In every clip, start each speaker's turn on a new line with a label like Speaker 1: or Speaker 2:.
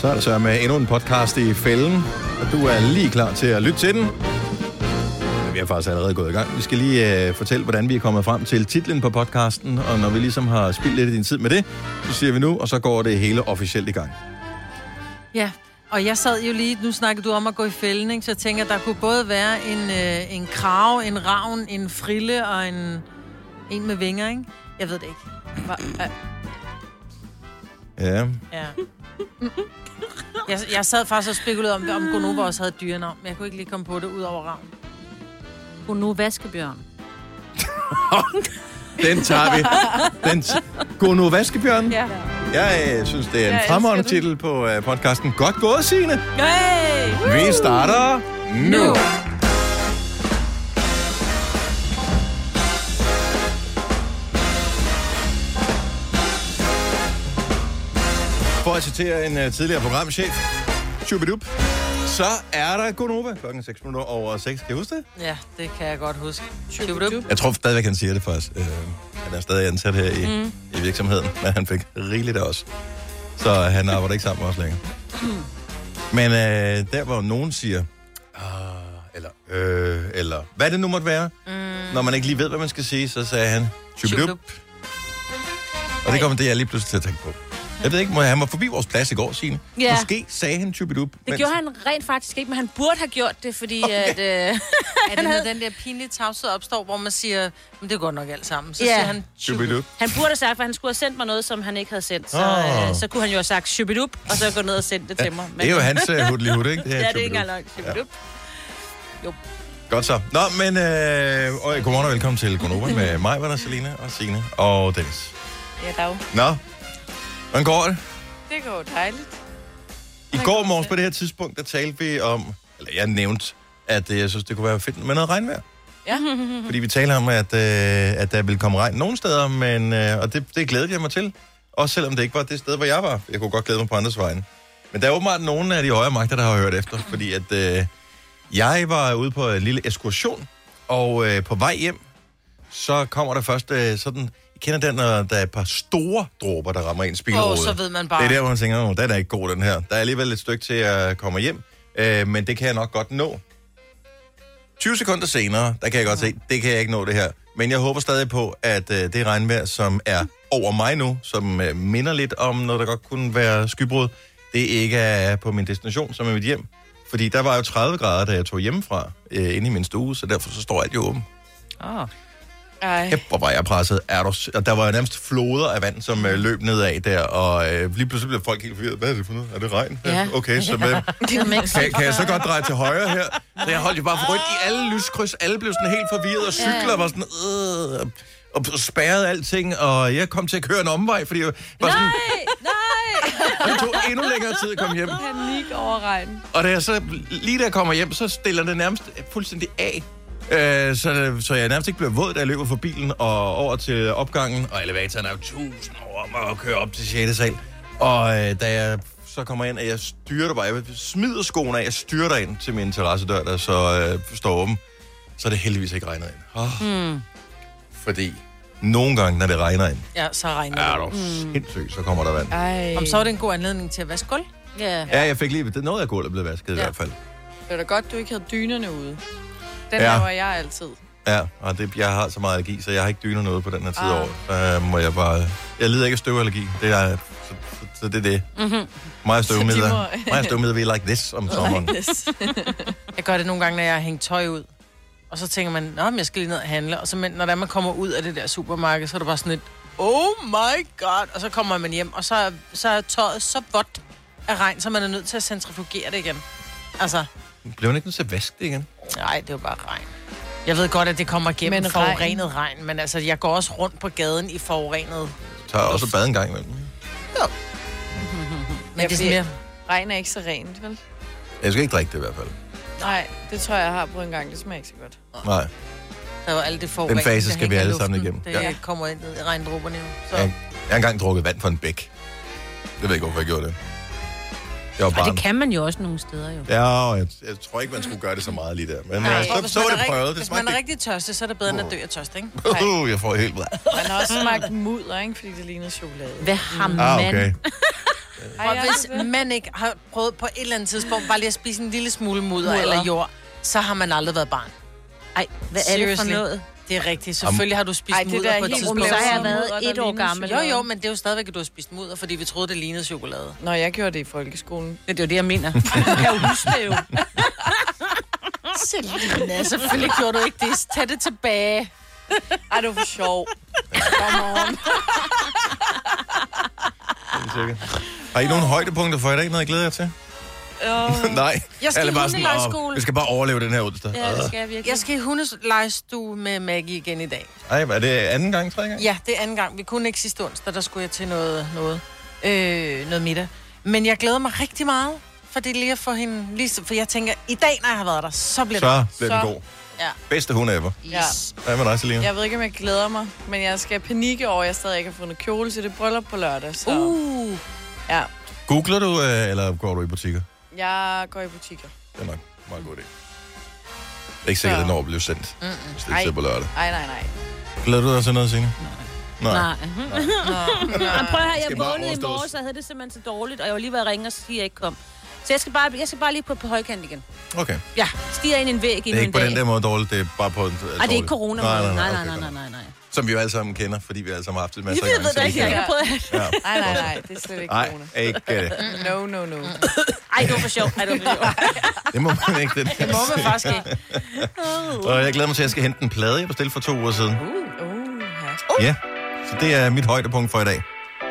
Speaker 1: Så er der så med endnu en podcast i fælden, og du er lige klar til at lytte til den. Vi er faktisk allerede gået i gang. Vi skal lige øh, fortælle, hvordan vi er kommet frem til titlen på podcasten, og når vi ligesom har spildt lidt af din tid med det, så siger vi nu, og så går det hele officielt i gang.
Speaker 2: Ja, og jeg sad jo lige, nu snakkede du om at gå i fælden, ikke? så jeg tænker, der kunne både være en, øh, en krav, en ravn, en frille og en, en med vinger, ikke? Jeg ved det ikke. Hva, øh,
Speaker 1: Ja.
Speaker 2: ja. Mm. Jeg, jeg sad faktisk og spekulerede om, om Gonova også havde et dyrenavn, men jeg kunne ikke lige komme på det, ud over ravn.
Speaker 3: Gonu Vaskebjørn.
Speaker 1: Den tager vi. Den t- God nu, vaskebjørn.
Speaker 2: Ja.
Speaker 1: Jeg øh, synes, det er en
Speaker 4: Jeg
Speaker 1: fremragende
Speaker 4: elsker
Speaker 1: titel
Speaker 4: den.
Speaker 1: på øh, podcasten. Godt gået, Signe.
Speaker 2: Hey!
Speaker 1: Vi starter nu.
Speaker 2: Nu.
Speaker 1: For at citere en uh, tidligere programchef, Chubidup, så er der Gunova klokken 6 minutter over 6. Kan I huske det?
Speaker 2: Ja, det kan jeg godt huske. Chubidup.
Speaker 1: Jeg tror stadigvæk, han siger det faktisk. Øh, han er stadig ansat her i, mm. i virksomheden, men han fik rigeligt af os. Så han arbejder ikke sammen med os længere. Men øh, der, hvor nogen siger, "Ah," eller, øh, eller hvad det nu måtte være, mm. når man ikke lige ved, hvad man skal sige, så sagde han, Chubidup.
Speaker 2: Chubidup.
Speaker 1: Og det kom det, jeg lige pludselig til at tænke på. Jeg ved ikke, må han var forbi vores plads i går, Signe.
Speaker 3: Ja.
Speaker 1: Måske sagde han Chubidup.
Speaker 3: Det gjorde han rent faktisk ikke, men han burde have gjort det, fordi okay. at... Øh,
Speaker 2: Er det, når den der pinlige tavshed opstår, hvor man siger, men det er godt nok alt sammen. Så
Speaker 3: Ja.
Speaker 2: siger han,
Speaker 1: Chubidup.
Speaker 3: han burde have sagt, for han skulle have sendt mig noget, som han ikke havde sendt. Så,
Speaker 1: Åh.
Speaker 3: øh, så kunne han jo have sagt, shubidup, og så gå ned og sende det til mig. Men,
Speaker 1: Det er jo hans uh, hudlig hud, ikke?
Speaker 3: ja, det er ikke
Speaker 1: Chubidup.
Speaker 3: engang nok. Shubidup.
Speaker 1: Godt så. Nå, men øh, og, godmorgen og velkommen til Konoba med mig, Vanna, Selina og Signe og Dennis.
Speaker 4: Ja, dag.
Speaker 1: Nå, hvordan går det?
Speaker 4: Det går jo dejligt.
Speaker 1: I går morges på det her tidspunkt, der talte vi om, eller jeg nævnte, at øh, jeg synes, det kunne være fedt med noget regnvejr.
Speaker 4: Ja.
Speaker 1: Mm-hmm. Fordi vi taler om, at, øh, at der ville komme regn nogle steder, men, øh, og det, det glædede jeg mig til. Også selvom det ikke var det sted, hvor jeg var. Jeg kunne godt glæde mig på andres vegne. Men der er åbenbart nogle af de højere magter, der har hørt efter, fordi at øh, jeg var ude på en lille ekskursion, og øh, på vej hjem, så kommer der først øh, sådan... I kender den, når der er et par store dråber, der rammer ens bilrude.
Speaker 2: åh, så ved man bare.
Speaker 1: Det er der, hvor man tænker, åh, den er ikke god, den her. Der er alligevel et stykke til at komme hjem, øh, men det kan jeg nok godt nå. 20 sekunder senere, der kan jeg godt se, det kan jeg ikke nå det her. Men jeg håber stadig på, at øh, det regnvejr, som er over mig nu, som øh, minder lidt om noget, der godt kunne være skybrud, det ikke er på min destination, som er mit hjem. Fordi der var jo 30 grader, da jeg tog hjemmefra øh, inde i min stue, så derfor så står alt jo åbent.
Speaker 4: Ej.
Speaker 1: Kæft, hvor var jeg presset. Er du, s- og der var jo nærmest floder af vand, som øh, løb nedad der, og øh, lige pludselig blev folk helt forvirret. Hvad er det for noget? Er det regn?
Speaker 3: Ja.
Speaker 1: Okay, så hvad,
Speaker 3: Det er
Speaker 1: kan, kan jeg så godt dreje til højre her? Så jeg holdt jo bare for rødt i alle lyskryds. Alle blev sådan helt forvirret, og cykler var sådan... Øh, og- og spærrede alting, og jeg kom til at køre en omvej, fordi jeg var sådan,
Speaker 3: nej!
Speaker 1: og det tog endnu længere tid at komme hjem.
Speaker 4: Panik over regn.
Speaker 1: Og da jeg så, lige da jeg kommer hjem, så stiller det nærmest fuldstændig af. Øh, så, så jeg nærmest ikke bliver våd, da jeg løber fra bilen og over til opgangen. Og elevatoren er jo tusind år om at køre op til 6. sal. Og øh, da jeg så kommer ind, at jeg styrter bare. Jeg smider skoene af, jeg styrter ind til min terrassedør, der så øh, står åben. Så er det heldigvis ikke regnet ind. Oh. Mm. Fordi nogle gange, når det regner ind,
Speaker 2: Ja, så regner
Speaker 1: er
Speaker 2: det.
Speaker 1: du mm. sindssygt, så kommer der vand.
Speaker 4: Ej.
Speaker 2: Om så er det en god anledning til at vaske gulv.
Speaker 3: Ja.
Speaker 1: Ja, jeg fik lige... det- Noget af gulvet blev vasket ja. i
Speaker 2: Ja.
Speaker 1: hvert fald.
Speaker 4: Det var da godt, du ikke havde dynerne ude. Den
Speaker 1: Ja.
Speaker 4: ja. laver jeg altid.
Speaker 1: Ja, og det, jeg har så meget allergi, så jeg har ikke dyner noget på den her tid af
Speaker 4: Ah.
Speaker 1: året. Så må jeg bare... Jeg lider ikke af støvallergi. Det er, så, så, så det er det.
Speaker 2: Mm.
Speaker 1: Mm-hmm. Mig og
Speaker 4: de
Speaker 1: støvmider.
Speaker 4: må-
Speaker 1: Mig og støvmider, vi er like this om sommeren.
Speaker 4: Yes.
Speaker 2: Jeg gør det nogle gange, når jeg har hængt tøj ud. Og så tænker man, nå, men jeg skal lige ned og handle. Og så men, når det er, man kommer ud af det der supermarked, så er det bare sådan et, oh my god. Og så kommer man hjem, og så, er- så er tøjet så vådt af regn, så man er nødt til at centrifugere det igen. Altså,
Speaker 1: Bliver man ikke nødt til at vaske det igen?
Speaker 2: nej, det er jo bare regn. Jeg ved godt, at det kommer gennem men
Speaker 4: Men regn.
Speaker 2: forurenet regn. regn, men altså, jeg går også rundt på gaden i forurenet.
Speaker 1: Så tager jeg også bad en gang imellem.
Speaker 2: Men ja, det er sådan
Speaker 4: fordi-
Speaker 2: mere,
Speaker 4: Regn er ikke så rent, vel?
Speaker 1: Jeg skal ikke drikke det i hvert fald.
Speaker 4: Nej, det tror jeg, jeg har prøvet en gang. Det smager ikke så godt.
Speaker 1: Nej.
Speaker 2: der er jo alt det forurening,
Speaker 1: fase
Speaker 2: der
Speaker 1: skal vi
Speaker 2: hænger i
Speaker 1: alle sammen
Speaker 2: luften.
Speaker 1: igennem.
Speaker 2: Det
Speaker 1: Ja.
Speaker 2: ja. kommer ind ned i regndrupperne jo. Så.
Speaker 1: Jeg, jeg har engang drukket vand fra en bæk. Jeg ved ikke, hvorfor jeg gjorde det. Jeg var
Speaker 3: Og
Speaker 1: barn.
Speaker 3: det kan man jo også nogle steder, jo.
Speaker 1: Ja, og jeg, jeg tror ikke, man skulle gøre det så meget lige der. Men Nej,
Speaker 2: Jeg tror,
Speaker 1: så,
Speaker 2: hvis
Speaker 1: så, var
Speaker 2: man er
Speaker 1: det
Speaker 2: rigt-
Speaker 1: prøvet. Det
Speaker 2: Hvis man
Speaker 1: smagte
Speaker 2: er
Speaker 1: ikke.
Speaker 2: rigtig tørstig, så er det bedre end at dø af tørst, ikke?
Speaker 1: Uh, jeg får helt...
Speaker 4: Man har også smagt mudder, ikke? Fordi det lignede chokolade.
Speaker 3: Hvad har man?
Speaker 1: Ah, Mm. okay.
Speaker 4: Ej,
Speaker 2: Og
Speaker 4: jeg
Speaker 2: hvis
Speaker 4: har det.
Speaker 2: man ikke har prøvet på et eller andet tidspunkt bare lige at spise en lille smule mudder
Speaker 3: Mudder.
Speaker 2: eller jord, så har man aldrig været barn.
Speaker 3: Ej, hvad er det for
Speaker 2: Seriously.
Speaker 3: noget?
Speaker 2: Det er rigtigt. Selvfølgelig har du spist
Speaker 4: Ej, det der
Speaker 2: mudder
Speaker 4: er
Speaker 2: på et
Speaker 4: helt
Speaker 2: tidspunkt.
Speaker 3: Så har jeg
Speaker 4: Mudder,
Speaker 3: været
Speaker 4: der
Speaker 3: et år
Speaker 4: ligner
Speaker 3: gammel.
Speaker 2: Jo, jo, men det er jo stadigvæk, at du har spist mudder, fordi vi troede, det lignede chokolade.
Speaker 4: Når jeg gjorde det i folkeskolen.
Speaker 3: Men det er jo det, jeg mener. Jeg kan jo huske det jo.
Speaker 2: Selina, selvfølgelig gjorde du ikke det. Tag det tilbage.
Speaker 4: Ej, det var for sjov.
Speaker 1: Helt sikkert. Har I nogen højdepunkter for i dag? Noget, jeg glæder jer til? Nej.
Speaker 2: Jeg skal
Speaker 1: Alle
Speaker 2: i
Speaker 1: bare sådan,
Speaker 2: hundelejeskole.
Speaker 1: "Åh, Vi skal bare overleve den her onsdag.
Speaker 3: Ja, det skal jeg virkelig.
Speaker 2: Jeg skal i hundelejstue med Maggie igen i dag.
Speaker 1: Ej, hvad er det anden gang, tredje gang?
Speaker 2: Ja, det er anden gang. Vi kunne ikke sidste onsdag, der skulle jeg til noget, noget, øh, noget middag. Men jeg glæder mig rigtig meget, for det er lige at få hende... Lige, så- for jeg tænker, i dag, når jeg har været der, så bliver det...
Speaker 1: Så bliver den
Speaker 4: Så-
Speaker 1: god.
Speaker 2: Ja.
Speaker 1: Bedste hund ever.
Speaker 4: Ja.
Speaker 1: Hvad med dig, Selina?
Speaker 4: Jeg ved ikke, om jeg glæder mig, men jeg skal panikke over, at jeg stadig ikke har fundet kjole til det bryllup på lørdag. Så
Speaker 2: Uh,
Speaker 4: ja,
Speaker 1: Googler du, øh, eller går du i butikker?
Speaker 4: jeg går i butikker.
Speaker 1: Det er nok en meget god idé. Det er ikke sikkert, at
Speaker 4: Så-
Speaker 1: den når bliver sendt, hvis det
Speaker 4: Ej.
Speaker 1: ikke er på lørdag.
Speaker 4: Ej, nej, nej.
Speaker 1: Glæder du dig til noget, Signe? Nej. Nej.
Speaker 3: Nej.
Speaker 2: Mhm.
Speaker 3: Men prøv at høre,
Speaker 1: Skal
Speaker 3: jeg
Speaker 1: bare
Speaker 3: vågnede i
Speaker 1: overstås.
Speaker 3: morges, og havde det simpelthen så dårligt, og jeg var lige ved at ringe og sige, at jeg ikke kom. Så jeg skal bare, jeg skal bare lige på, på højkant igen.
Speaker 1: Okay.
Speaker 3: Ja, stiger ind i en væg
Speaker 1: Det er
Speaker 3: endnu en
Speaker 1: ikke på
Speaker 3: dag.
Speaker 1: den der måde dårligt, det er bare på en
Speaker 3: Ej, det er ikke corona
Speaker 1: Nej, nej,
Speaker 3: nej,
Speaker 1: nej,
Speaker 3: nej,
Speaker 1: okay,
Speaker 3: nej, nej,
Speaker 1: godt.
Speaker 3: nej, nej.
Speaker 1: Som vi jo alle sammen kender, fordi vi alle sammen har haft det masser af
Speaker 3: Jeg
Speaker 1: gange.
Speaker 3: ved
Speaker 1: så
Speaker 3: da
Speaker 1: vi
Speaker 3: ikke, jeg
Speaker 1: kender
Speaker 3: ikke har prøvet det.
Speaker 1: det. Ja.
Speaker 4: Nej, nej, nej. Det er slet ikke
Speaker 1: Nej,
Speaker 4: corona.
Speaker 1: ikke øh,
Speaker 4: No, no, no.
Speaker 3: Ej, det var for sjovt. Ej, det var for sjovt.
Speaker 1: Det må man ikke, det
Speaker 2: det må man faktisk ikke.
Speaker 1: Og jeg glæder mig til, at jeg skal hente en plade, jeg bestilte for to uger siden.
Speaker 4: Uh, ja.
Speaker 1: Ja, så det er mit højdepunkt for i dag.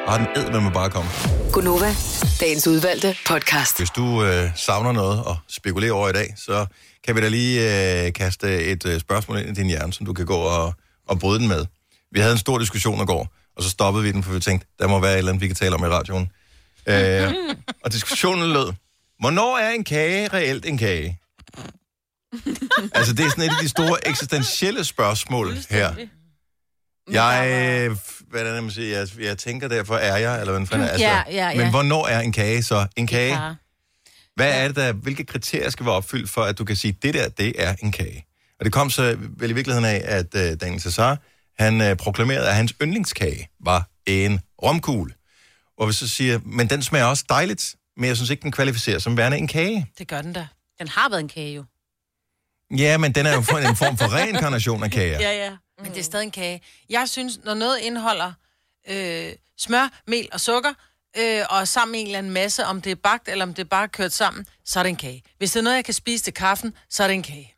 Speaker 1: Og har den æd, med mig bare komme.
Speaker 5: Gunova, dagens udvalgte podcast.
Speaker 1: Hvis du øh, savner noget og spekulerer over i dag, så kan vi da lige øh, kaste et øh, spørgsmål ind i din hjerne, som du kan gå og, og bryde den med. Vi havde en stor diskussion i går, og så stoppede vi den, for vi tænkte, der må være et eller andet, vi kan tale om i radioen. Øh, og diskussionen lød, hvornår er en kage reelt en kage? altså, det er sådan et af de store eksistentielle spørgsmål her. Jeg, øh, f- hvad er det, man siger, jeg, jeg tænker, derfor er jeg, eller hvad fanden er altså,
Speaker 3: Ja, ja, ja.
Speaker 1: Men hvornår er en kage så en kage?
Speaker 3: Ja.
Speaker 1: Hvad er det, der, hvilke kriterier skal være opfyldt for, at du kan sige, det der, det er en kage? Og det kom så vel i virkeligheden af, at øh, Daniel Cesar, han øh, proklamerede, at hans yndlingskage var en romkugle. Og vi så siger, men den smager også dejligt, men jeg synes ikke, den kvalificerer som værende en kage.
Speaker 2: Det gør den da.
Speaker 3: Den har været en kage jo.
Speaker 1: Ja, men den er jo for- en form for reinkarnation af kager. Ja.
Speaker 3: ja.
Speaker 2: Men det er stadig en kage. Jeg synes, når noget indeholder øh, smør, mel og sukker, øh, og sammen i en eller anden masse, om det er bagt eller om det er bare kørt sammen, så er det en kage. Hvis det er noget, jeg kan spise til kaffen, så er det en kage.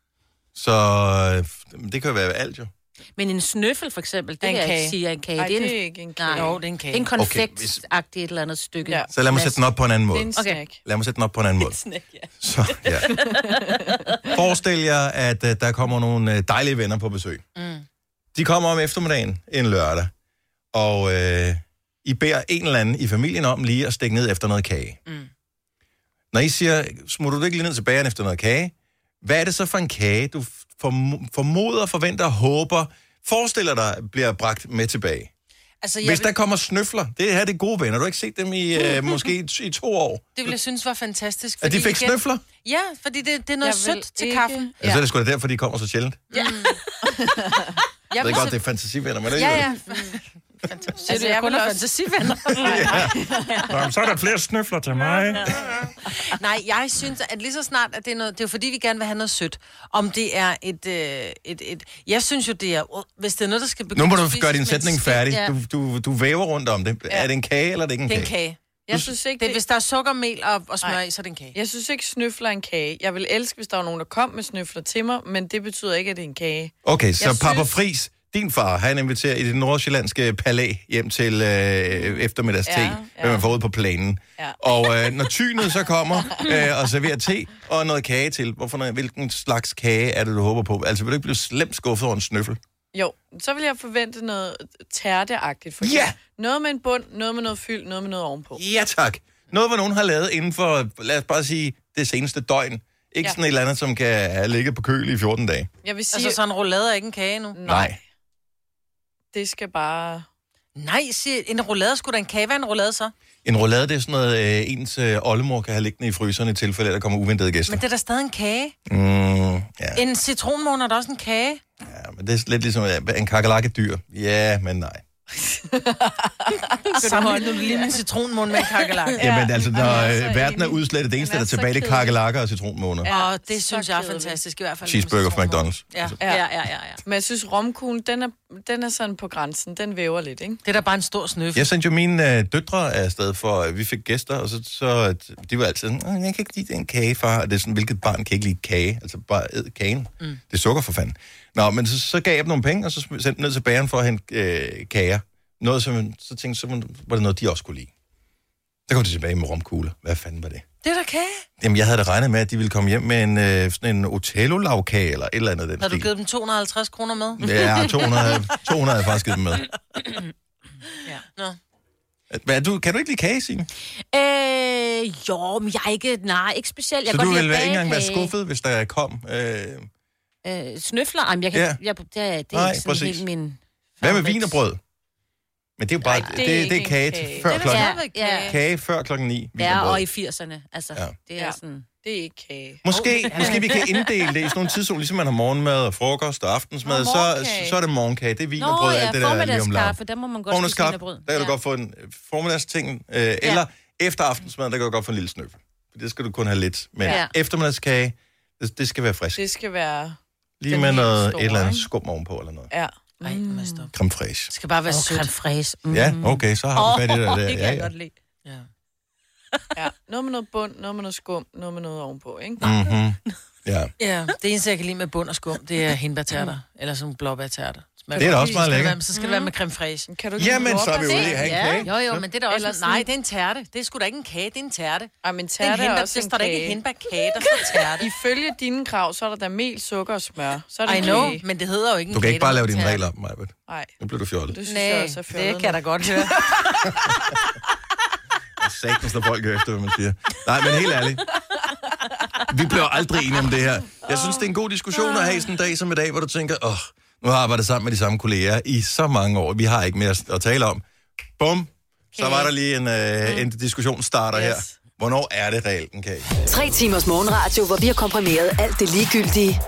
Speaker 1: Så øh, det kan jo være alt jo.
Speaker 3: Men en snøffel for eksempel, det
Speaker 2: Er en
Speaker 3: kan jeg ikke
Speaker 2: kage.
Speaker 3: sige er en kage.
Speaker 4: Ej,
Speaker 3: Det er en,
Speaker 4: ikke en kage.
Speaker 3: nej,
Speaker 2: Jo, det er en kage.
Speaker 3: en
Speaker 1: hvis-
Speaker 3: konfektagtig et eller andet stykke.
Speaker 4: Ja.
Speaker 1: Så lad mig sætte den op på en anden
Speaker 4: Det
Speaker 1: måde.
Speaker 4: er en
Speaker 3: Okay.
Speaker 4: snack.
Speaker 1: Lad mig sætte den op på en anden måde. Så, ja. Forestil jer, at uh, der kommer nogle uh, dejlige venner på besøg. Mm. De kommer om eftermiddagen en lørdag, og uh, I beder en eller anden i familien om lige at stikke ned efter noget kage. Mm. Når I siger, smutter du ikke lige ned til bageren efter noget kage, hvad er det så for en kage, du form- formoder, forventer, håber, forestiller dig, bliver bragt med tilbage?
Speaker 2: Altså, jeg
Speaker 1: Hvis
Speaker 2: vil,
Speaker 1: der kommer snøfler, det her det er gode venner, du har ikke set dem i øh, måske i, i to år, Altså,
Speaker 2: det ville jeg synes var fantastisk.
Speaker 1: at de
Speaker 2: fordi
Speaker 1: fik
Speaker 2: igen-
Speaker 1: snøfler? Altså,
Speaker 2: Ja, fordi det, det er noget
Speaker 4: Jeg vil
Speaker 2: sødt til
Speaker 4: ikke-
Speaker 2: kaffen.
Speaker 1: Ja. Så er det sgu da derfor, de kommer så sjældent.
Speaker 2: Jeg
Speaker 1: Jeg ved godt,
Speaker 2: se-
Speaker 1: det er fantasivenner, men det er
Speaker 2: Ja,
Speaker 1: jo-
Speaker 2: ja. Fantastisk. Altså,
Speaker 4: jeg
Speaker 2: jeg kun
Speaker 4: vil
Speaker 2: er
Speaker 4: også-
Speaker 2: fantasivenner.
Speaker 1: Nå, så er der flere snøfler til mig.
Speaker 2: Nej, jeg synes, at lige så snart, at det er noget... Det er jo fordi, vi gerne vil have noget sødt. Om det er et... Øh, et, et jeg synes jo, det er... Hvis det er noget, der skal begynde...
Speaker 1: Nu må du
Speaker 2: at spises
Speaker 1: gøre din
Speaker 2: med en
Speaker 1: sætning
Speaker 2: skid,
Speaker 1: færdig.
Speaker 2: Ja.
Speaker 1: Du, du, du væver rundt om det. Er det en kage, eller er det ikke en
Speaker 2: Det er en
Speaker 1: kage?
Speaker 2: kage.
Speaker 4: Jeg synes ikke,
Speaker 2: Det, er, hvis der er sukker, mel og, og smør
Speaker 4: Nej.
Speaker 2: i, så er det en kage.
Speaker 4: Jeg synes ikke, snøfler er en kage. Jeg vil elske, hvis der var nogen, der kom med snøfler til mig, men det betyder ikke, at det er en kage.
Speaker 1: Okay, så
Speaker 4: Jeg
Speaker 1: Papa
Speaker 4: synes-
Speaker 1: Fris, din far, han inviterer i det nordsjællandske palæ hjem til øh, eftermiddagste, ja,
Speaker 4: Ja,
Speaker 1: ja. hvad
Speaker 4: ja.
Speaker 1: man får ud på planen. Ja.
Speaker 4: Ja.
Speaker 1: Og øh, når tynet så kommer øh, og serverer te og noget kage til, hvorfor, noget- hvilken slags kage er det, du håber på? Altså, vil du ikke blive slemt skuffet over en snøffel?
Speaker 4: Jo, så vil jeg forvente noget tærteagtigt. For
Speaker 1: Ja!
Speaker 4: eksempel. Noget med en bund, noget med noget fyld, noget med noget ovenpå.
Speaker 1: Ja tak. Noget, hvad nogen har lavet inden for, lad os bare sige, det seneste døgn. Ikke ja.
Speaker 4: Ja.
Speaker 1: sådan et eller andet, som kan have ligget på køl i 14 dage.
Speaker 4: Jeg vil sige,
Speaker 2: Altså, så en roulade er ikke en kage nu.
Speaker 1: Nej.
Speaker 4: det skal bare...
Speaker 2: Nej, siger, en roulade skulle da en kage være en roulade så.
Speaker 1: En roulade, det er sådan noget, øh, ens øh, oldemor kan have liggende i fryseren i tilfælde, af, at der kommer uventede gæster.
Speaker 2: Men det er da stadig en kage.
Speaker 1: Mm, ja.
Speaker 2: En citronmåne er da også en kage.
Speaker 1: ja, men det er lidt ligesom ja, en kakalakke dyr. Ja, men nej.
Speaker 2: Sammenligner du lige min citronmund med en kakelak?
Speaker 1: Ja, Jamen altså, når
Speaker 4: Ej, jeg er
Speaker 1: øh,
Speaker 4: så
Speaker 1: verden er
Speaker 4: enig.
Speaker 1: udslettet, det eneste, der
Speaker 4: Den
Speaker 1: er
Speaker 4: er så
Speaker 1: tilbage, det er
Speaker 4: kedelig.
Speaker 1: kakelakker og citronmåner.
Speaker 2: Ja, og det
Speaker 4: så
Speaker 2: synes jeg er
Speaker 4: kedeligt.
Speaker 2: fantastisk, i hvert fald.
Speaker 1: Cheeseburger fra
Speaker 2: med citronmåne.
Speaker 1: McDonald's.
Speaker 2: Ja.
Speaker 1: Altså.
Speaker 2: ja.
Speaker 3: Ja, ja, ja. ja.
Speaker 4: Men jeg synes, romkuglen, den er, den er sådan på grænsen. Den væver lidt, ikke?
Speaker 2: Det er da bare en stor snøf.
Speaker 1: Jeg sendte jo mine øh, døtre afsted for, at vi fik gæster, og så, så at de var altid sådan, "Åh, jeg kan ikke lide den kage, far. Og det er sådan, hvilket barn kan ikke lide kage? Altså bare æd kagen. Mm. Det er sukker for fanden. Nå, men så, så gav jeg dem nogle penge, og så sm- sendte dem ned til bageren for at hente øh, kager. Noget, som så tænkte, så var det noget, de også kunne lide. Så kom de tilbage med romkugler. Hvad fanden var det?
Speaker 2: Det er da kage.
Speaker 1: Jamen, jeg havde da regnet med, at de ville komme hjem med en, øh, sådan en Otello-lavkage eller et eller andet af den
Speaker 2: Har du
Speaker 1: stil.
Speaker 2: givet dem 250 kroner med?
Speaker 1: Ja, 200, 200 havde jeg faktisk givet dem med.
Speaker 2: Nå.
Speaker 1: Hvad, er du, kan du ikke lide kage, Signe?
Speaker 3: Øh, jo, men jeg er ikke, nej, ikke specielt. Jeg
Speaker 1: Så
Speaker 3: kan
Speaker 1: du
Speaker 3: godt
Speaker 1: ville
Speaker 3: lide
Speaker 1: være-
Speaker 3: at
Speaker 1: ikke
Speaker 3: bage
Speaker 1: engang være
Speaker 3: kage.
Speaker 1: skuffet, hvis der kom. Øh,
Speaker 3: Øh, snøfler? Jamen, jeg kan,
Speaker 1: Ja.
Speaker 3: ja. jeg, det, er- det er
Speaker 1: Nej,
Speaker 3: nej, ikke sådan
Speaker 1: præcis.
Speaker 3: præcis. helt min...
Speaker 1: hvad med
Speaker 3: Farmix.
Speaker 1: vin og brød? Men det er jo bare, det,
Speaker 4: er
Speaker 1: det, det
Speaker 4: ikke
Speaker 1: er kage,
Speaker 4: en
Speaker 1: til
Speaker 4: kage.
Speaker 1: før
Speaker 4: Det er
Speaker 1: klokken,
Speaker 4: da stadigvæk
Speaker 3: Ja,
Speaker 4: kage.
Speaker 1: kage før klokken 9. Vin
Speaker 3: Ja,
Speaker 1: og brød.
Speaker 3: og i 80'erne. Altså,
Speaker 1: Ja.
Speaker 3: ja. det er
Speaker 4: Ja.
Speaker 3: ja. sådan...
Speaker 4: Det er ikke kage.
Speaker 1: Måske, måske vi kan inddele det i sådan nogle tidszone, ligesom man har morgenmad og frokost og aftensmad,
Speaker 4: Nå,
Speaker 1: så,
Speaker 4: morgenkage.
Speaker 1: så er det morgenkage, det er vin
Speaker 3: Nå,
Speaker 1: og brød,
Speaker 3: ja,
Speaker 1: alt det der er lige om lav.
Speaker 3: formiddagskaffe, der må man godt spise
Speaker 1: Formiddagskaffe,
Speaker 3: vin og brød.
Speaker 1: der kan du godt få en øh, formiddagsting, øh, eller efter aftensmad, der kan du godt få en lille snøffel. For Det skal du kun have lidt. Men
Speaker 3: Ja.
Speaker 1: eftermiddagskage, det, det skal være frisk.
Speaker 4: Det skal være...
Speaker 1: Lige
Speaker 4: den
Speaker 1: med
Speaker 4: helt
Speaker 1: noget,
Speaker 4: store,
Speaker 1: et eller andet
Speaker 4: ikke?
Speaker 1: skum ovenpå eller noget.
Speaker 4: Ja. Mm.
Speaker 2: Ej, nu må jeg stoppe.
Speaker 1: Creme fraiche.
Speaker 2: Det skal bare være
Speaker 3: Og
Speaker 2: oh, sødt.
Speaker 3: creme fraise. Mm.
Speaker 1: Ja, okay, så har du fat i det der.
Speaker 3: det kan
Speaker 1: ja,
Speaker 3: jeg
Speaker 1: ja.
Speaker 3: godt lide.
Speaker 2: Ja.
Speaker 4: ja. Noget med noget bund, noget med noget skum, noget med noget ovenpå, ikke?
Speaker 1: Mm-hmm. Ja,
Speaker 2: ja, det eneste, jeg kan lide med bund og skum, det er hindbærtærter. Eller sådan blåbærtærter. Smager
Speaker 1: Det er da
Speaker 2: godt.
Speaker 1: også meget
Speaker 2: Skal det
Speaker 1: lækkert.
Speaker 2: være- Så skal det være med creme fraise.
Speaker 4: Mm. Kan du
Speaker 1: Jamen, så er vi ude i at have en
Speaker 3: Ja,
Speaker 1: kage.
Speaker 2: Jo, jo, men det er da også...
Speaker 4: Eller
Speaker 2: Eller
Speaker 4: sådan-
Speaker 2: nej, det er en tærte. Det er sgu da ikke en kage, det er en tærte.
Speaker 4: Ej, men
Speaker 2: Det, er en
Speaker 4: tærte er
Speaker 2: hindbær,
Speaker 4: også
Speaker 2: det
Speaker 4: en
Speaker 2: står der ikke
Speaker 4: kage.
Speaker 2: hindbær kage, der står tærte.
Speaker 4: Ifølge dine krav, så er der da mel, sukker og smør. Så er det
Speaker 2: I
Speaker 4: en
Speaker 2: know,
Speaker 4: kage.
Speaker 2: men det hedder jo ikke en
Speaker 1: du kan ikke bare lave dine
Speaker 2: din
Speaker 1: regler om, Majbert.
Speaker 4: Nej,
Speaker 1: Nu bliver du fjollet.
Speaker 4: det synes Nej, jeg
Speaker 2: Nej,
Speaker 4: også er fjollet.
Speaker 2: det kan jeg da godt høre.
Speaker 1: Satans, når folk hører efter, hvad man siger. Nej, men helt ærligt. Vi bliver aldrig enige om det her. Jeg synes, det er en god diskussion at have sådan en dag som i dag, hvor du tænker, åh, oh, nu har jeg arbejdet sammen med de samme kolleger i så mange år. Vi har ikke mere at tale om. Bum. Så var der lige en, øh, en diskussion starter yes. her.
Speaker 4: Yes.
Speaker 1: Hvornår er det reelt en kage?
Speaker 5: Tre timers morgenradio, hvor vi har komprimeret alt det ligegyldige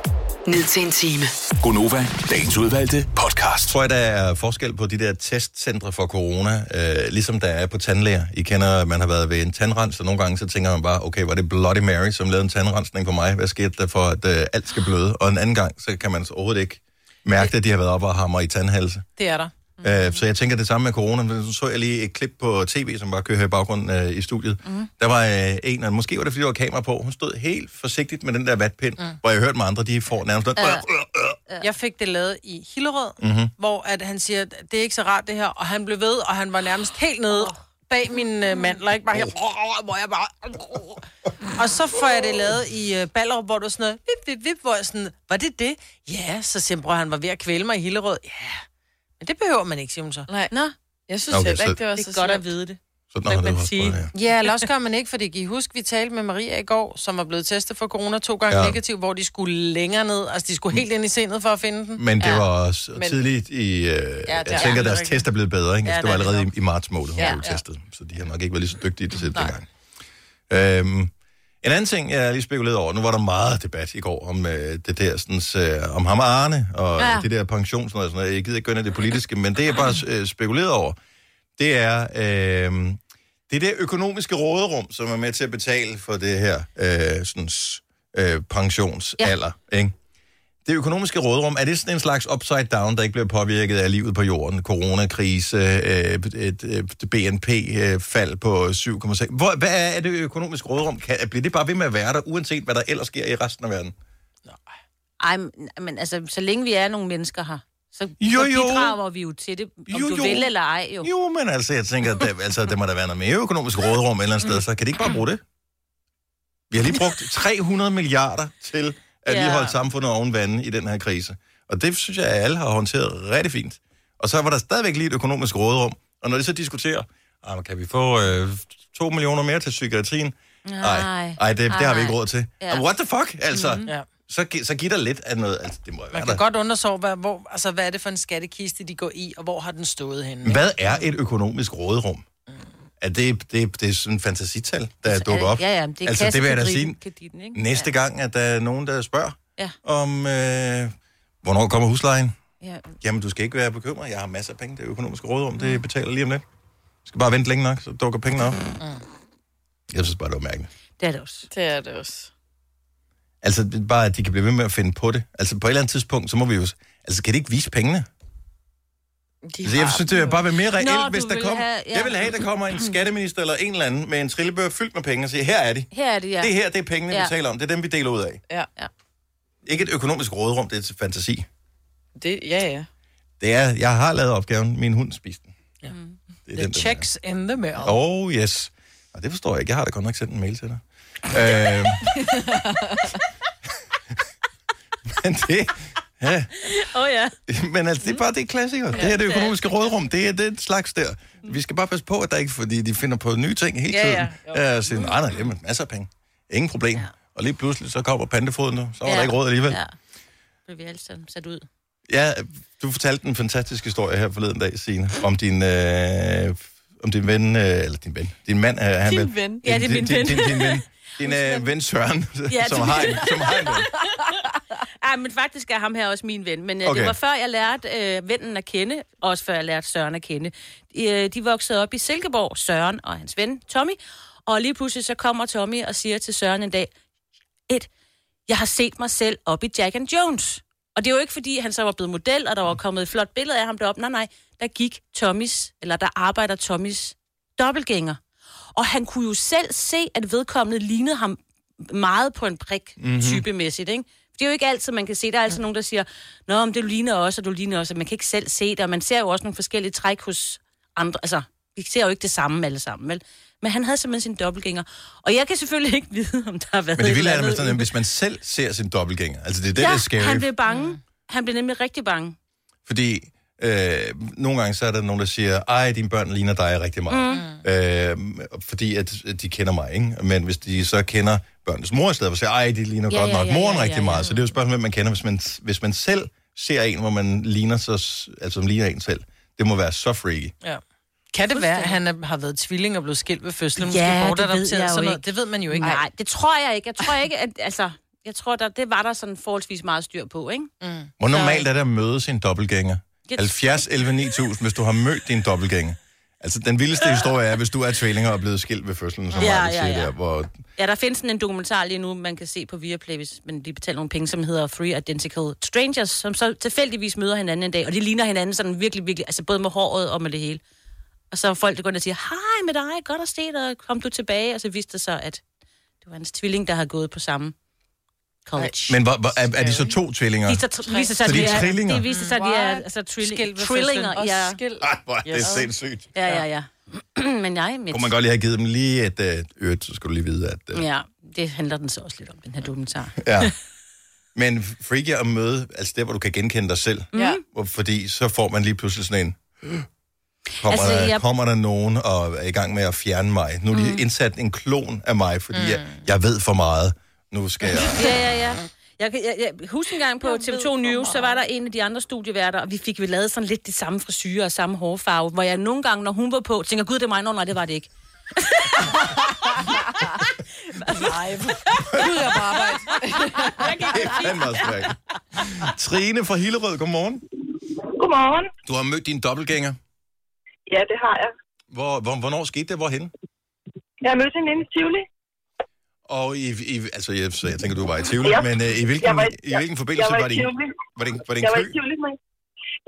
Speaker 5: ned til en time.
Speaker 6: Gonova, dagens udvalgte podcast.
Speaker 1: tror jeg, der er forskel på de der testcentre for corona, øh, ligesom der er på tandlæger. I kender, at man har været ved en tandrens, og nogle gange så tænker man bare, okay, var det Bloody Mary, som lavede en tandrensning på mig? Hvad skete der for, at øh, alt skal bløde? Og en anden gang, så kan man så overhovedet ikke mærke, at de har været op og hammer i tandhalse.
Speaker 2: Det er der.
Speaker 1: Øh, så jeg tænker det samme med corona. Men Nu så jeg lige et klip på tv, som bare kører her i baggrunden øh, i studiet. Mm. Der var øh, en, og måske var det, fordi der var kamera på, hun stod helt forsigtigt med den der vatpind, mm. hvor jeg hørte med andre, de får nærmest... Øh.
Speaker 2: Jeg fik det lavet i Hillerød,
Speaker 1: Mm.
Speaker 2: mm-hmm. hvor at han siger, at det er ikke så rart det her, og han blev ved, og han var nærmest helt nede bag min øh, mandler, ikke bare her, hvor jeg bare... Og så får jeg det lavet i øh, Ballerup, hvor du sådan noget, vip, vip, vip, hvor jeg sådan, var det det? Ja, så siger han, "Bror, han var ved at kvæle mig i Hillerød. Ja, men det behøver man ikke, siger hun så.
Speaker 4: Nej. Nå. Jeg synes
Speaker 1: Okay,
Speaker 4: okay, heller
Speaker 1: så-
Speaker 4: ikke, det var
Speaker 2: Det
Speaker 4: så
Speaker 2: er godt at
Speaker 4: slemt.
Speaker 2: vide det.
Speaker 1: Sådan har
Speaker 4: Hvad
Speaker 1: det
Speaker 4: man
Speaker 1: også
Speaker 4: sige?
Speaker 1: prøvet, ja.
Speaker 2: Ja, eller også gør man ikke, fordi I husk, vi talte med Maria i går, som var blevet testet for corona to gange
Speaker 1: Ja.
Speaker 2: ja. negativ, hvor de skulle længere ned, altså de skulle helt ind i sindet for at finde den.
Speaker 1: Men det ja. var også men,
Speaker 4: Men-
Speaker 1: tidligt i... Øh, ja, jeg
Speaker 2: er
Speaker 1: tænker,
Speaker 2: aldrig
Speaker 1: deres
Speaker 2: rigtigt.
Speaker 1: test er blevet bedre, ikke? Ja,
Speaker 2: Ja,
Speaker 1: det var
Speaker 2: det er
Speaker 1: allerede i,
Speaker 2: det
Speaker 1: i marts måned, hun ja,
Speaker 4: Ja.
Speaker 1: blev
Speaker 4: Ja.
Speaker 1: testet. Så de har nok ikke været lige så dygtige til det dengang. Øhm, en anden ting, jeg lige spekulerede over, nu var der meget debat i går om øh, det der, sådan, øh, om ham og Arne, og ja.
Speaker 3: Ja.
Speaker 1: det der pension, sådan noget, sådan noget. Jeg gider ikke gå ind i det politiske, men det jeg bare øh, spekulerede over, det er øh, det der økonomiske råderum, som er med til at betale for det her øh, sådan, øh, pensionsalder, ja. ikke? det økonomiske rådrum, er det sådan en slags upside down, der ikke bliver påvirket af livet på jorden? Coronakrise, øh, et, et BNP-fald øh, på 7,6. Hvor, hvad er det økonomiske rådrum? Kan, bliver det bare ved med at være der, uanset hvad der ellers sker i resten af verden?
Speaker 3: Ej, men- men altså, så længe vi er nogle mennesker her, så,
Speaker 1: Jo,
Speaker 3: jo,
Speaker 1: jo.
Speaker 3: jo. så bidrager vi jo til det, om
Speaker 1: Jo,
Speaker 3: jo,
Speaker 1: jo.
Speaker 3: du vil eller ej. Jo.
Speaker 1: Jo, men altså, jeg tænker, der, altså, der må der være noget mere økonomisk rådrum et eller andet sted, så kan de ikke bare bruge det? Vi har lige brugt 300 milliarder til at lige
Speaker 4: Ja.
Speaker 1: holde samfundet oven vande i den her krise. Og det synes jeg, at alle har håndteret rigtig fint. Og så var der stadigvæk lige et økonomisk rådrum. Og når de så diskuterer, "Ah, men kan vi få øh, 2 millioner mere til psykiatrien? Nej,
Speaker 3: Nej.
Speaker 1: Ej, det, det har vi
Speaker 3: Ej.
Speaker 1: ikke råd til.
Speaker 3: Ja. Mhm.
Speaker 1: Ja. What the fuck, altså? Mm-hmm.
Speaker 2: Mhm. Ja.
Speaker 1: Så, gi- så giv dig lidt af noget. Altså, det må jo være
Speaker 2: Man
Speaker 1: der.
Speaker 2: kan godt undre sig over, hvad, hvor, altså, hvad er det for en skattekiste, de går i, og hvor har den stået henne? ikke?
Speaker 1: Mm. Hvad er et økonomisk råderum? Er det, det, det er sådan en fantasital, der altså, dukker op.
Speaker 3: Ja, ja, men det Mm. er
Speaker 1: altså, det vil jeg da sige
Speaker 3: Krediten, ikke?
Speaker 1: næste gang, at der er nogen, der spørger,
Speaker 3: Ja.
Speaker 1: om, øh, hvornår kommer huslejen?
Speaker 3: Ja.
Speaker 1: Jamen, du skal ikke være bekymret. Jeg har masser af penge. Det økonomiske rådrum,
Speaker 3: Mm.
Speaker 1: det betaler lige om lidt. Du skal bare vente længe nok, så dukker pengene op. Jeg synes bare, det var mærkeligt.
Speaker 3: Det er det også.
Speaker 4: Det er det også.
Speaker 1: Altså, det er bare, at de kan blive ved med at finde på det. Altså, på et eller andet tidspunkt, så må vi jo... s- Altså, kan de ikke vise pengene?
Speaker 4: De
Speaker 1: Altså, jeg synes, det vil bare være mere reelt,
Speaker 3: Nå,
Speaker 1: Nå,
Speaker 3: du
Speaker 1: hvis der
Speaker 3: vil
Speaker 1: kommer...
Speaker 3: have- ja.
Speaker 1: Jeg vil have, at der kommer en skatteminister eller en eller anden med en trillebør fyldt med penge og siger, her er de.
Speaker 3: Her er det, ja.
Speaker 1: Det her, det er pengene,
Speaker 3: Ja.
Speaker 1: vi taler om. Det er dem, vi deler ud af.
Speaker 4: Ja.
Speaker 3: Ja.
Speaker 1: Ikke et økonomisk råderum, det er til fantasi.
Speaker 4: Det, ja, ja.
Speaker 1: Det er, jeg har lavet opgaven, min hund spiste den.
Speaker 2: Ja.
Speaker 3: Mm.
Speaker 1: Det
Speaker 2: The
Speaker 1: den, der-
Speaker 2: checks in the mail.
Speaker 1: Oh, yes. Og det forstår jeg ikke. Jeg har da godt nok sendt en mail til dig. øh... Men det... Ja.
Speaker 3: Åh oh, ja.
Speaker 1: Men altså, det er bare det er klassiker. Ja, det her det økonomiske rådrum, det er den slags der. Vi skal bare passe på, at der ikke, fordi de finder på nye ting hele
Speaker 4: Ja,
Speaker 1: tiden.
Speaker 4: ja.
Speaker 1: Ja, ja. Siger, nej, nej, jamen, masser af penge. Ingen problem. Ja. Og lige pludselig, så kommer pantefoden, og så var ja. der ikke råd alligevel.
Speaker 3: Ja. Blev vi alle sammen sat ud.
Speaker 1: Ja, du fortalte en fantastisk historie her forleden dag, Signe, om din, øh, om din ven, øh, eller din ven, din mand. Øh, han
Speaker 4: Din
Speaker 1: vel-
Speaker 4: ven.
Speaker 3: Ja, det er min
Speaker 1: din,
Speaker 3: ven.
Speaker 1: Din, din, din ven. Din øh, ven Søren, ja,
Speaker 3: Ja,
Speaker 1: som,
Speaker 3: det-
Speaker 1: har en, som har en ven.
Speaker 3: Ej, men faktisk er ham her også min ven. Men øh,
Speaker 1: Okay.
Speaker 3: det var før, jeg lærte øh, vennen at kende. Også før jeg lærte Søren at kende. Øh, de voksede op i Silkeborg, Søren og hans ven Tommy. Og lige pludselig så kommer Tommy og siger til Søren en dag, et, jeg har set mig selv op i Jack and Jones. Og det er jo ikke, fordi han så var blevet model, og der var kommet et flot billede af ham deroppe. Nej, nej, der gik Tommys, eller der arbejder Tommys dobbeltgænger. Og han kunne jo selv se, at vedkommende lignede ham meget på en prik, mm-hmm.
Speaker 1: Mhm.
Speaker 3: typemæssigt, ikke? For det er jo ikke altid, man kan se. Der er altså nogen, der siger, Nå, men det ligner også, og du ligner også, og man kan ikke selv se det, og man ser jo også nogle forskellige træk hos andre. Altså, vi ser jo ikke det samme alle sammen, vel? Men han havde simpelthen sin dobbeltgænger. Og jeg kan selvfølgelig ikke vide, om der har været
Speaker 1: Men det
Speaker 3: et
Speaker 1: vilde er,
Speaker 3: eller
Speaker 1: at man
Speaker 3: andet
Speaker 1: sådan, hvis man selv ser sin dobbeltgænger, altså det er det, ja, der
Speaker 3: ja,
Speaker 1: er scary.
Speaker 3: han blev bange.
Speaker 2: Mm.
Speaker 3: Han blev nemlig rigtig bange.
Speaker 1: Fordi øh, nogle gange så er der nogen, der siger, ej, dine børn ligner dig rigtig meget. Mm. Øh, fordi at, at de kender mig, ikke? Men hvis de så kender børnenes mor i stedet, for, så siger ej, de ligner
Speaker 3: Ja,
Speaker 1: godt
Speaker 3: ja,
Speaker 1: nok
Speaker 3: ja,
Speaker 1: moren
Speaker 3: ja, ja,
Speaker 1: rigtig
Speaker 3: ja.
Speaker 1: meget. Så det er jo et spørgsmål, hvem man kender. Hvis man, hvis man selv ser en, hvor man ligner, så, altså som ligner en selv, det må være så freaky.
Speaker 2: Ja. Kan det være, at han er, har været tvilling og blevet skilt ved fødslen? Måske
Speaker 3: Ja, det
Speaker 2: bortadopteret,
Speaker 3: ved jeg jo
Speaker 2: sådan noget.
Speaker 3: ikke.
Speaker 2: Det ved man jo ikke.
Speaker 3: Nej, det tror jeg ikke. Jeg tror ikke, at... Altså, jeg tror, der, det var der sådan forholdsvis meget styr på, ikke?
Speaker 2: Mm.
Speaker 1: Hvor normalt er det at møde sin dobbeltgænger? 70, 11, 9000, hvis du har mødt din dobbeltgænger. Altså, den vildeste historie er, hvis du er tvillinger og er blevet skilt ved fødslen, som ja,
Speaker 3: Ja, ja,
Speaker 1: ja, ja.
Speaker 3: ja.
Speaker 1: der, hvor
Speaker 3: Ja, der findes sådan en dokumentar lige nu, man kan se på Viaplay, hvis man lige betaler nogle penge, som hedder Three Identical Strangers, som så tilfældigvis møder hinanden en dag, og de ligner hinanden sådan virkelig, virkelig, altså både med håret og med det hele. Og så er folk, der går ind og siger, hej med dig, godt at se dig, kom du tilbage? Og så viste det sig, at det var hans tvilling, der har gået på samme college.
Speaker 1: Men hvor, hvor, er, er de så to tvillinger?
Speaker 3: De er så, tr- viser sig,
Speaker 1: Så
Speaker 3: at
Speaker 1: de
Speaker 3: de
Speaker 1: er trillinger?
Speaker 3: er, det viser sig, at de er
Speaker 4: What?
Speaker 3: altså,
Speaker 2: Skilt
Speaker 3: trillinger.
Speaker 2: ved
Speaker 3: Trillinger,
Speaker 2: fødslen.
Speaker 3: ja.
Speaker 4: Og skilt.
Speaker 1: Ej, hvor er det
Speaker 4: Yes.
Speaker 1: sindssygt.
Speaker 3: Ja, ja, ja. Men nej, men...
Speaker 1: Kunne man godt lige have givet dem lige et øh, øret, så skulle du lige vide, at... Øh,
Speaker 3: Ja, det handler den så også lidt om, den her dokumentar.
Speaker 1: ja. Men freaky at møde, altså der, hvor du kan genkende dig selv.
Speaker 4: Ja.
Speaker 1: Hvor- Fordi så får man lige pludselig sådan en... Kommer, altså,
Speaker 3: Altså,
Speaker 1: der,
Speaker 3: jeg-
Speaker 1: kommer der nogen og er i gang med at fjerne mig? Nu er de indsat en klon af mig, fordi mm. jeg, jeg ved for meget. Nu skal jeg...
Speaker 3: Ja, ja, ja. Jeg, kan- jeg, jeg husker en gang på TV2 News, så var der en af de andre studieværter, og vi fik jo lavet sådan lidt de samme frisyrer og samme hårfarve, hvor jeg nogle gange, når hun var på, tænker, gud, det er mig, Nå, nej, det var det ikke.
Speaker 4: Live. Gud, jeg bare arbejde.
Speaker 1: Det er fandme også frækt. Trine fra Hillerød, godmorgen.
Speaker 7: Godmorgen.
Speaker 1: Du har mødt din dobbeltgænger.
Speaker 7: Ja, det har jeg.
Speaker 1: Hvor, hvor, hvornår skete det? Hvorhen?
Speaker 7: Jeg har mødt hende inde i Tivoli.
Speaker 1: Og i, i altså, jeg, så jeg tænker, du var i Tivoli,
Speaker 7: Ja.
Speaker 1: men øh, i hvilken,
Speaker 7: Jeg var
Speaker 1: var,
Speaker 7: i-
Speaker 1: i, hvilken
Speaker 7: Jeg
Speaker 1: forbindelse
Speaker 7: var
Speaker 1: var,
Speaker 7: i
Speaker 1: det? en-
Speaker 7: Tivoli.
Speaker 1: Var det, en- var det en
Speaker 7: Jeg var
Speaker 1: kø?
Speaker 7: i Tivoli med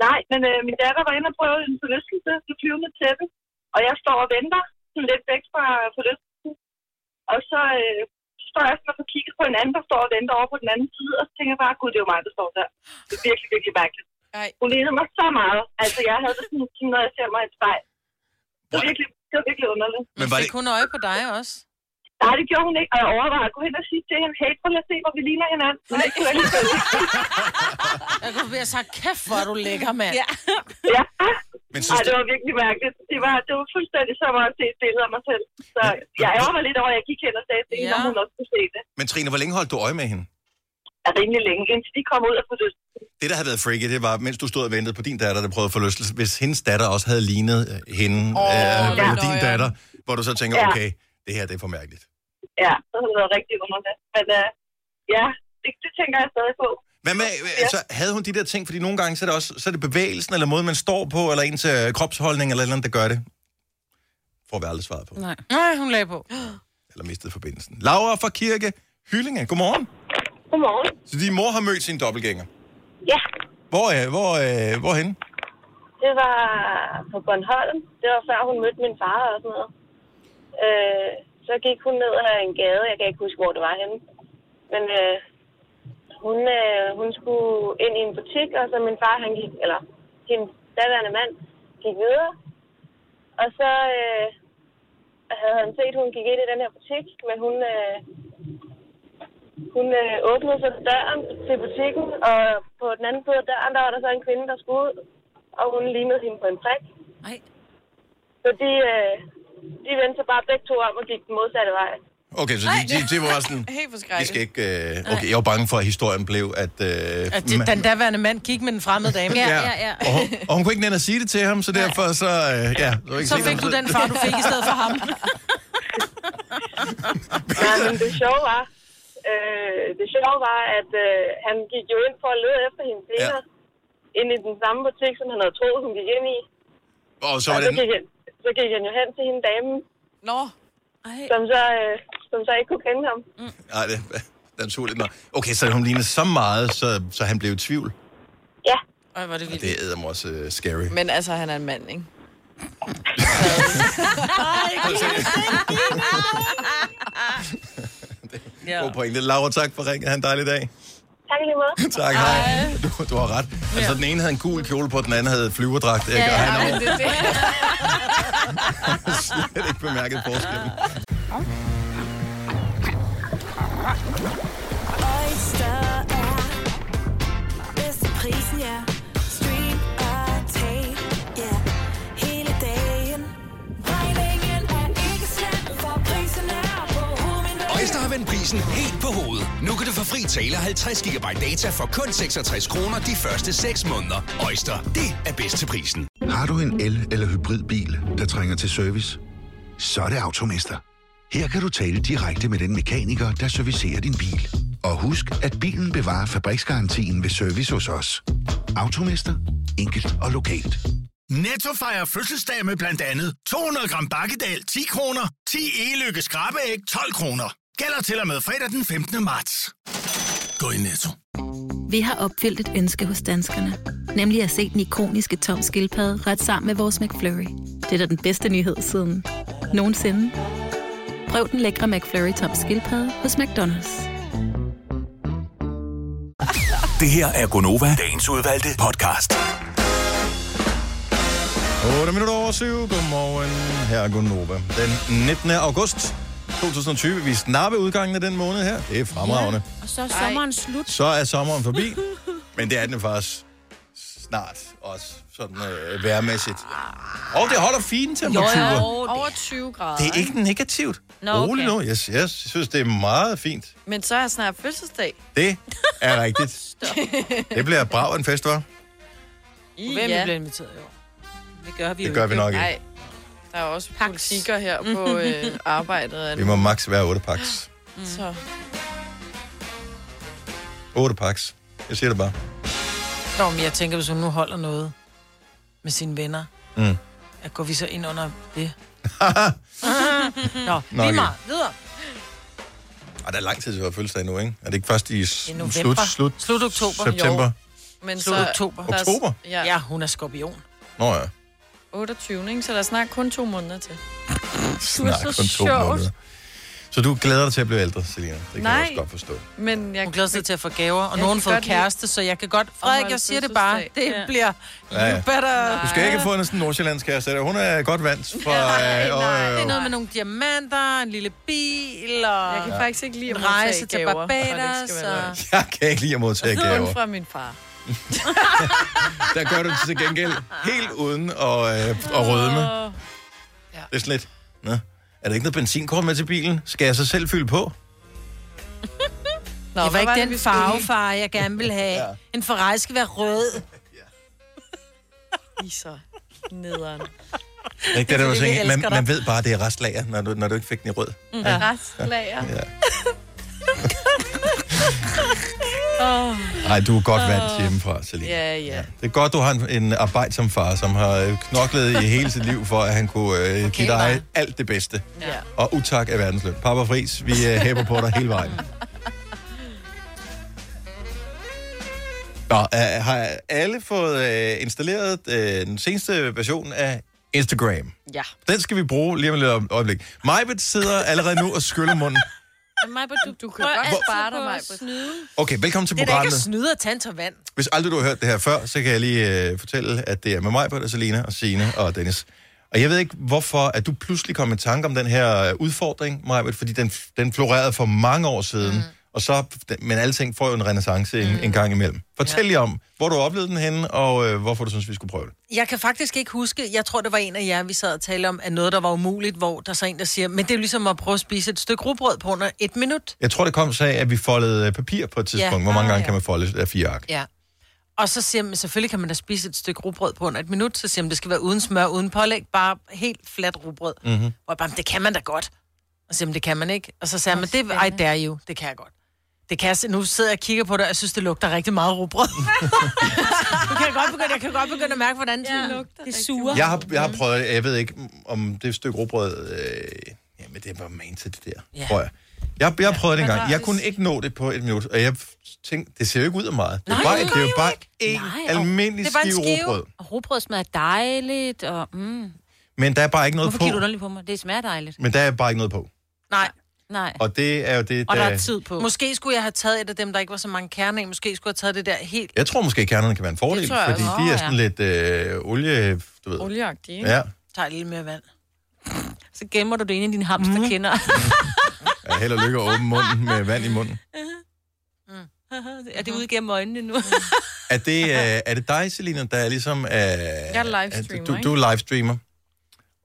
Speaker 7: Nej, men øh, min datter var inde og prøvede en forlystelse, det flyvende tæppe. Og jeg står og venter, sådan lidt væk fra forlystelsen. Og så øh, så står jeg sådan og kigger på en anden, der står og venter over på den anden side. Og så tænker jeg bare, gud, det er jo mig, der står der. Det er virkelig, virkelig mærkeligt.
Speaker 4: Ej.
Speaker 7: Hun lignede mig så meget. Altså, jeg havde det sådan, sådan, når jeg ser mig i et spejl. Det var virkelig, det var virkelig underligt.
Speaker 1: Men
Speaker 2: Men
Speaker 1: var
Speaker 2: fik
Speaker 1: det-
Speaker 2: hun øje på dig også?
Speaker 7: Nej, det gjorde hun ikke, og jeg overvejede at gå hen og sige til hende, hey, prøv lige at se, hvor vi ligner hinanden. Men det kunne jeg ikke gøre.
Speaker 2: Jeg kunne være sagt, kæft, hvor er du lækker, mand. Ja.
Speaker 7: Ja,
Speaker 1: Men synes
Speaker 7: Ej,
Speaker 1: du,
Speaker 7: det var virkelig mærkeligt. Det var, det var fuldstændig som at se et billede af mig selv. Så jeg ærger mig lidt over, at jeg gik hen og sagde til hende,
Speaker 2: Ja.
Speaker 7: ja. hun også kunne se det.
Speaker 1: men Trine, hvor længe holdt du øje med hende?
Speaker 7: Er rimelig længe, indtil de kom ud og kunne
Speaker 1: Det, der havde været freaky, det var, mens du stod og ventede på din datter, der prøvede forlystelse, hvis hendes datter også havde lignet øh, hende, oh, øh,
Speaker 4: ja.
Speaker 1: på din
Speaker 4: Nå, ja.
Speaker 1: datter, hvor du så tænker,
Speaker 7: Ja.
Speaker 1: okay, det her, det er for mærkeligt.
Speaker 7: Ja, så havde det været rigtig underligt. Men øh, ja, det, det, tænker jeg stadig på.
Speaker 1: Hvad med, altså, havde hun de der ting? Fordi nogle gange så er det, også, så er det bevægelsen, eller måden, man står på, eller ens øh, kropsholdning, eller et eller andet, der gør det. Får vi aldrig svaret på.
Speaker 3: Nej.
Speaker 2: Nej, hun lagde på.
Speaker 1: Eller mistet forbindelsen. Laura fra Kirke, Hyllinge, godmorgen.
Speaker 7: Godmorgen.
Speaker 1: Så din mor har mødt sin dobbeltgænger.
Speaker 7: Ja,
Speaker 1: Hvor, øh, hvor, øh, hvorhen?
Speaker 7: det var på Bornholm. Det var før hun mødte min far og sådan noget. Øh, så gik hun ned ad en gade. Jeg kan ikke huske, hvor det var henne. Men øh, hun, øh, hun skulle ind i en butik, og så min far, han gik, eller hendes daværende mand, gik videre. Og så øh, havde han set, at hun gik ind i den her butik, men hun, øh, hun øh, åbnede så døren til butikken, og på den anden side af døren, der var der så en kvinde, der skulle ud, og hun lignede hende på en prik.
Speaker 3: Nej.
Speaker 7: Så de, øh, de vendte sig bare begge to om og gik den modsatte vej.
Speaker 1: Okay, så det de, de, de var sådan...
Speaker 4: Helt
Speaker 1: Vi
Speaker 4: forskrækket.
Speaker 1: skal ikke... Øh, okay, jeg var bange for, at historien blev, at... Øh,
Speaker 2: At det- den daværende mand gik med den fremmede dame.
Speaker 3: Ja, ja, ja.
Speaker 1: Og, hun, og hun kunne ikke nænde at sige det til ham, så derfor så... Øh, ja, så, ikke
Speaker 2: Så fik du den far, du fik i stedet for ham.
Speaker 7: Ja, men det sjove var, øh, det sjove var at øh, han gik jo ind for at lede efter hende senere. Ja. Ind i den samme butik, som han havde troet, hun gik ind i.
Speaker 1: Og så
Speaker 7: Og
Speaker 1: var
Speaker 7: så
Speaker 1: den...
Speaker 7: gik, han, så gik han jo hen til hende damen,
Speaker 4: Nå,
Speaker 3: Ej.
Speaker 7: som så, øh, som så ikke kunne kende ham.
Speaker 1: Nej, det er naturligt nok. Okay, så hun lignede så meget, så, så han blev i tvivl.
Speaker 7: Ja,
Speaker 2: Ej, var det vildt.
Speaker 1: Det æder mig også øh, scary.
Speaker 4: men altså, han er en mand, ikke?
Speaker 2: Ja.
Speaker 1: God pointe. Laura, tak for ringen. Ha' en dejlig dag.
Speaker 7: tak i lige måde.
Speaker 1: Tak, hej. Du, du har ret. Altså, den ene havde en gul kjole på, den anden havde flyverdragt. Ikke? Ja, Og han
Speaker 4: det er det.
Speaker 1: har slet ikke bemærket forskellen.
Speaker 8: Oyster er bedst til prisen, ja. Stream og tag, ja. Hele dagen. Regningen er ikke slem, for prisen er på hovedet.
Speaker 6: Øjster har vendt prisen helt på hovedet. Nu kan du få fri tale 50 GB data for kun 66 kroner de første 6 måneder. Øjster, det er bedst til prisen.
Speaker 9: Har du en el- eller hybridbil, der trænger til service? Så er det Automester. Her kan du tale direkte med den mekaniker, der servicerer din bil. Og husk, at bilen bevarer fabriksgarantien ved service hos os. Automester. Enkelt og lokalt.
Speaker 10: Netto fejrer fødselsdag med blandt andet 200 gram bakkedal 10 kroner, 10 e-lykke skrabeæg 12 kroner. Gælder til og med fredag den 15. marts. Gå i Netto.
Speaker 8: Vi har opfyldt et ønske hos danskerne. Nemlig at se den ikoniske tom skildpadde ret sammen med vores McFlurry. Det er da den bedste nyhed siden nogensinde. Prøv den lækre McFlurry tom skildpadde hos McDonald's.
Speaker 6: Det her er Gonova, dagens udvalgte podcast.
Speaker 1: 8 minutter over 7. Godmorgen. Her er Gunnova. Den 19. august 2020. Vi er snart ved udgangen af den måned her. Det er fremragende.
Speaker 3: Og så er sommeren slut.
Speaker 1: Så er sommeren forbi. Men det er den jo faktisk snart også sådan øh, vejrmæssigt. Og det holder fine temperaturer.
Speaker 4: Over 20 grader.
Speaker 1: Det er ikke negativt.
Speaker 3: Nå,
Speaker 1: No,
Speaker 3: okay.
Speaker 1: Rolig nu. Jeg, jeg synes, det er meget fint.
Speaker 4: Men så er jeg snart fødselsdag.
Speaker 1: Det er rigtigt. det bliver brav af en fest, var?
Speaker 4: I,
Speaker 2: Hvem ja. bliver inviteret i år?
Speaker 3: Det gør vi jo
Speaker 1: Det gør vi
Speaker 3: ikke.
Speaker 1: nok ikke.
Speaker 4: Nej, der er også politikker her på øh, arbejdet. Mm. og
Speaker 1: Vi
Speaker 4: andet,
Speaker 1: må maks være otte paks.
Speaker 4: Så.
Speaker 1: Otte paks. Jeg siger det bare.
Speaker 2: Nå, men jeg tænker, hvis hun nu holder noget med sine venner,
Speaker 1: Mm.
Speaker 2: at går vi så ind under det? Nå,
Speaker 1: Nå,
Speaker 2: lige
Speaker 1: okay.
Speaker 2: meget. Videre.
Speaker 1: Og der er lang tid til vores fødselsdag nu, ikke? Er det ikke først i s-
Speaker 2: I november.
Speaker 1: slut, slut,
Speaker 2: Slut oktober.
Speaker 1: september?
Speaker 4: Men
Speaker 2: Slut
Speaker 4: så,
Speaker 2: oktober.
Speaker 4: Der er,
Speaker 1: Oktober?
Speaker 4: Ja,
Speaker 2: Ja, hun er skorpion.
Speaker 1: Nå ja,
Speaker 4: 28, ikke? så der er snart kun to måneder til.
Speaker 1: snart
Speaker 3: så
Speaker 1: kun to
Speaker 3: sjovt.
Speaker 1: måneder. Så du glæder dig til at blive ældre, Selina? Det kan
Speaker 4: Nej.
Speaker 1: jeg også godt forstå.
Speaker 4: Men jeg,
Speaker 2: Hun glæder sig til at få gaver, og
Speaker 4: Jeg
Speaker 2: nogen har
Speaker 4: kan
Speaker 2: fået
Speaker 4: godt lide-
Speaker 2: kæreste, så jeg kan godt... Frederik, jeg siger det bare. Det
Speaker 3: fødselsdag. Ja.
Speaker 2: bliver...
Speaker 1: Ja, ja.
Speaker 2: You better...
Speaker 1: Du skal ikke få en sådan nordsjællandsk kæreste. Hun er godt vant fra...
Speaker 2: Nej,
Speaker 1: øh,
Speaker 2: nej.
Speaker 1: øh,
Speaker 2: Det er noget med nogle diamanter, en lille bil, og...
Speaker 4: jeg kan faktisk ikke lide at
Speaker 2: En
Speaker 4: modtage
Speaker 2: rejse til
Speaker 4: gaver, og det
Speaker 2: Barbados,
Speaker 4: skal være
Speaker 2: og-
Speaker 1: Jeg kan ikke lide at modtage
Speaker 4: løgn.
Speaker 1: gaver.
Speaker 4: Kun fra min far.
Speaker 1: Der gør du det til gengæld helt uden at, øh, at rødme. Ja. Det er sådan lidt. Nå. Er der ikke noget benzinkort med til bilen? Skal jeg så selv fylde på?
Speaker 4: Nå,
Speaker 2: Det var
Speaker 4: hvad
Speaker 2: ikke
Speaker 4: det, vi skulle
Speaker 2: den farve, far, jeg gerne ville have.
Speaker 1: Ja.
Speaker 2: En Ferrari skal være rød.
Speaker 4: i? I så nederen.
Speaker 1: Ikke det, det, det,
Speaker 2: fordi, vi
Speaker 1: det, man,
Speaker 2: elsker dig. Mm.
Speaker 1: man ved bare, at det er restlager, når du, når du ikke fik
Speaker 4: Mm.
Speaker 1: den i rød.
Speaker 4: Ja. Restlager.
Speaker 3: Oh.
Speaker 1: Nej, du er godt vant hjemmefra, Selina.
Speaker 4: Ja, ja.
Speaker 1: Det er godt, du har en, en arbejdsom far, som har øh, knoklet i hele sit liv, for at han kunne øh, okay, give dig alt det bedste.
Speaker 4: Ja.
Speaker 1: Og utak af verdensløn. Papa Fris, vi øh, hæber på dig hele vejen. Nå, øh, har alle fået øh, installeret øh, den seneste version af Instagram?
Speaker 4: Ja.
Speaker 1: Den skal vi bruge lige om et lille øjeblik. Majbet sidder allerede nu og skyller munden.
Speaker 3: Mig, du, du
Speaker 4: kan godt spare dig, Maj-Brit.
Speaker 3: snyde.
Speaker 1: Okay, velkommen til
Speaker 2: Det er da
Speaker 1: programmet.
Speaker 2: ikke at snyde at tage en tår vand.
Speaker 1: Hvis aldrig du har hørt det her før, så kan jeg lige øh, fortælle, at det er med mig, Britta, Selina og Signe og Dennis. Og jeg ved ikke, hvorfor at du pludselig kom i tanke om den her øh, udfordring, Maja, fordi den, den florerede for mange år siden. Mm. Og så, men alting får jo en renaissance en,
Speaker 2: Mm.
Speaker 1: en gang imellem. Fortæl ja. lige om, hvor du oplevede den henne, og øh, hvorfor du synes, vi skulle prøve det.
Speaker 2: Jeg kan faktisk ikke huske, jeg tror, det var en af jer, vi sad og talte om, at noget, der var umuligt, hvor der så en, der siger, men det er jo ligesom at prøve at spise et stykke rugbrød på under et minut.
Speaker 1: Jeg tror, det kom sig af, at vi foldede øh, papir på et tidspunkt. Ja. Hvor mange
Speaker 2: Ah,
Speaker 1: gange
Speaker 2: ja.
Speaker 1: kan man folde af fire ark?
Speaker 2: Ja. Og så siger man, selvfølgelig kan man da spise et stykke rugbrød på under et minut, så siger man, det skal være uden smør, uden pålæg, bare helt fladt rugbrød.
Speaker 1: Mhm.
Speaker 2: Hvor jeg bare, "Men det kan man da godt. Og så siger man, det kan man ikke. Og så sagde man, det I dare you, det kan jeg godt. Det kan jeg, se- nu sidder jeg og kigger på det, og jeg synes, det lugter rigtig meget rugbrød. nu kan jeg, godt begynde, jeg kan godt begynde at mærke, hvordan det ja, lugter. Det suger.
Speaker 1: Jeg har, jeg har prøvet det. Jeg ved ikke, om det stykke råbrød... Øh, jamen, det var man til det der,
Speaker 2: Ja.
Speaker 1: yeah. tror jeg. Jeg, jeg prøvede det engang. Jeg kunne ikke nå det på et minut, og jeg tænkte, det ser jo ikke ud af meget. Det er
Speaker 3: Nej,
Speaker 1: bare,
Speaker 3: det
Speaker 1: det er jo
Speaker 3: gør
Speaker 1: bare
Speaker 3: jo
Speaker 1: en
Speaker 3: ikke. Nej, og-
Speaker 1: almindelig skive råbrød.
Speaker 3: Og rugbrød smager dejligt, og mm.
Speaker 1: Men der er bare ikke noget
Speaker 3: Hvorfor kigger du
Speaker 1: på.
Speaker 3: underligt på mig? Det smager dejligt.
Speaker 1: Men der er bare ikke noget på.
Speaker 2: Nej.
Speaker 3: Nej.
Speaker 1: Og det er jo det, øh,
Speaker 3: Og der
Speaker 1: der-
Speaker 3: er tid på.
Speaker 2: Måske skulle jeg have taget et af dem, der ikke var så mange kerner i. Måske skulle jeg have taget det der helt...
Speaker 1: Jeg tror måske, kernerne kan være en fordel,
Speaker 2: Det tror jeg
Speaker 1: fordi
Speaker 2: også.
Speaker 1: de er
Speaker 2: Åh,
Speaker 1: sådan lidt øh, olie... Du ved.
Speaker 4: Olieagtige,
Speaker 1: Ja,
Speaker 2: Tager lidt mere vand. Mhm.
Speaker 3: Så gemmer du det inde i din hamsterkinder.
Speaker 1: ja held og lykke og åbne munden med vand i munden.
Speaker 3: Mm. er det ude gennem øjnene nu? Mm.
Speaker 1: Er det, øh, er det dig, Selina, der er ligesom... Øh, jeg
Speaker 4: er livestreamer,
Speaker 1: Du,
Speaker 4: ikke?
Speaker 1: du er livestreamer.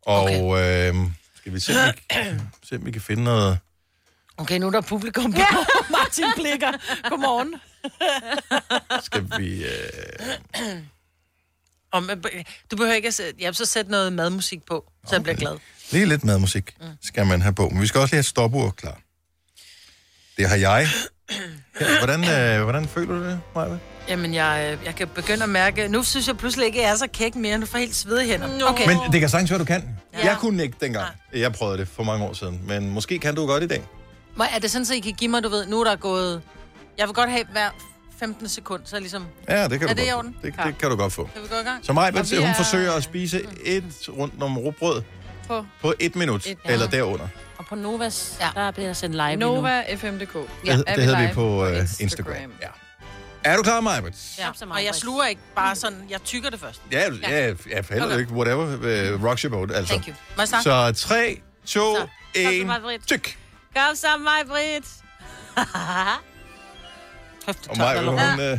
Speaker 1: Og okay. øh, skal vi se, om vi, se, om vi kan finde noget...
Speaker 2: Okay, nu er der publikum. Ja. Martin Blikker. Godmorgen.
Speaker 1: Skal vi... Øh,
Speaker 2: Om, øh, du behøver ikke at sætte... Ja, så sæt noget madmusik på, så jeg bliver glad.
Speaker 1: lige lidt madmusik
Speaker 2: Mm.
Speaker 1: skal man have på. Men vi skal også lige have et stopur klar. Det har jeg. Her, Hvordan, øh, hvordan føler du det, Maja?
Speaker 2: Jamen, jeg, øh, jeg kan begynde at mærke... Nu synes jeg pludselig ikke, at jeg er så kæk mere. Nu får jeg helt svede hænder. No. Okay.
Speaker 1: Men det kan sagtens være, du kan. Ja. Jeg kunne ikke dengang. Jeg prøvede det for mange år siden. Men måske kan du godt i dag.
Speaker 2: Må- Er det sådan, så I kan give mig, du ved, nu er der gået... Jeg vil godt have hver 15 sekund, så ligesom...
Speaker 1: Ja, det kan
Speaker 2: Er
Speaker 1: du
Speaker 2: det i
Speaker 1: godt.
Speaker 2: orden?
Speaker 1: få. Det, det kan du godt få.
Speaker 2: Kan vi gå i gang?
Speaker 1: Så Maja, hun
Speaker 2: Og vi
Speaker 1: er...
Speaker 2: er-
Speaker 1: forsøger at spise et rundt om rugbrød
Speaker 4: På
Speaker 1: på et minut, et,
Speaker 4: Et-
Speaker 1: eller derunder.
Speaker 3: Og på Novas, ja. der bliver der sendt live Nova.
Speaker 4: Nova FM.dk.
Speaker 1: Ja, det,
Speaker 4: er
Speaker 1: det hedder vi
Speaker 4: live
Speaker 1: på øh, Instagram. Ja. Er du klar, Maja?
Speaker 2: Ja. Og jeg sluger ikke bare sådan... Jeg tykker det først.
Speaker 1: Ja, ja, ja, ja for helvede ikke. Whatever. Uh, rock your boat, altså.
Speaker 2: Thank you. Må jeg starte?
Speaker 1: Så 3, 2,
Speaker 3: Tak for
Speaker 1: 1,
Speaker 3: meget, Britt.
Speaker 1: tyk.
Speaker 3: Kom så, mig, Britt.
Speaker 1: Og Maja, hun øh,
Speaker 3: Allerede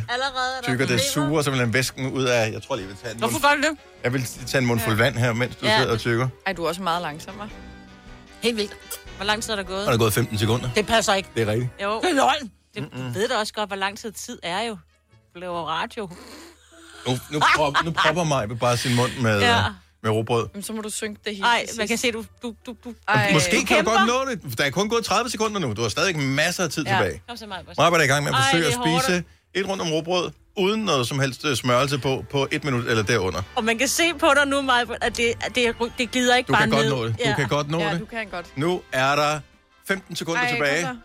Speaker 3: er der
Speaker 1: tykker det
Speaker 3: problemer.
Speaker 1: suger simpelthen væsken ud af... Jeg tror lige, jeg vil tage en
Speaker 2: Hvorfor
Speaker 1: mund,
Speaker 2: gør du det?
Speaker 1: jeg vil tage en mundfuld vand her, mens du
Speaker 3: Ja.
Speaker 1: sidder og tykker. Og
Speaker 4: Ej, du er også meget langsom, hva'?
Speaker 2: Helt vildt.
Speaker 3: Hvor lang tid er der gået?
Speaker 1: der er gået 15 sekunder.
Speaker 2: Det passer ikke.
Speaker 1: Det er rigtigt.
Speaker 3: Jo,
Speaker 2: Det er løgn.
Speaker 3: det, du ved da også godt, hvor lang tid tid er jo. Du laver radio.
Speaker 1: Nu, nu, prop, nu propper Maja bare sin mund med,
Speaker 3: Ja.
Speaker 1: øh, med rugbrød.
Speaker 4: Jamen, så må du synke det hele.
Speaker 3: Nej,
Speaker 4: til
Speaker 3: man kan
Speaker 4: sidst.
Speaker 3: se, du... du, du, du.
Speaker 4: Ej,
Speaker 1: Måske kan du godt nå det. Der er kun gået 30 sekunder nu. Du har stadig masser af tid
Speaker 4: Ja.
Speaker 1: tilbage.
Speaker 3: Kom så, mig, Britt.
Speaker 1: Maja er i gang med at
Speaker 3: Ej,
Speaker 1: forsøge at
Speaker 3: det er hårdt.
Speaker 1: spise et rundt om råbrød, uden noget som helst øh, smørelse på, på et minut eller derunder.
Speaker 3: Og man kan se på dig nu, mig, at det, at det, det glider ikke
Speaker 1: Du
Speaker 3: bare
Speaker 1: kan godt
Speaker 3: ned.
Speaker 1: nå det. Du kan godt nå
Speaker 4: Ja, du
Speaker 1: det.
Speaker 4: kan godt.
Speaker 1: Nu er der 15 sekunder tilbage.
Speaker 4: Kom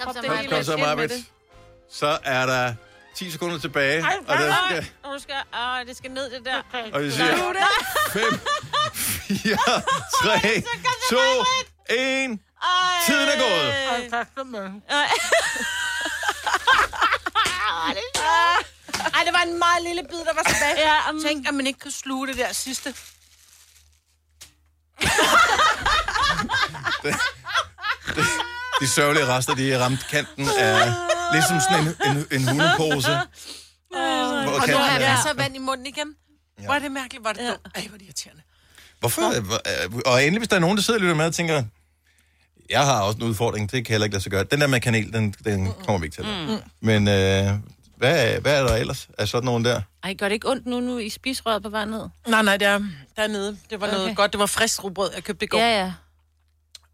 Speaker 4: så, Prop det
Speaker 3: Maja.
Speaker 4: hele
Speaker 1: Kom så,
Speaker 4: ind med
Speaker 1: Marbet.
Speaker 4: det.
Speaker 1: Så er der 10 sekunder tilbage.
Speaker 3: Ej,
Speaker 1: Og der
Speaker 3: nej,
Speaker 1: skal...
Speaker 3: og du skal, øh, det skal ned, det der.
Speaker 1: Og vi siger 5, 4, 3, 2, 1.
Speaker 3: Ej.
Speaker 1: Tiden er gået.
Speaker 2: Ej, det var en meget lille bid, der var tilbage.
Speaker 3: Ja,
Speaker 2: Jeg tænkte, mm. at man ikke kunne sluge det der sidste.
Speaker 1: De sørgelige rester, de ramte kanten af ligesom sådan en, en, en hundepose. Hvor
Speaker 2: Og nu har
Speaker 1: kanten
Speaker 2: jeg
Speaker 1: er.
Speaker 2: masser af vand i munden igen. Hvor er det mærkeligt, hvor er det ja. dumt. Ej, hvor er det irriterende.
Speaker 1: Hvorfor? øh, Og endelig, hvis der er nogen, der sidder og lytter med og tænker, jeg har også en udfordring, det kan heller ikke lade sig gøre. Den der med kanel, den, den kommer vi ikke til. Mm. Men øh, hvad, hvad er der ellers af sådan nogen der?
Speaker 3: Ej, gør det ikke ondt nu, nu i spisrøret på vej ned?
Speaker 2: Nej, nej, det er dernede. Det var noget
Speaker 3: Okay.
Speaker 2: godt. Det var frisk rugbrød, jeg købte i går.
Speaker 3: Ja,
Speaker 2: Ja.
Speaker 3: ja.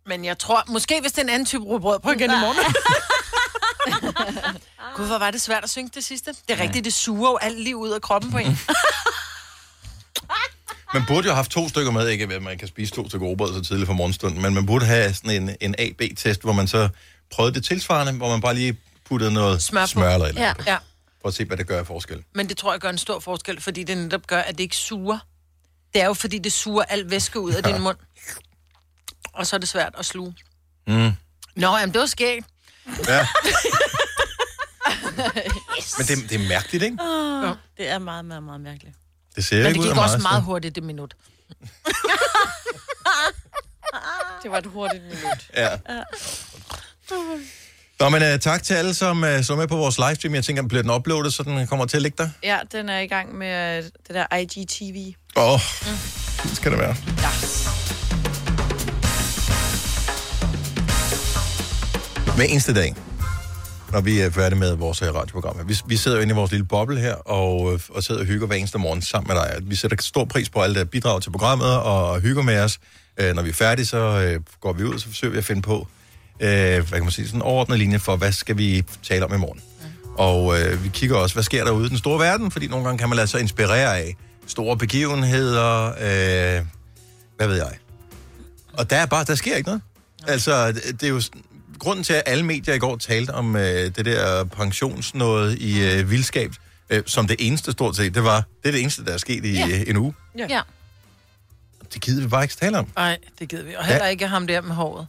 Speaker 2: Men jeg tror, måske hvis det er en anden type rugbrød, prøv igen i morgen. Gud, hvor var det svært at synge det sidste. Det er rigtigt, det suger jo alt liv ud af kroppen på en.
Speaker 1: Man burde jo have haft to stykker med, ikke at man kan spise to stykker robrød så tidligt fra morgenstunden, men man burde have sådan en, en A-B-test, hvor man så prøvede det tilsvarende, hvor man bare lige puttede noget smør,
Speaker 2: Smør, på.
Speaker 1: smør eller, et eller
Speaker 2: ja.
Speaker 1: andet.
Speaker 2: ja.
Speaker 1: For at se, hvad det gør af forskel.
Speaker 2: Men det tror jeg gør en stor forskel, fordi det netop gør, at det ikke suger. Det er jo, fordi det suger al væske ud af ja. din mund. Og så er det svært at sluge.
Speaker 1: Mm.
Speaker 2: Nå, jamen det var skægt.
Speaker 1: Ja. Men det, det er mærkeligt, ikke?
Speaker 3: Oh, det er meget, meget, meget mærkeligt.
Speaker 1: Det ser
Speaker 2: Men
Speaker 1: ikke
Speaker 2: det
Speaker 1: ud af
Speaker 2: gik også
Speaker 1: så-
Speaker 2: meget hurtigt, det minut.
Speaker 4: Det var et hurtigt minut.
Speaker 1: Ja. Nå, men uh, tak til alle, som uh, så med på vores livestream. Jeg tænker, bliver den uploadet, så den kommer til at ligge der?
Speaker 4: Ja, den er i gang med øh, det der IGTV.
Speaker 1: Åh, oh, det skal det være.
Speaker 4: Ja.
Speaker 1: Hver eneste dag, når vi er færdige med vores øh, radioprogram. her. Vi, vi sidder jo inde i vores lille boble her, og, øh, og sidder og hygger hver eneste morgen sammen med dig. Vi sætter stor pris på alle, der bidrager til programmet og hygger med os. Øh, når vi er færdige, så øh, går vi ud, og så forsøger vi at finde på, øh, hvad kan man sige, sådan en overordnet linje for, hvad skal vi tale om i morgen. Og øh, vi kigger også, hvad sker der ude i den store verden, fordi nogle gange kan man lade sig inspirere af store begivenheder, øh, hvad ved jeg. Og der er bare, der sker ikke noget. Altså, det, det er jo sådan- grunden til, at alle medier i går talte om øh, det der pensionsnåde i øh, vildskab, øh, som det eneste stort set, det var, det er det eneste, der er sket i
Speaker 2: Ja.
Speaker 1: øh, en uge.
Speaker 2: Ja. ja.
Speaker 1: Det gider vi bare ikke tale om.
Speaker 2: Nej, det gider vi. Og heller ikke ham der med håret.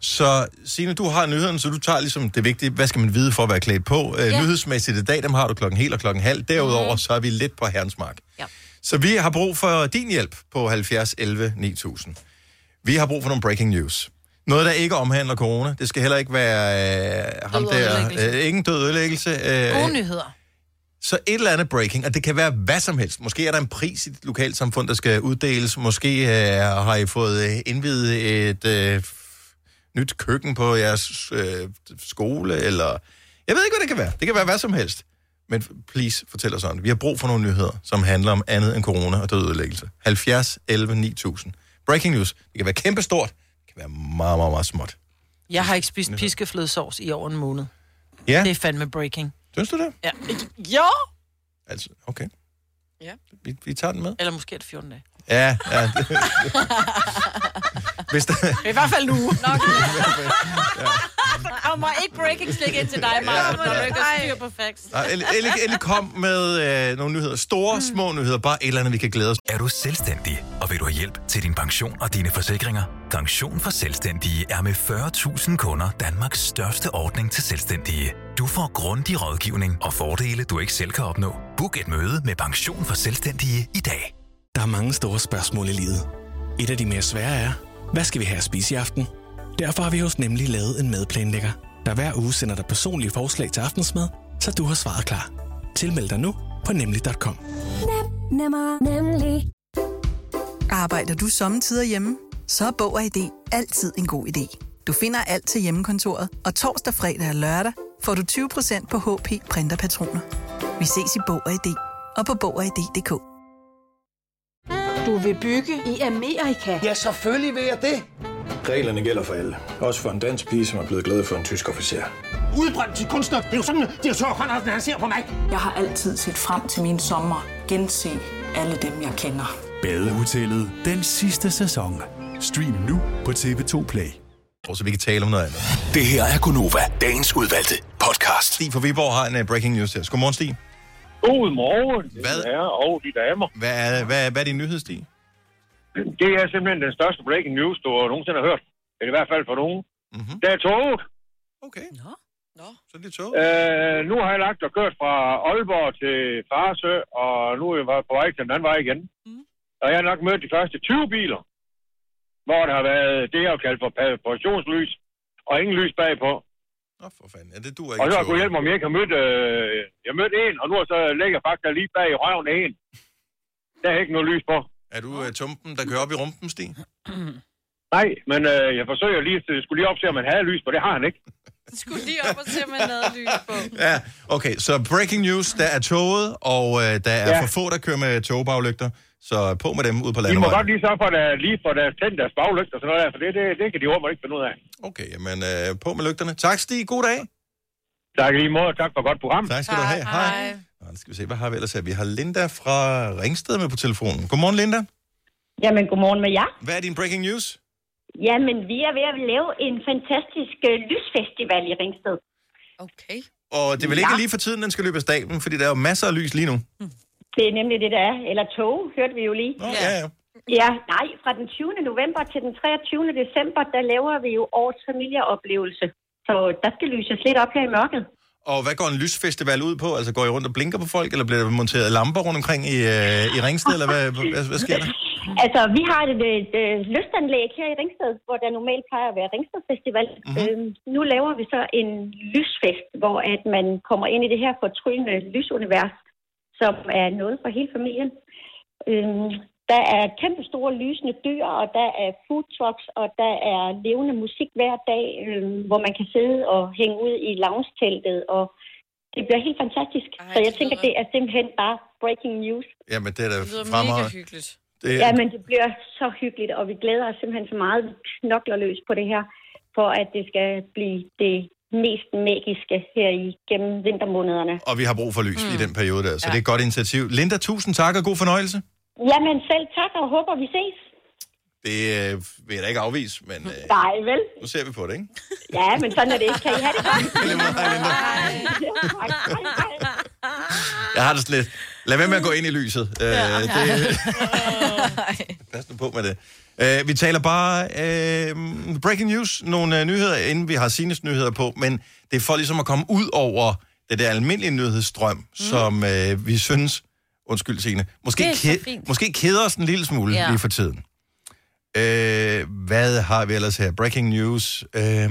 Speaker 1: Så Signe, du har nyhederne, så du tager ligesom det vigtige, hvad skal man vide for at være klædt på. Øh,
Speaker 2: Ja. Mhm.
Speaker 1: Nyhedsmæssigt i dag, dem har du klokken hel og klokken halv. Derudover, så er vi lidt på herrens mark.
Speaker 3: Ja.
Speaker 1: Så vi har brug for din hjælp på 70 11 9000. Vi har brug for nogle breaking news. Noget, der ikke omhandler corona. Det skal heller ikke være øh, ham
Speaker 2: Død
Speaker 1: der.
Speaker 2: ødelæggelse.
Speaker 1: Øh, ingen død ødelæggelse.
Speaker 2: Gode
Speaker 1: Øh,
Speaker 2: nyheder.
Speaker 1: så et eller andet breaking, og det kan være hvad som helst. Måske er der en pris i dit lokalsamfund, der skal uddeles. Måske øh, har I fået øh, indvidet et øh, nyt køkken på jeres øh, skole, eller... Jeg ved ikke, hvad det kan være. Det kan være hvad som helst. Men please, fortæl os om det. Vi har brug for nogle nyheder, som handler om andet end corona og død ødelæggelse. 70 11 9000. Breaking news. Det kan være kæmpestort. Det kan være meget, meget, meget småt.
Speaker 2: Jeg har ikke spist piskeflødesovs i over en måned.
Speaker 1: Ja.
Speaker 2: Det er fandme breaking.
Speaker 1: Synes du det?
Speaker 2: Ja. Jo!
Speaker 1: Altså, okay.
Speaker 4: Ja.
Speaker 1: Vi, vi tager den med.
Speaker 2: Eller måske er det 14 dage.
Speaker 1: Ja, ja. Hvis der...
Speaker 2: I hvert fald nu.
Speaker 3: Nok. Der kommer ikke breaking slik ind til dig, Maja, når du ikke har styr på facts.
Speaker 1: Nej, endelig, endelig- endelig kom med øh, nogle nyheder. Store, små nyheder. Bare et eller andet, vi kan glæde os.
Speaker 11: Er du selvstændig, og vil du have hjælp til din pension og dine forsikringer? Pension for Selvstændige er med 40.000 kunder Danmarks største ordning til selvstændige. Du får grundig rådgivning og fordele, du ikke selv kan opnå. Book et møde med Pension for Selvstændige i dag.
Speaker 12: Der er mange store spørgsmål i livet. Et af de mere svære er, hvad skal vi have at spise i aften? Derfor har vi hos Nemlig lavet en madplanlægger, der hver uge sender dig personlige forslag til aftensmad, så du har svaret klar. Tilmeld dig nu på nemlig.com.
Speaker 13: Nem, nemmer, nemlig. Arbejder du sommetider hjemme? Så er Bog og ID altid en god idé. Du finder alt til hjemmekontoret, og torsdag, fredag og lørdag får du 20% på HP printerpatroner. Vi ses i Bog og ID og på Bog og ID.dk.
Speaker 14: Du vil bygge i Amerika? Ja, selvfølgelig vil jeg det.
Speaker 15: Reglerne gælder for alle. Også for en dansk pige, som er blevet glad for en tysk officer.
Speaker 5: Udbrændt til kunstner. Det er jo sådan, at de har tørt, han ser på mig. Jeg har altid set frem til min sommer. Gense alle dem, jeg kender.
Speaker 16: Badehotellet den sidste sæson. Stream nu på TV2 Play.
Speaker 1: Og så vi kan tale om noget andet.
Speaker 17: Det her er Gunova, dagens udvalgte podcast.
Speaker 1: Stig fra Viborg har en uh, breaking news her. Godmorgen, Stig.
Speaker 18: Godmorgen,
Speaker 1: Hvad?
Speaker 18: Ja, og de damer.
Speaker 1: Hvad er, hvad, hvad er din nyhed, Stig?
Speaker 18: Det er simpelthen den største breaking news, du nogensinde har hørt. Eller i hvert fald for nogen. Mm-hmm. Det er toget.
Speaker 1: Mhm. Okay.
Speaker 18: Nå. Nå.
Speaker 1: Så det er toget.
Speaker 18: Øh, nu har jeg lagt og kørt fra Aalborg til Farsø, og nu er jeg på vej til den anden vej igen. Mm. Og jeg har nok mødt de første 20 biler, hvor der har været det, jeg kalder for pa- positionslys, og ingen lys bagpå.
Speaker 1: Ja, det duer
Speaker 18: og
Speaker 1: ikke.
Speaker 18: så har jeg
Speaker 1: toget.
Speaker 18: kunnet hjælpe mig, om jeg ikke har mødt, øh, jeg mødt en, og nu er så øh, ligger jeg faktisk lige bag i røven af en. Der er ikke noget lys på.
Speaker 1: Er du uh, tumpen, der kører op i rumpen, Stig?
Speaker 18: Nej, men øh, jeg forsøger lige, at skulle lige op til, om han havde lys på. Det har han ikke.
Speaker 4: Skulle lige op og se, om man havde lys på.
Speaker 1: Ja, okay. Så breaking news, der er toget, og uh, der er
Speaker 18: Ja.
Speaker 1: for få, der kører med togebaglygter. Så på med dem ud på
Speaker 18: De må
Speaker 1: landevejen.
Speaker 18: godt lige sørge for, at der- lige for deres tændt deres baglygt og sådan
Speaker 1: øh,
Speaker 18: noget der, for det, det, det kan de åbenbart ikke finde ud af.
Speaker 1: Okay, jamen uh, på med lygterne. Tak, Stig. God dag.
Speaker 19: Tak i lige måde, tak for et godt program.
Speaker 1: Tak skal du have. Hej. Nå, nu skal vi se, hvad har vi ellers her? Vi har Linda fra Ringsted med på telefonen. Godmorgen, Linda.
Speaker 20: Jamen, godmorgen med jer.
Speaker 1: Hvad er din breaking news?
Speaker 20: Jamen, vi er ved at lave en fantastisk øh, lysfestival i Ringsted. Okay.
Speaker 1: Og det er vel ikke
Speaker 20: Ja.
Speaker 1: lige for tiden, den skal løbe af staben, fordi der er jo masser af lys lige nu.
Speaker 20: Det er nemlig det, der er. Eller tog, hørte vi jo lige.
Speaker 1: Nå, ja, ja.
Speaker 20: Ja, nej, fra den 20. november til den 23. december, der laver vi jo årets familieoplevelse. Så der skal lyses lidt op her i mørket.
Speaker 1: Og hvad går en lysfestival ud på? Altså går I rundt og blinker på folk, eller bliver der monteret lamper rundt omkring i, øh, i Ringsted, eller hvad, hvad, hvad sker der?
Speaker 20: Altså, vi har et, et, et lystanlæg her i Ringsted, hvor der normalt plejer at være Ringsted Festival. Mm-hmm. Øhm, nu laver vi så en lysfest, hvor at man kommer ind i det her fortryllende lysunivers, som er noget for hele familien. Øhm, der er kæmpe store lysende dyr, og der er food trucks, og der er levende musik hver dag, øhm, hvor man kan sidde og hænge ud i lounge-teltet, og det bliver helt fantastisk. Ej, så jeg tænker, det er simpelthen bare breaking news.
Speaker 1: Jamen, det er da fremragende.
Speaker 20: hyggeligt.
Speaker 1: Det
Speaker 20: Det...
Speaker 1: er-
Speaker 20: Ja, men det bliver så hyggeligt, og vi glæder os simpelthen så meget. Vi knokler løs på det her, for at det skal blive det mest magiske her i gennem vintermånederne.
Speaker 1: Og vi har brug for lys mm. i den periode der, så ja. det er et godt initiativ. Linda, tusind tak og god fornøjelse.
Speaker 20: Jamen selv tak, og håber vi ses.
Speaker 1: Det øh, vil jeg da ikke afvise, men øh,
Speaker 20: Nej, vel?
Speaker 1: nu ser vi på det, ikke?
Speaker 20: Ja, men sådan er det ikke. Kan I have det godt?
Speaker 1: Jeg har det sådan lidt. Lad være med at gå ind i lyset. Øh, ja. det, pas nu på med det. Øh, vi taler bare øh, breaking news, nogle øh, nyheder, inden vi har Sines nyheder på, men det er for ligesom at komme ud over det der almindelige nyhedsstrøm, mm. som øh, vi synes, undskyld Signe, måske,
Speaker 21: Det er så
Speaker 1: ked,
Speaker 21: fint.
Speaker 1: måske keder os en lille smule
Speaker 21: Ja.
Speaker 1: ja. lige for tiden. Øh, hvad har vi ellers her? Breaking news. Øh,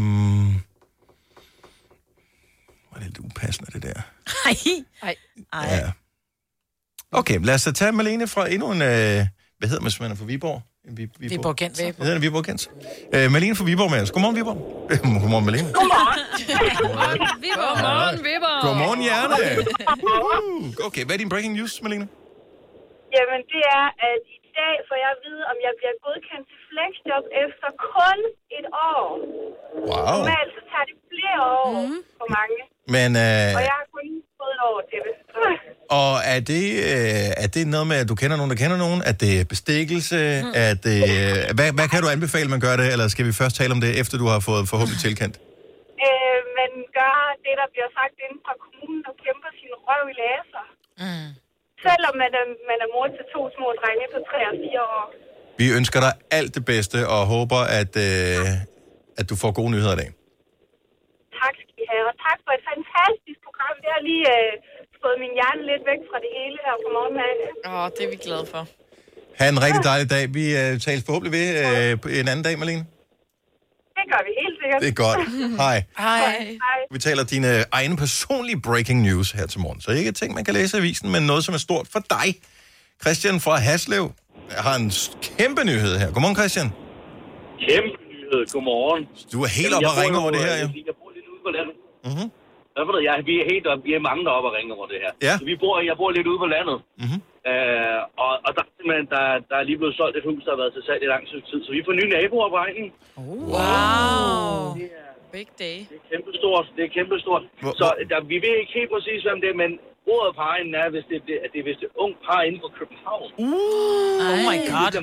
Speaker 1: var det lidt upassende, det der?
Speaker 3: Ej. Ej. Ej.
Speaker 1: Ja. Okay, lad os så tage Malene fra endnu en... Øh, hvad hedder man, hvis man er fra Viborg? En Vi,
Speaker 2: Viborgenser.
Speaker 1: Hvad hedder det, Viborg Gens? Øh, Malene fra Viborg med os. Godmorgen, Viborg. Øh, Godmorgen, Malene.
Speaker 8: Godmorgen.
Speaker 3: Viborg.
Speaker 8: Godmorgen, Viborg.
Speaker 1: Godmorgen, Hjerne. Uh, okay, hvad er din breaking news, Malene?
Speaker 22: Jamen, det er, at i dag får jeg at vide, om jeg bliver godkendt til flexjob efter kun et år.
Speaker 1: Wow.
Speaker 22: Normalt så tager det flere år mm. for mange,
Speaker 1: Men øh,
Speaker 22: og jeg har kun fået et år til det.
Speaker 1: og er, det, øh, er det noget med, at du kender nogen, der kender nogen? Er det bestikkelse? Mm. Er det, øh, hvad, hvad kan du anbefale, man gør det? Eller skal vi først tale om det, efter du har fået forhåbentlig tilkendt?
Speaker 22: Øh, man gør det, der bliver sagt inden fra kommunen, og kæmper sin røv i laser.
Speaker 2: Mm.
Speaker 22: Selvom man er, man er mor til to små drenge på 3 og 4 år.
Speaker 1: Vi ønsker dig alt det bedste, og håber, at, øh, at du får gode nyheder i dag.
Speaker 22: Tak skal I have, og tak for et fantastisk program. Det har lige øh, fået min hjerne lidt væk fra det hele her på morgenmanden. Åh, oh, det er vi glade for.
Speaker 1: Ha' en rigtig dejlig dag. Vi øh, tales forhåbentlig ved øh, på en anden dag, Malene.
Speaker 22: Det gør vi helt sikkert.
Speaker 1: Det er godt. Hej.
Speaker 22: Hej. Hej.
Speaker 1: Vi taler dine egne personlige breaking news her til morgen. Så ikke ting, man kan læse i avisen, men noget, som er stort for dig. Christian fra Haslev har en s- kæmpe nyhed her. Godmorgen, Christian.
Speaker 23: Kæmpe nyhed. Godmorgen.
Speaker 1: Du er helt
Speaker 23: Jamen,
Speaker 1: oppe
Speaker 23: jeg
Speaker 1: at
Speaker 23: bor
Speaker 1: ringe
Speaker 23: jo,
Speaker 1: over det her,
Speaker 23: øh,
Speaker 1: jo.
Speaker 23: Jeg bor lidt ude på landet.
Speaker 1: Mm-hmm.
Speaker 23: Hvad ved jeg? Vi er helt oppe. Vi er mange, der er oppe og ringe over det her.
Speaker 1: Ja.
Speaker 23: Så vi bor, jeg bor lidt ude på landet.
Speaker 1: Mhm.
Speaker 23: Øh, og, og der, er simpelthen- der, der er lige blevet solgt et hus, der har været til salg i lang tid. Så vi får nye naboer på regnen.
Speaker 4: Wow. Big day.
Speaker 23: Kæmpestort. Det er kæmpestort. Så der, vi ved ikke helt præcis, hvem det er, men ordet på regnen er, hvis det, det, at det er vist et ungt par inde fra København.
Speaker 2: Uh, oh my god.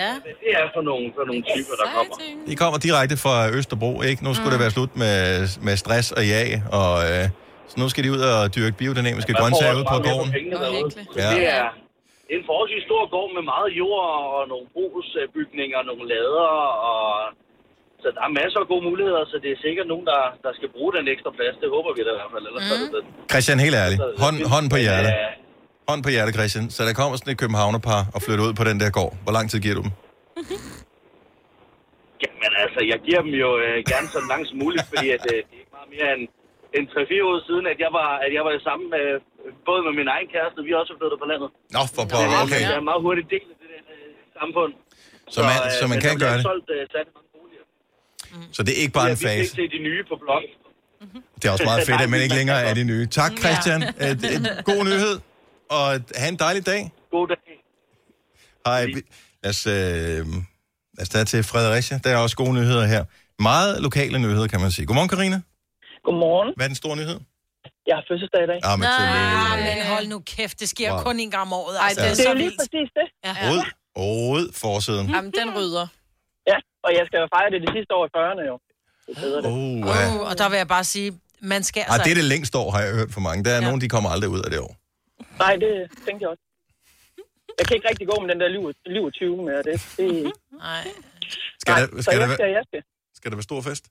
Speaker 1: Ja.
Speaker 23: Hvad det er for nogle, for nogle typer, der kommer.
Speaker 1: De kommer direkte fra Østerbro, ikke? Nu skulle mm. det være slut med, med stress og jag, og øh, så nu skal de ud og dyrke biodynamiske
Speaker 23: Man får
Speaker 1: grøntsager
Speaker 23: også
Speaker 1: ud på
Speaker 23: meget mere
Speaker 1: gården.
Speaker 23: pengene derude. Så
Speaker 1: Ja.
Speaker 23: Det er det er en forholdsvis stor gård med meget jord og nogle brugsbygninger, nogle lader, og så der er masser af gode muligheder, så det er sikkert nogen, der, der skal bruge den ekstra plads. Det håber vi da i hvert fald. Ellers mm. er det
Speaker 1: Mhm.
Speaker 23: den.
Speaker 1: Christian, helt ærligt. Hånd, hånd på
Speaker 23: Men,
Speaker 1: hjertet.
Speaker 23: øh,
Speaker 1: Hånd på hjertet, Christian. Så der kommer sådan et københavnerpar og flytter ud på den der gård. Hvor lang tid giver du dem?
Speaker 23: Jamen altså, jeg giver dem jo øh, gerne så langt som muligt, fordi at, øh, det er ikke meget mere end, end 3-4 år siden, at jeg var, at jeg var sammen med, både med min egen kæreste, vi er også flyttet på landet.
Speaker 1: Nå, for
Speaker 23: Det
Speaker 1: pokker,
Speaker 23: er-
Speaker 1: okay.
Speaker 23: Det er en meget hurtig del af det der øh, samfund.
Speaker 1: Så man- så man
Speaker 23: øh, men
Speaker 1: kan
Speaker 23: der bliver
Speaker 1: gøre det.
Speaker 23: Solgt, øh, sat
Speaker 1: Så det er ikke bare en
Speaker 23: Ja, vi
Speaker 1: fase.
Speaker 23: skal ikke se de nye på blog.
Speaker 1: Det er også meget fedt,
Speaker 23: Nej,
Speaker 1: at man ikke
Speaker 23: man
Speaker 1: længere
Speaker 23: kan
Speaker 1: er
Speaker 23: godt.
Speaker 1: det nye. Tak, Christian. Øh, d- øh, God nyhed, og have en dejlig dag.
Speaker 23: God dag.
Speaker 1: Hej. vi- Lad os, øh, lad os tage til Fredericia. Der er også gode nyheder her. Meget lokale nyheder, kan man sige. Godmorgen, Karina. Godmorgen. Hvad er den store nyhed?
Speaker 5: Jeg har fødselsdag i dag.
Speaker 1: Ah, men
Speaker 2: Nej,
Speaker 1: tillykke.
Speaker 2: men hold nu kæft, det sker
Speaker 1: Wow.
Speaker 2: wow. kun en gang om året.
Speaker 1: Ej,
Speaker 2: Altså.
Speaker 1: det er
Speaker 5: Det er jo lige præcis det.
Speaker 1: Rød, rød forsiden.
Speaker 5: Jamen, den rydder. Ja, og jeg skal jo fejre det det sidste år i 40'erne jo. Det er bedre det.
Speaker 1: Oh, ja.
Speaker 2: Uh, og der vil jeg bare sige, man skal altså
Speaker 1: Ej, det er det længste år, har jeg hørt for mange. Der er ja. nogen, de kommer aldrig ud af det år.
Speaker 5: Nej, det tænkte jeg også. Jeg kan ikke rigtig gå med den der liv, liv 20 med det. det
Speaker 2: Nej.
Speaker 1: Skal,
Speaker 5: Nej,
Speaker 1: der,
Speaker 5: så
Speaker 1: skal, der,
Speaker 5: jeg
Speaker 1: være-
Speaker 5: skal, jeg skal.
Speaker 1: skal der være stor fest?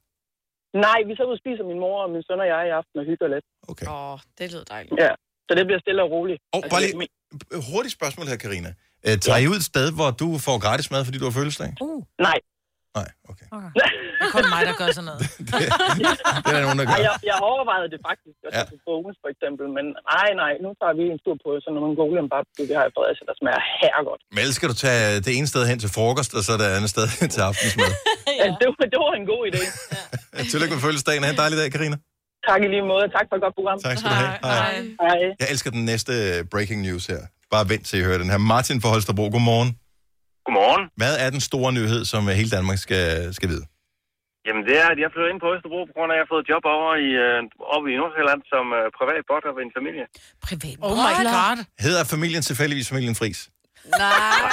Speaker 5: Nej, vi så ud og spiser min mor og min søn og jeg i aften og hygger lidt.
Speaker 1: Okay.
Speaker 5: Åh, oh, det lyder dejligt. Ja, så det bliver stille og roligt.
Speaker 1: Og bare lige hurtigt spørgsmål her, Karina. Øh, tager I ud et sted, hvor du får gratis mad, fordi du har fødselsdag?
Speaker 2: Uh.
Speaker 5: Nej.
Speaker 1: Nej,
Speaker 2: okay. okay. Det er kun mig, der gør sådan noget.
Speaker 1: Det er der nogen, der
Speaker 5: Ej,
Speaker 1: gør.
Speaker 5: jeg, jeg overvejede det faktisk, også
Speaker 1: Ja.
Speaker 5: ja. til frokost for eksempel, men nej, nej, nu tager vi en tur på sådan nogle golembabs, vi har i Fredericia, der smager herregodt.
Speaker 1: Men ellers skal du tage det ene sted hen til frokost, og så det andet sted hen til aftensmad.
Speaker 5: ja. det, var, det var en god idé.
Speaker 1: Tillykke med fødselsdagen. Ha' en dejlig dag, Karina.
Speaker 5: Tak i lige måde, tak for et godt program.
Speaker 1: Tak skal du have. Hej. Hej.
Speaker 5: Hej.
Speaker 1: Jeg elsker den næste øh, breaking news her. Bare vent til I hører den her. Martin fra Holstebro, godmorgen.
Speaker 5: Mm.
Speaker 10: Godmorgen.
Speaker 1: Hvad er den store nyhed, som øh, hele Danmark skal, skal vide?
Speaker 10: Jamen det er, at jeg flytter ind på Østerbro, på grund af, at jeg har fået job over i, øh, oppe i Nordsjælland som øh, privat botter ved en familie.
Speaker 2: Privat
Speaker 5: Oh my god.
Speaker 1: Hedder familien tilfældigvis familien Fris?
Speaker 5: Nej.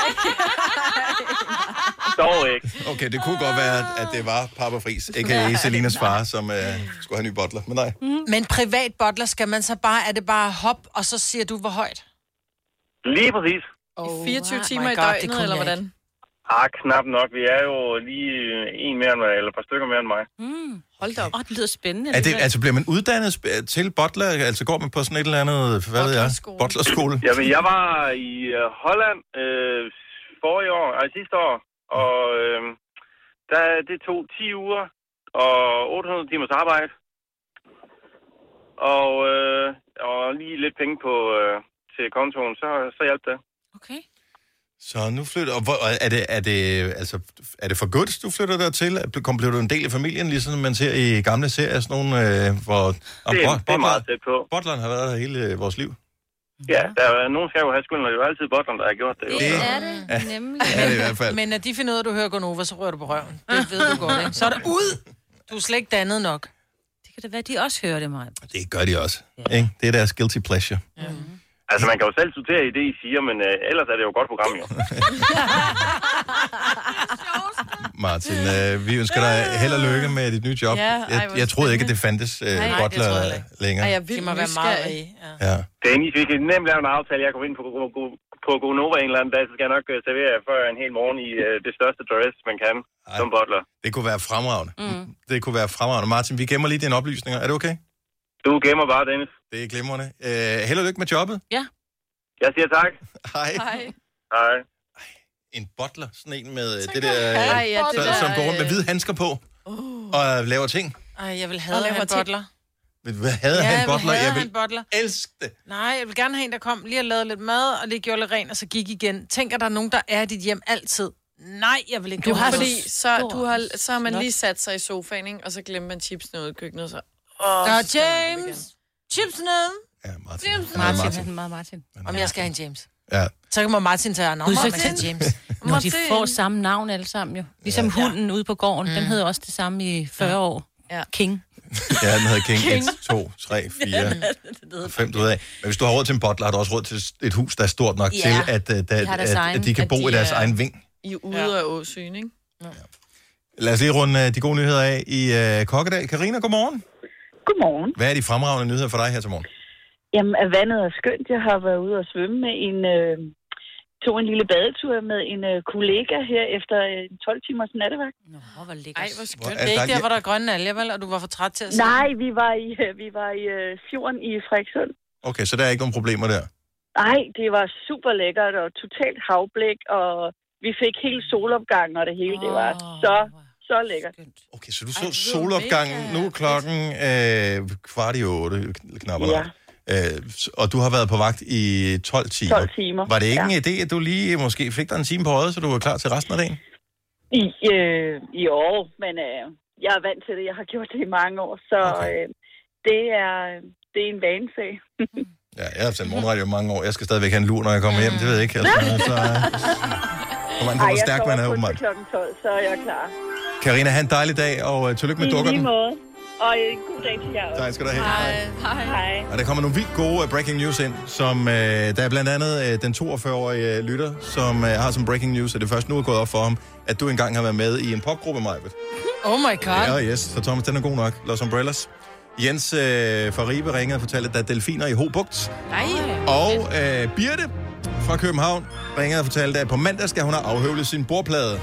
Speaker 1: Dog ikke. Okay, det kunne godt være, at det var Papa Fris, a.k.a. Selinas far, som øh, skulle have en ny bottler. Men nej.
Speaker 3: Mm.
Speaker 2: Men privat bottler, skal man så bare, er det bare hop, og så siger du, hvor højt?
Speaker 10: Lige præcis.
Speaker 2: Oh,
Speaker 4: 24 timer i døgnet, eller hvordan?
Speaker 10: Ah, knap nok. Vi er jo lige øh, en mere end mig, eller et par stykker mere end mig.
Speaker 3: Mm, hold da op. Åh, det lyder spændende.
Speaker 1: Er det, altså, bliver man uddannet sp- til bottler? Altså, går man på sådan et eller andet, hvad ved jeg, bottlerskole?
Speaker 10: Jamen jeg var i øh, Holland øh, forrige år, altså sidste år, og øh, der, det tog 10 uger og 800 timers arbejde. Og, øh, og lige lidt penge på øh, til kontoen, så, så hjalp det.
Speaker 1: Så nu flytter... Og hvor, og er, det, er, det, altså, er det for godt, du flytter dertil? Er- Kom, bliver du en del af familien, ligesom man ser i gamle serier, sådan nogle, øh, hvor... Det,
Speaker 10: det er meget tæt på.
Speaker 1: Botleren har været her hele øh, vores liv.
Speaker 10: Ja, der er nogen skal jo have skylden, og det er jo altid Botland, der har gjort det.
Speaker 1: Det
Speaker 10: er
Speaker 2: det,
Speaker 1: Ja.
Speaker 2: nemlig.
Speaker 1: Ja, det er det i hvert fald.
Speaker 2: Men når de finder ud af, at du hører Gonova, så rører du på røven. Det ved du godt, ikke? Så er det ud! Du er slet ikke dannet nok.
Speaker 3: Det kan da være, at de også hører det, mig.
Speaker 1: Det gør de også. Ikke? Det er deres guilty pleasure.
Speaker 10: Altså, man kan jo selv sortere i det, I siger, men øh, ellers er det jo et godt program, jo.
Speaker 1: Martin, øh, vi ønsker dig held og lykke med dit nye job.
Speaker 4: Ja, ej, hvor
Speaker 1: jeg, jeg troede ikke, at det fandtes øh,
Speaker 10: Nej, det troede
Speaker 1: bottler
Speaker 10: jeg
Speaker 1: længere.
Speaker 4: Ej, jeg vil
Speaker 2: Det må være meget
Speaker 4: nysgerrig.
Speaker 1: Ja.
Speaker 10: Dennis, vi kan nemt lave en aftale. Jeg kommer ind på, Go- Go- på Gonova en eller anden dag, så skal jeg nok øh, servere jer for en hel morgen i øh, det største dress, man kan, som bottler.
Speaker 1: Det kunne være fremragende. Mm. Det kunne være fremragende. Martin, vi gemmer lige dine oplysninger. Er det okay?
Speaker 10: Du gemmer bare, Dennis.
Speaker 1: Det er glimrende. Øh, held og lykke med jobbet.
Speaker 3: Ja.
Speaker 10: Jeg siger tak.
Speaker 1: Hej.
Speaker 4: Hej.
Speaker 10: Hej.
Speaker 1: En bottler, sådan en med øh, det der, øh,
Speaker 2: Ej, ja, det
Speaker 1: så,
Speaker 2: der,
Speaker 1: som går rundt med
Speaker 2: øh,
Speaker 1: hvide handsker på og laver ting.
Speaker 2: Ej, jeg vil
Speaker 4: Og
Speaker 2: have
Speaker 4: laver
Speaker 2: en
Speaker 4: ting.
Speaker 2: bottler.
Speaker 1: Men Hvad havde han bottler?
Speaker 2: Jeg
Speaker 1: Jeg
Speaker 2: vil
Speaker 1: vil
Speaker 2: bottler.
Speaker 1: elske det.
Speaker 2: Nej, jeg vil gerne have en, der kom lige og lavede lidt mad, og lige gjorde lidt rent, og så gik igen. Tænker der er nogen, der er i dit hjem altid? Nej, jeg vil ikke.
Speaker 4: Du
Speaker 2: have
Speaker 4: har
Speaker 2: nogen.
Speaker 4: fordi, så, du har, så har man
Speaker 2: Snot.
Speaker 4: lige sat sig i sofaen, ikke? og så glemmer man chipsene ude i køkkenet. Så.
Speaker 2: Der er James. Chips ned.
Speaker 1: Ja, Martin.
Speaker 2: James.
Speaker 1: Han hedder Martin.
Speaker 2: Martin. Meget Martin. Om jeg skal have en James.
Speaker 1: Ja.
Speaker 2: Så kan Martin tage navn,
Speaker 3: Husk
Speaker 2: Martin.
Speaker 3: at-
Speaker 2: Martin. James.
Speaker 3: Når de får samme navn alle sammen jo. Ligesom ja. hunden ude på gården, mm. den hedder også det samme i 40 år.
Speaker 4: Ja.
Speaker 3: King.
Speaker 1: Ja, den hedder King. 1,
Speaker 3: King.
Speaker 1: 2, 3, 4,
Speaker 3: hedder
Speaker 1: 5, du ved af. Men hvis du har råd til en bottler, har du også råd til et hus, der er stort nok
Speaker 4: Ja.
Speaker 1: til, at, øh, der,
Speaker 4: De har
Speaker 1: at,
Speaker 4: deres
Speaker 1: at,
Speaker 4: egen-
Speaker 1: at de kan
Speaker 4: at
Speaker 1: bo
Speaker 4: de
Speaker 1: i deres
Speaker 4: er-
Speaker 1: egen ving.
Speaker 4: I er ude af åsyn, ikke?
Speaker 1: Lad os lige runde øh, de gode nyheder af i øh, Kokkedal. Karina, godmorgen.
Speaker 24: Godmorgen.
Speaker 1: Hvad er de fremragende nyheder for dig her til morgen?
Speaker 24: Jamen, at vandet er skønt. Jeg har været ude og svømme med en... Øh, tog en lille badetur med en øh, kollega her efter øh, en 12 timers nattevagt.
Speaker 3: Åh, hvor lækkert.
Speaker 2: Ej, hvor skønt.
Speaker 1: Hvor er
Speaker 2: det er ikke
Speaker 1: dejligt.
Speaker 2: der, hvor der er grønne alger, vel? Og du var for træt til at se
Speaker 24: Nej,
Speaker 2: den.
Speaker 24: vi var i, øh, vi var i øh, fjorden i Frederikssund.
Speaker 1: Okay, så der er ikke nogen problemer der.
Speaker 24: Nej, det var super lækkert og totalt havblik, og vi fik hele solopgangen og det hele. Det var så, så lækkert.
Speaker 1: Okay, så du så solopgangen. Nu er klokken øh, kvart i otte, knap og
Speaker 24: Ja.
Speaker 1: ja. øh, s- Og du har været på vagt i 12 timer.
Speaker 24: 12 timer,
Speaker 1: Var det ikke
Speaker 24: ja.
Speaker 1: en idé, at du lige måske fik dig en time på øjet, så du var klar til resten af dagen?
Speaker 24: I, øh, I år, men øh, jeg er vant til det. Jeg har gjort det i mange år, så okay. øh, det, er, det er en vanesag.
Speaker 1: Ja, jeg har sendt morgenradio i mange år. Jeg skal stadigvæk have en lur, når jeg kommer hjem. Det ved jeg ikke. Altså, så, øh, kommer an på,
Speaker 24: Ej,
Speaker 1: hvor
Speaker 24: jeg
Speaker 1: stærk
Speaker 24: sover
Speaker 1: man er,
Speaker 24: kun til
Speaker 1: åbenbart.
Speaker 24: klokken 12, så er jeg klar.
Speaker 1: Karina, have en dejlig dag, og øh, tillykke med
Speaker 24: I
Speaker 1: dukkerne.
Speaker 24: lige måde.
Speaker 25: Og øh, god dag til jer også.
Speaker 1: Tak skal du have.
Speaker 25: Hej. Hej. Hej.
Speaker 1: Og der kommer nogle vildt gode øh, breaking news ind, som øh, der er blandt andet øh, den 42-årige øh, lytter, som øh, har som breaking news, at det først nu er gået op for ham, at du engang har været med i en popgruppe, Majbet.
Speaker 2: Oh my god.
Speaker 1: Ja, yes. Så Thomas, den er god nok. Los Umbrellas. Jens øh, fra Ribe ringede og fortalte, at der er delfiner i Hobugt.
Speaker 2: Nej.
Speaker 1: Og øh, Birte fra København ringede og fortalte, at på mandag skal hun have afhøvlet sin bordplade.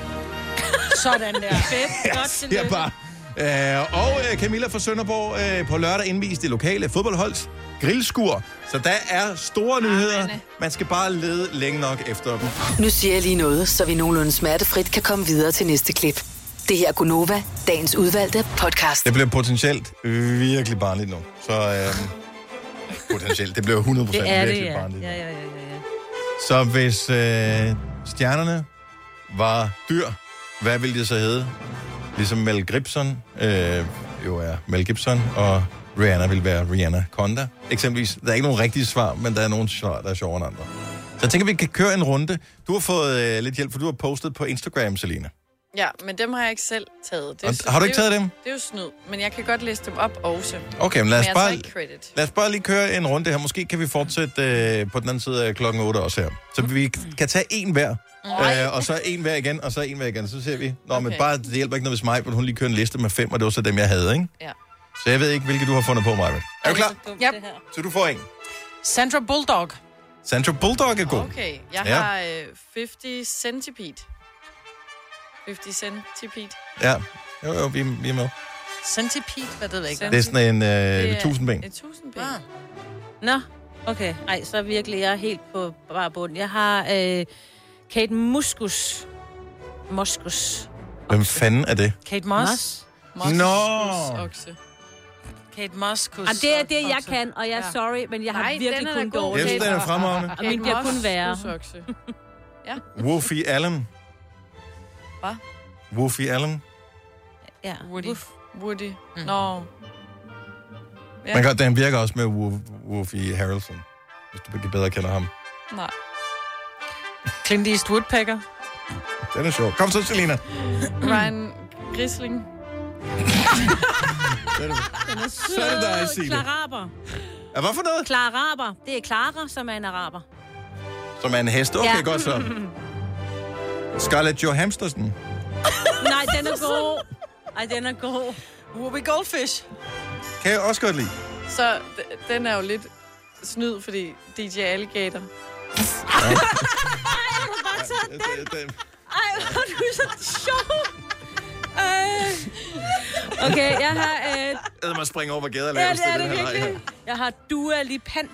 Speaker 2: Sådan der. Fedt. Godt
Speaker 1: Ja, bare. Øh, og øh, Camilla fra Sønderborg øh, på lørdag indvist det lokale fodboldholds grillskur. Så der er store nyheder. Man skal bare lede længe nok efter dem.
Speaker 7: Nu siger jeg lige noget, så vi nogenlunde smertefrit kan komme videre til næste klip. Det her er Gunova, dagens udvalgte podcast.
Speaker 1: Det bliver potentielt virkelig barnligt nu. Så øh, potentielt, det bliver 100%
Speaker 3: Det er det,
Speaker 1: virkelig
Speaker 3: ja.
Speaker 1: barnligt.
Speaker 3: Ja, ja, ja, ja, ja.
Speaker 1: Så hvis øh, stjernerne var dyr, hvad ville det så hedde? Ligesom Mel Gibson, øh, jo er Mel Gibson, og Rihanna vil være Rihanna Conda. Eksempelvis, der er ikke nogen rigtige svar, men der er nogle svar, der er sjovere end andre. Så jeg tænker, vi kan køre en runde. Du har fået øh, lidt hjælp, for du har postet på Instagram, Selina.
Speaker 4: Ja, men dem har jeg ikke selv taget.
Speaker 1: Og
Speaker 4: jo-
Speaker 1: har du ikke
Speaker 4: det er
Speaker 1: taget
Speaker 4: jo-
Speaker 1: dem?
Speaker 4: Det er jo snyd, men jeg kan godt læse dem op også.
Speaker 1: Okay, men lad os
Speaker 4: jeg
Speaker 1: bare-
Speaker 4: tager ikke credit.
Speaker 1: Lad os bare lige køre en runde her. Måske kan vi fortsætte øh, på den anden side af klokken 8 også her. Så vi kan tage en hver, øh, og så en hver igen, og så en hver igen. Så ser vi. Nå, okay. men
Speaker 4: Mm. Okay.
Speaker 1: bare, det hjælper ikke noget, hvis mig, hun lige kører en liste med fem, og det var så dem, jeg havde, ikke?
Speaker 4: Ja.
Speaker 1: Så jeg ved ikke, hvilke du har fundet på, Maja. Er du klar?
Speaker 2: Yep.
Speaker 1: Så du får en.
Speaker 2: Sandra Bulldog.
Speaker 1: Sandra Bulldog er god.
Speaker 4: Okay, jeg
Speaker 1: Ja.
Speaker 4: ja. har øh, 50 centipede. 50 centipede.
Speaker 1: Ja, jo, jo, vi, vi er med.
Speaker 2: Centipede, hvad det ved jeg ikke.
Speaker 1: Det er sådan en
Speaker 3: Det
Speaker 1: øh,
Speaker 3: er-
Speaker 1: tusindben.
Speaker 4: Et tusindben. Ah.
Speaker 3: Nå, okay. Ej, så virkelig, jeg er helt på bare bund. Jeg har øh, Kate Muskus. Moskus.
Speaker 1: Hvem fanden er det?
Speaker 2: Kate Moss.
Speaker 1: Moss. Nå.
Speaker 4: Okse.
Speaker 2: Kate Moss. kus-
Speaker 3: Ah, det er det, jeg
Speaker 2: okse.
Speaker 3: kan, og jeg er
Speaker 2: Ja.
Speaker 3: sorry, men jeg har
Speaker 2: Nej,
Speaker 3: Nej,
Speaker 2: den
Speaker 3: virkelig
Speaker 2: er da
Speaker 3: kun
Speaker 2: god.
Speaker 3: dårligt.
Speaker 1: Jeg synes, den er fremragende.
Speaker 3: Og min bliver kun værre.
Speaker 1: Woofy Allen.
Speaker 4: Hvad?
Speaker 1: Woofy Allen.
Speaker 3: Ja.
Speaker 4: Woody. Woody. Mm. Nå. Ja.
Speaker 1: Man kan, den virker også med Wo- Woofy Harrelson, hvis du bedre kender ham.
Speaker 4: Nej.
Speaker 2: Clint Eastwood Packer.
Speaker 1: Den er sjov. Kom så, Selina.
Speaker 4: Ryan Grisling.
Speaker 3: Den er sød.
Speaker 1: Så er det dig, Signe.
Speaker 3: Klaraber.
Speaker 1: Ja, hvad for noget?
Speaker 3: Klaraber. Det er Clara, som er en araber.
Speaker 1: Som er en hest. Okay,
Speaker 3: Ja.
Speaker 1: ja. godt så. Scarlett Johansson.
Speaker 3: Nej, den er god. Ej, den er god.
Speaker 2: Ruby Goldfish.
Speaker 1: Kan jeg også godt lide.
Speaker 4: Så d- den er jo lidt snyd, fordi DJ Alligator.
Speaker 3: Ah! Ej, hvor er du så sjov. Øh. Okay, jeg har... Øh,
Speaker 1: Jeg mig springe over, hvor gader
Speaker 3: ja,
Speaker 1: laves
Speaker 3: det er det
Speaker 1: den her vej
Speaker 3: virkelig. Jeg har Dua Lipander.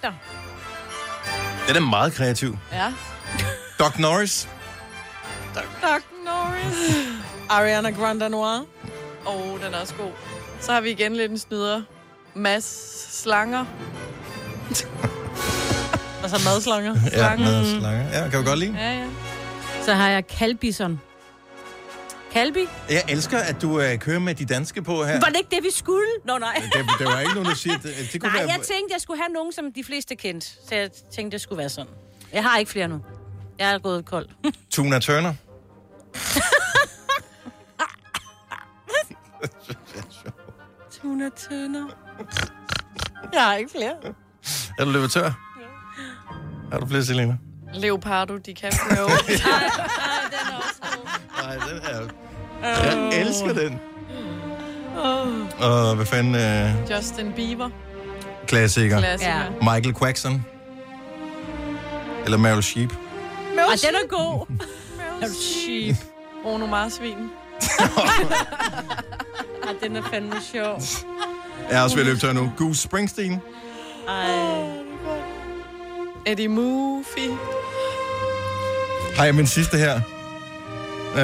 Speaker 1: her. Den er meget kreativ.
Speaker 4: Ja.
Speaker 1: Doc Norris.
Speaker 4: Doc Norris.
Speaker 2: Ariana Grande Noir.
Speaker 4: Åh, oh, den er også god. Så har vi igen lidt en snyder. Mads Slanger.
Speaker 2: Og så madslanger.
Speaker 1: Ja, med slanger. Ja, kan vi godt lide.
Speaker 4: Ja, ja.
Speaker 3: Så har jeg Kalbison. Kalbi?
Speaker 1: Jeg elsker, at du øh, kører med de danske på her.
Speaker 3: Var det ikke det, vi skulle? Nå, nej.
Speaker 1: Det, det var ikke nogen, der siger, det, det kunne
Speaker 3: Nej,
Speaker 1: være...
Speaker 3: jeg tænkte, jeg skulle have nogen, som de fleste kendte. Så jeg tænkte, det skulle være sådan. Jeg har ikke flere nu. Jeg er gået kold.
Speaker 1: Tuna Turner.
Speaker 3: Tuna tønder.
Speaker 4: Jeg har ikke flere.
Speaker 1: Er du løbet tør? Har du flere, Selina?
Speaker 4: Leopardo DiCaprio.
Speaker 1: Nej, den er... Jeg elsker den.
Speaker 4: oh.
Speaker 1: Og hvad fanden... Øh,
Speaker 4: Justin Bieber.
Speaker 1: klassiker.
Speaker 4: Klassiker. Ja.
Speaker 1: Michael Quackson. Eller Meryl Streep.
Speaker 3: Og den er god.
Speaker 4: Meryl Sheep. Bruno Marsvin.
Speaker 3: Ej, den er fandme sjov.
Speaker 1: Jeg er også ved at løbe tør nu. Goose Springsteen.
Speaker 3: Ej.
Speaker 4: Eddie Murphy.
Speaker 1: Har jeg min sidste her? Øh,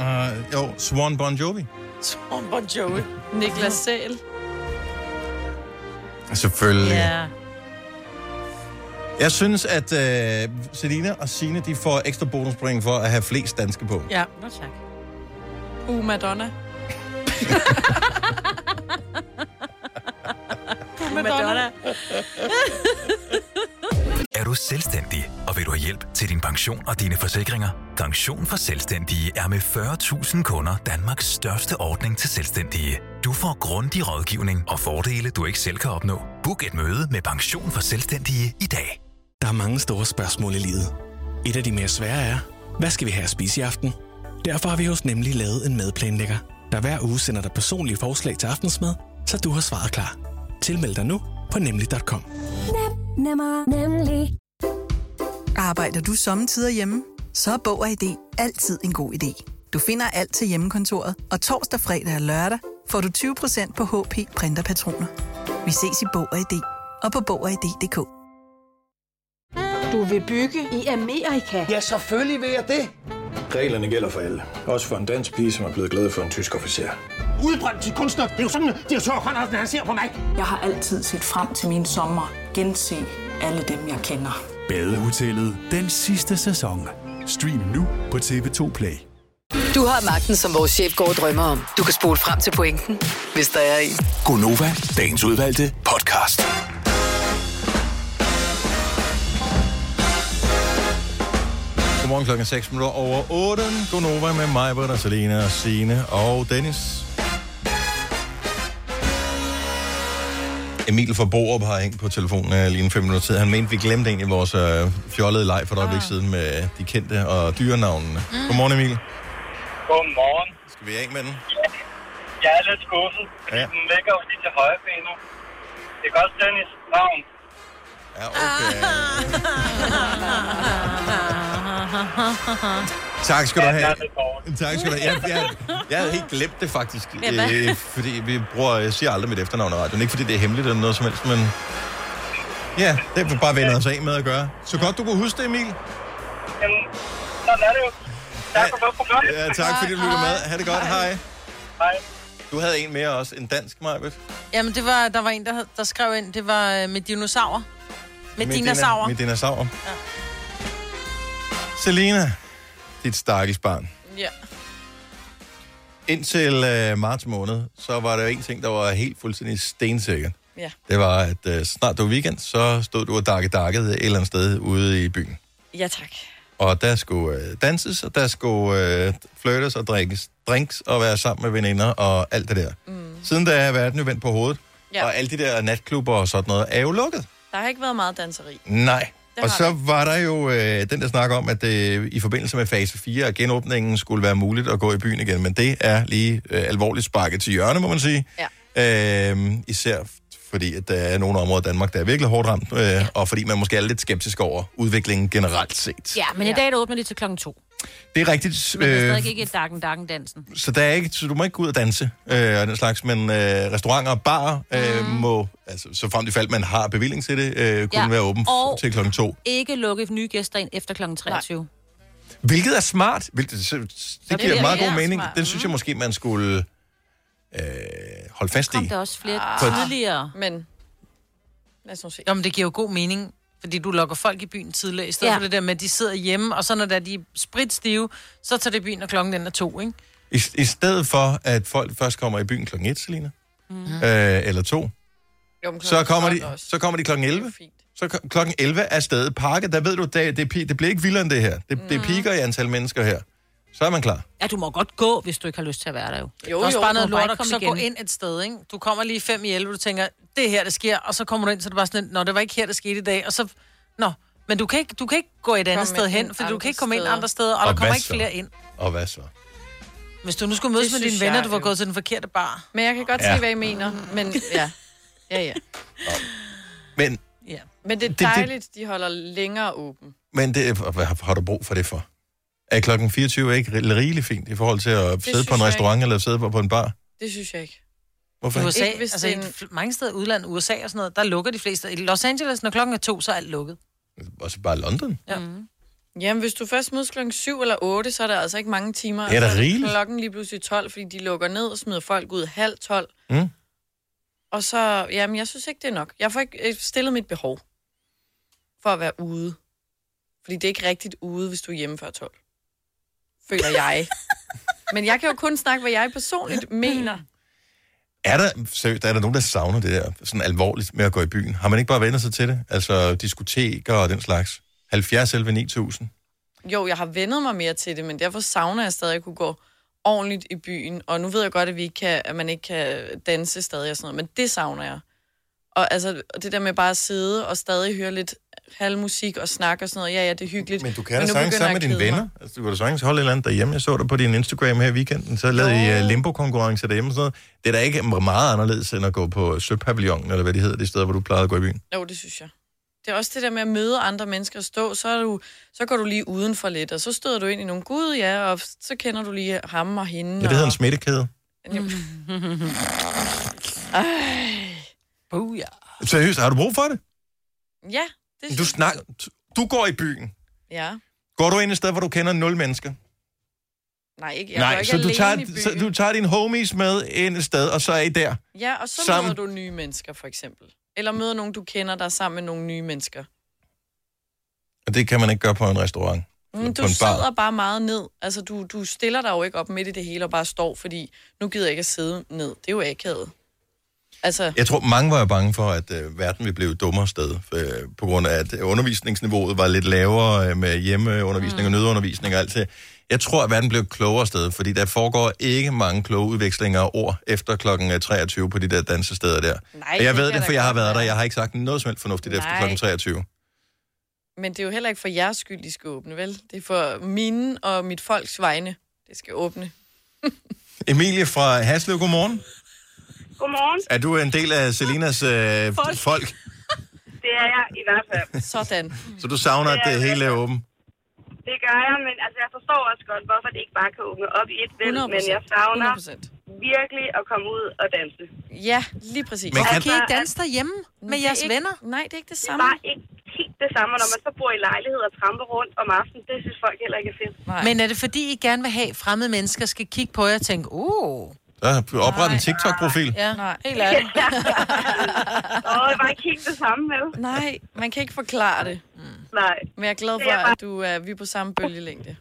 Speaker 1: øh, jo, Swan Bon Jovi.
Speaker 2: Tom Bon Jovi.
Speaker 4: Niklas Sæl.
Speaker 1: Selvfølgelig. Jeg synes, at øh, Selina og Sine, de får ekstra bonuspoint for at have flest danske på.
Speaker 4: Ja.
Speaker 3: Nå, tak.
Speaker 4: Uh, Madonna.
Speaker 3: Madonna.
Speaker 11: Er er du selvstændig, og vil du have hjælp til din pension og dine forsikringer? Pension for Selvstændige er med 40.000 kunder Danmarks største ordning til selvstændige. Du får grundig rådgivning og fordele, du ikke selv kan opnå. Book et møde med Pension for Selvstændige i dag.
Speaker 9: Der er mange store spørgsmål i livet. Et af de mere svære er, hvad skal vi have at spise i aften? Derfor har vi hos Nemlig lavet en madplanlægger, der hver uge sender dig personlige forslag til aftensmad, så du har svaret klar. Tilmeld dig nu på nemlig.com.
Speaker 13: Nem, nemmer, nemlig. Arbejder du sommetider hjemme? Så er Bog og ID altid en god idé. Du finder alt til hjemmekontoret, og torsdag, fredag og lørdag får du 20% på HP printerpatroner. Vi ses i Bog og ID og på Bog og ID.dk.
Speaker 26: Du vil bygge i Amerika? Ja, selvfølgelig vil jeg det.
Speaker 15: Reglerne gælder for alle. Også for en dansk pige, som er blevet glad for en tysk officer.
Speaker 27: Udbrændt til kunstner. Det er jo sådan, at de har tørt, han, han ser på mig. Jeg har altid set frem til min sommer. Gense alle dem, jeg kender.
Speaker 16: Badehotellet den sidste sæson. Stream nu på TV2 Play.
Speaker 7: Du har magten, som vores chef går og drømmer om. Du kan spole frem til pointen, hvis der er en.
Speaker 6: Gonova, dagens udvalgte podcast.
Speaker 1: Godmorgen klokken 6 minutter over 8. Godnova med mig, Britta, Selina, Signe og Dennis. Emil fra Borup har hængt på telefonen øh, lige en fem minutter tid. Han mente, vi glemte egentlig vores øh, fjollede leg for et øjeblik siden med de kendte og dyrenavnene. Mm. Godmorgen, Emil.
Speaker 10: Godmorgen.
Speaker 1: Skal vi af med den?
Speaker 10: Jeg er lidt skuffet, fordi
Speaker 1: Ja.
Speaker 10: ja. den ligger jo lige til højre benet. Det er godt Dennis navn.
Speaker 1: Ja, okay. Tak skal du have. Tak skal du have. Jeg, jeg, jeg havde helt glemt det faktisk.
Speaker 10: Ja, hvad?
Speaker 1: Øh, fordi vi bruger, jeg siger aldrig mit efternavn i radioen. Ikke fordi det er hemmeligt eller noget som helst, men... Ja, det er bare vendet os af med at gøre. Så godt, du kunne huske det, Emil.
Speaker 10: Jamen, sådan er det jo. Tak for godt program.
Speaker 1: Ja, tak fordi du lyttede med. Ha' det godt. Hej.
Speaker 10: Hej.
Speaker 1: Du havde en mere også, en dansk, Majbet.
Speaker 2: Jamen, det var, der var en, der, hed- der skrev ind, det var øh, med dinosaurer. Med, med dinosaurer.
Speaker 1: Med dinosaurer. Ja. Selena, dit stakkels barn.
Speaker 4: Ja.
Speaker 1: Indtil øh, marts måned, så var der jo en ting, der var helt fuldstændig stensikker.
Speaker 4: Ja.
Speaker 1: Det var, at øh, snart det var weekend, så stod du og dakke dakket et eller andet sted ude i byen.
Speaker 4: Ja, tak.
Speaker 1: Og der skulle øh, danses, og der skulle øh, flirtes og drikkes drinks, og være sammen med veninder og alt det der. Mm. Siden da er verden jo vendt på hovedet,
Speaker 4: Ja.
Speaker 1: ja. og alle de der natklubber og sådan noget er jo lukket.
Speaker 4: Der har ikke været meget danseri.
Speaker 1: Nej.
Speaker 4: Det
Speaker 1: Og
Speaker 4: har
Speaker 1: så
Speaker 4: der
Speaker 1: var der jo øh, den der snak om, at øh, i forbindelse med fase 4 og genåbningen skulle være muligt at gå i byen igen, men det er lige øh, alvorligt sparket til hjørne, må man sige. Ja. Øh, især f- fordi, at der er nogle områder i Danmark, der er virkelig hårdt ramt, øh, ja. og fordi man måske er lidt skeptisk over udviklingen generelt set.
Speaker 3: Ja, men i dag der åbner de til klokken to.
Speaker 1: Det er rigtigt.
Speaker 3: Men det er
Speaker 1: Øh,
Speaker 3: stadig ikke et dakken dakken dansen.
Speaker 1: så, der er ikke, så du må ikke gå ud og danse øh, og den slags, men øh, restauranter og barer øh, må, altså, så frem til fald man har bevilling til det, øh, kunne
Speaker 3: Mm. Ja,
Speaker 1: ja. være åben f-
Speaker 3: og-
Speaker 1: til klokken to.
Speaker 3: Ikke lukke nye gæster ind efter klokken 23.
Speaker 1: Hvilket er smart. Hvilket, så, det,
Speaker 3: det
Speaker 1: det giver
Speaker 3: er
Speaker 1: meget
Speaker 3: mere
Speaker 1: god mening.
Speaker 3: smart.
Speaker 1: Den synes jeg måske, man skulle øh, holde fast i.
Speaker 3: Kom der også flere
Speaker 1: Ah.
Speaker 3: tidligere.
Speaker 4: Men... Lad os nu se.
Speaker 2: Nå, men det giver jo god mening, fordi du lokker folk i byen tidligere, i stedet
Speaker 3: Ja.
Speaker 2: ja. for det der med, at de sidder hjemme, og så når der de er spritstive, så tager det i byen, og klokken den er to, ikke?
Speaker 1: I, I stedet for, at folk først kommer i byen klokken 1, Selina, mm. øh, eller 2, så kommer, de, så kommer de klokken 11. Så ko- klokken 11 er stedet pakket. Der ved du, det, det, pi- det bliver ikke vildere end det her. Det, mm. det piker i antal mennesker her. Så er man klar.
Speaker 3: Ja, du må godt gå, hvis du ikke har lyst til at være der jo.
Speaker 2: Jo, også bare noget
Speaker 3: Du må bare
Speaker 2: lort,
Speaker 3: ikke
Speaker 2: og
Speaker 3: komme
Speaker 2: så
Speaker 3: igen.
Speaker 2: gå ind et sted, ikke? Du kommer lige 5 i 11, du tænker, det er her, det sker, og så kommer du ind, så er det bare sådan, lidt, nå, det var ikke her, det skete i dag, og så, nå, men du kan ikke, du kan ikke gå et andet
Speaker 4: Kom
Speaker 2: sted
Speaker 4: ind
Speaker 2: hen, for du
Speaker 4: andre
Speaker 2: kan ikke komme ind
Speaker 4: steder.
Speaker 2: andre steder, og,
Speaker 1: Og
Speaker 2: og der kommer
Speaker 1: hvad
Speaker 2: ikke
Speaker 1: så?
Speaker 2: flere ind.
Speaker 1: Og hvad så?
Speaker 2: Hvis du nu skulle mødes
Speaker 4: Det
Speaker 2: med dine
Speaker 4: synes
Speaker 2: venner,
Speaker 4: jeg
Speaker 2: du var
Speaker 4: jo.
Speaker 2: gået til den forkerte bar.
Speaker 4: Men jeg kan godt
Speaker 1: Ja.
Speaker 4: se, hvad I mener. Men ja. Ja, ja.
Speaker 1: Men,
Speaker 2: ja.
Speaker 4: Men det er
Speaker 1: Det- det-
Speaker 4: dejligt, de holder længere åben.
Speaker 1: men det, er- hvad har- har du brug for det for? Er klokken 24 ikke ri- rigeligt fint i forhold til at sidde
Speaker 4: synes
Speaker 1: på en
Speaker 4: jeg
Speaker 1: restaurant eller sidde på, på en bar?
Speaker 4: Det synes jeg ikke.
Speaker 1: Hvorfor
Speaker 2: I
Speaker 1: ikke?
Speaker 2: USA,
Speaker 4: Ikke, hvis
Speaker 2: altså
Speaker 4: det
Speaker 2: i
Speaker 4: er en-
Speaker 2: fl- mange steder i udlandet, USA og sådan noget, der lukker de fleste. I Los Angeles, når klokken er to, så er alt lukket.
Speaker 1: Også bare London.
Speaker 2: Ja. Mm.
Speaker 4: Jamen, hvis du først mødes klokken 7 eller 8, så er der altså ikke mange timer.
Speaker 1: Det er da
Speaker 4: Og så
Speaker 1: rigeligt.
Speaker 4: Klokken lige pludselig 12, fordi de lukker ned og smider folk ud halv 12.
Speaker 1: Mm.
Speaker 4: Og så, jamen, jeg synes ikke, det er nok. Jeg får ikke øh, stillet mit behov for at være ude. Fordi det er ikke rigtigt ude, hvis du er hjemme før 12. Føler jeg. Men jeg kan jo kun snakke, hvad jeg personligt mener.
Speaker 1: Er der, seriøst, er der nogen, der savner det der sådan alvorligt med at gå i byen? Har man ikke bare vendt sig til det? Altså diskoteker og den slags? 70 11 9000?
Speaker 4: Jo, jeg har vendet mig mere til det, men derfor savner jeg stadig at kunne gå ordentligt i byen. Og nu ved jeg godt, at, vi ikke kan, at man ikke kan danse stadig og sådan noget, men det savner jeg. Og altså, og det der med bare at sidde og stadig høre lidt halvmusik og snak og sådan noget, ja, ja, det er hyggeligt.
Speaker 1: Men du kan da
Speaker 4: nu
Speaker 1: sagtens
Speaker 4: begynder
Speaker 1: sammen med
Speaker 4: jeg at
Speaker 1: dine
Speaker 4: kede mig.
Speaker 1: venner. Altså, du kan da sagtens holde et eller andet derhjemme. Jeg så dig på din Instagram her i weekenden, så lavede I uh, limbo-konkurrencer derhjemme. og Sådan noget. Det er da ikke meget anderledes, end at gå på Søpavillonen, eller hvad det hedder, det sted, hvor du plejede at gå i byen.
Speaker 4: Jo, det synes jeg. Det er også det der med at møde andre mennesker og stå, så, er du, så går du lige udenfor lidt, og så støder du ind i nogle gud, ja, og så kender du lige ham og hende.
Speaker 1: Ja, det hedder en smittekæde.
Speaker 4: og... Ej. Buja.
Speaker 1: Seriøst, har du brug for det?
Speaker 4: Ja, det
Speaker 1: Du, snak... du går i byen.
Speaker 4: Ja.
Speaker 1: Går du ind et sted, hvor du kender nul mennesker?
Speaker 4: Nej, ikke, jeg går
Speaker 1: Nej,
Speaker 4: ikke
Speaker 1: så du,
Speaker 4: alene i
Speaker 1: tager,
Speaker 4: byen.
Speaker 1: så du tager dine homies med ind et sted, og så er I der.
Speaker 4: Ja, og så
Speaker 1: Sammen.
Speaker 4: møder du nye mennesker, for eksempel. Eller møder nogen, du kender, der er sammen med nogle nye mennesker.
Speaker 1: Og det kan man ikke gøre på en restaurant.
Speaker 4: Mm,
Speaker 1: på
Speaker 4: du
Speaker 1: en bar.
Speaker 4: sidder bare meget ned. Altså, du, du stiller dig jo ikke op midt i det hele og bare står, fordi nu gider jeg ikke at sidde ned. Det er jo akavet. Altså,
Speaker 1: Jeg tror, mange var jo bange for, at øh, verden ville blive et dummere sted, øh, på grund af, at undervisningsniveauet var lidt lavere øh, med hjemmeundervisning mm. og nødundervisning og alt det. Jeg tror, at verden blev et klogere sted, fordi der foregår ikke mange kloge udvekslinger af ord efter kl. 23 på de der dansesteder der.
Speaker 4: Nej,
Speaker 1: og jeg
Speaker 4: det
Speaker 1: ved
Speaker 4: kan
Speaker 1: det,
Speaker 4: da
Speaker 1: for jeg har
Speaker 4: godt
Speaker 1: været der.
Speaker 4: være.
Speaker 1: Jeg har ikke sagt noget som helst fornuftigt efter
Speaker 4: Nej.
Speaker 1: kl. 23.
Speaker 4: men det er jo heller ikke for jeres skyld, de skal åbne, vel? Det er for mine og mit folks vegne, det skal åbne.
Speaker 1: Emilie fra Haslev, godmorgen.
Speaker 22: Godmorgen.
Speaker 1: Er du en del af Selinas øh, folk.
Speaker 22: Folk.
Speaker 1: folk,
Speaker 22: Det er jeg i hvert fald.
Speaker 4: Sådan.
Speaker 1: så du savner, at det hele er åbent?
Speaker 22: Det gør jeg, men altså, jeg forstår også godt, hvorfor det ikke bare kan åbne op i et vel, men jeg savner
Speaker 4: 100%.
Speaker 22: virkelig at komme ud og danse.
Speaker 4: Ja, lige præcis.
Speaker 1: Men kan-
Speaker 22: Kan I ikke
Speaker 4: danse derhjemme med
Speaker 22: jeres venner?
Speaker 4: Nej, det er ikke det
Speaker 22: Det er
Speaker 4: samme.
Speaker 22: bare ikke helt det samme, og når man så bor i lejlighed og tramper rundt om aftenen. Det synes folk heller ikke er fedt.
Speaker 2: Men er det fordi, I gerne vil have, at fremmede mennesker skal kigge på jer og tænke, uh,
Speaker 1: Så opret en TikTok-profil.
Speaker 2: ja, Nej. helt ærligt.
Speaker 22: Åh, det er bare ikke helt det samme, vel?
Speaker 4: Nej, man kan ikke forklare det.
Speaker 22: Nej.
Speaker 4: Men jeg er glad
Speaker 22: Det
Speaker 4: for,
Speaker 22: er bare-
Speaker 4: at du er, vi er på samme bølgelængde.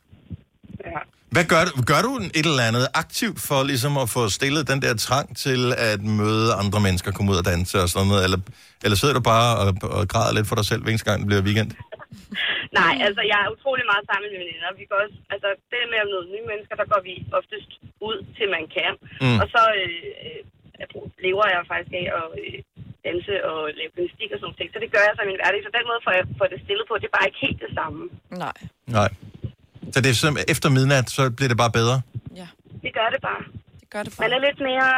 Speaker 1: Hvad gør du? Gør du et eller andet aktivt for ligesom at få stillet den der trang til at møde andre mennesker, komme ud og danse og sådan noget? Eller, eller sidder du bare og, og græder lidt for dig selv, hver eneste gang det bliver weekend?
Speaker 22: Nej,
Speaker 4: Mm.
Speaker 22: altså, jeg er utrolig meget sammen med mine veninder. Vi går også, altså, det med at møde nye mennesker, der går vi oftest ud til man kan.
Speaker 1: Mm.
Speaker 22: Mm. Og så øh, øh, lever jeg faktisk af at øh, danse og lave gymnastik og sådan nogle ting. Så det gør jeg så i min hverdag. Så den måde får jeg får det stillet på, det er bare ikke helt det samme.
Speaker 4: Nej.
Speaker 1: Nej. Så det er simpelthen, efter midnat, så bliver det bare bedre?
Speaker 22: Det gør det bare.
Speaker 4: Det gør det bare.
Speaker 22: Man er lidt mere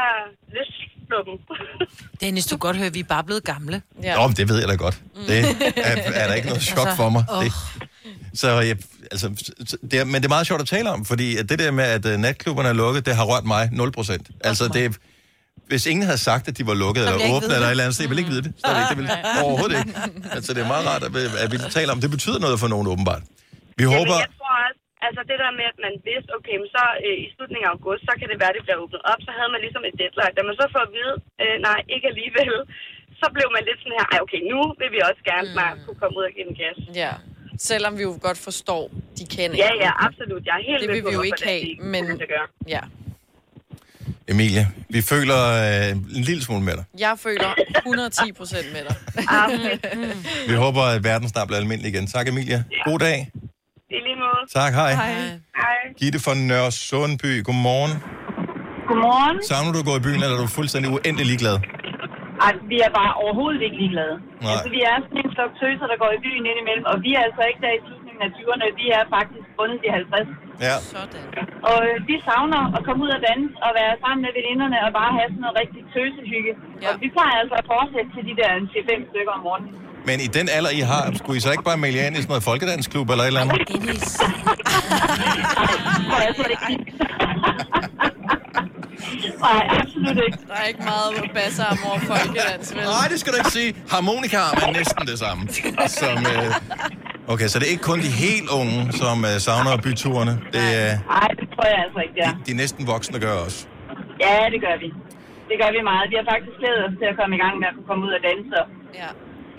Speaker 22: løsluppen.
Speaker 2: Dennis, du kan godt høre, at vi er bare blevet gamle.
Speaker 1: Ja. Nå, men det ved jeg da godt. Det er, er der ikke noget chok
Speaker 2: Altså,
Speaker 1: for mig.
Speaker 2: åh.
Speaker 1: Det, så jeg, altså, så- det er, men det er meget sjovt at tale om, fordi at det der med, at øh, natklubberne er lukket, det har rørt mig 0%. Altså, det, er- hvis ingen havde sagt, at de var lukket
Speaker 6: Så ville jeg
Speaker 1: eller
Speaker 6: ikke
Speaker 1: åbne
Speaker 6: vide det.
Speaker 1: eller et eller andet, så ville jeg ikke vide det. Så ikke, det ville, overhovedet ikke. Altså, det er meget rart, at vi, at vi taler om. Det betyder noget for nogen, åbenbart. Vi håber...
Speaker 22: Jamen, jeg tror også, altså det der med, at man vidste, okay, men så øh, i slutningen af august, så kan det være, at det bliver åbnet op, så havde man ligesom et deadline. Da man så får at vide, øh, nej, ikke alligevel, så blev man lidt sådan her, ej okay, nu vil vi også gerne
Speaker 1: Mm.
Speaker 22: snart kunne komme ud og give den gas.
Speaker 4: Ja. Selvom vi jo godt forstår, de kender.
Speaker 22: Ja, ja, absolut. Jeg er helt
Speaker 4: Det
Speaker 22: med
Speaker 4: vil
Speaker 22: på,
Speaker 4: vi jo
Speaker 22: hvorfor
Speaker 4: ikke
Speaker 22: det er,
Speaker 4: have,
Speaker 22: det ikke
Speaker 4: men...
Speaker 22: kan lade sig gøre.
Speaker 4: Ja.
Speaker 1: Emilie, vi føler øh, en lille smule med dig.
Speaker 4: Jeg føler 110 procent med dig. Mm.
Speaker 1: Vi håber, at verden snart bliver almindelig igen. Tak, Emilie. God dag.
Speaker 22: I lige måde.
Speaker 1: Tak, hej.
Speaker 22: Hej.
Speaker 1: Gitte fra Nørre Sundby, godmorgen.
Speaker 24: Godmorgen.
Speaker 1: Savner du at gå i byen, eller er du fuldstændig uendelig ligeglad?
Speaker 24: Ej, vi er bare overhovedet ikke ligeglade.
Speaker 1: Nej.
Speaker 24: Altså, vi er sådan en flok tøser, der går i byen indimellem, og vi er altså ikke der i slutningen af 20'erne. Vi er faktisk bundet i 50.
Speaker 1: Ja.
Speaker 24: Og øh, vi savner at komme ud og danse og være sammen med veninderne og bare have sådan noget rigtig tøsehygge. Ja. Og vi plejer altså at fortsætte til de der 4-5 stykker om morgenen.
Speaker 1: Men i den alder, I har, skulle I så ikke bare melde jer ind i sådan noget folkedansklub eller et eller andet?
Speaker 24: Og altså, det er ikke- Nej, absolut ikke.
Speaker 4: Der er ikke meget basser om over folkedans, vel?
Speaker 1: Nej, det skal du ikke sige. Harmonikaarm er næsten det samme. Som, øh... Okay, så det er ikke kun de helt unge, som øh, savner byturene. Det er
Speaker 24: Nej, det tror jeg altså ikke, det er.
Speaker 1: de næsten voksne, der gør også.
Speaker 24: Ja, det gør vi. Det gør vi meget. Vi har faktisk glædet os til at komme i gang med at kunne komme ud og danse og
Speaker 4: ja.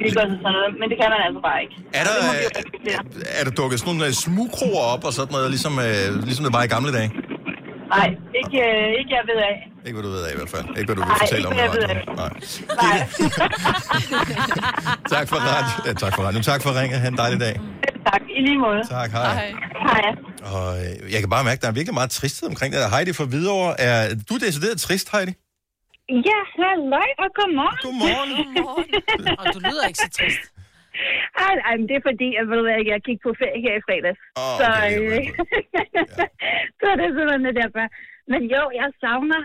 Speaker 24: hygge os og sådan noget, men det kan man altså bare ikke.
Speaker 1: Er der, øh, er der dukket sådan nogle øh, smugkroer op og sådan noget, ligesom, øh, ligesom det var i gamle dage?
Speaker 24: Nej, ikke, øh, ikke jeg ved af.
Speaker 1: Ikke hvad du ved af i hvert fald. Ikke hvad du vil
Speaker 24: Nej,
Speaker 1: fortælle
Speaker 24: ikke
Speaker 1: om.
Speaker 24: hvad
Speaker 1: i
Speaker 24: jeg ved
Speaker 1: radioen.
Speaker 24: af.
Speaker 1: Nej. Gitte. tak for radio. Ja, tak for radio. Tak for ringet. Ha' en dejlig dag.
Speaker 24: Tak, i lige måde.
Speaker 1: Tak, hej. Hej.
Speaker 24: Hej.
Speaker 1: Og øh, jeg kan bare mærke, at der er virkelig meget tristhed omkring det. der. Heidi fra Hvidovre, er du er decideret trist, Heidi?
Speaker 24: Ja, halløj og godmorgen.
Speaker 1: Godmorgen.
Speaker 24: godmorgen. og du lyder ikke så trist. Ej, ej, men det er fordi, jeg, ved, du hvad, jeg gik på ferie her i fredags.
Speaker 1: Oh,
Speaker 24: så, øh, så er det sådan det derfor. Men jo, jeg savner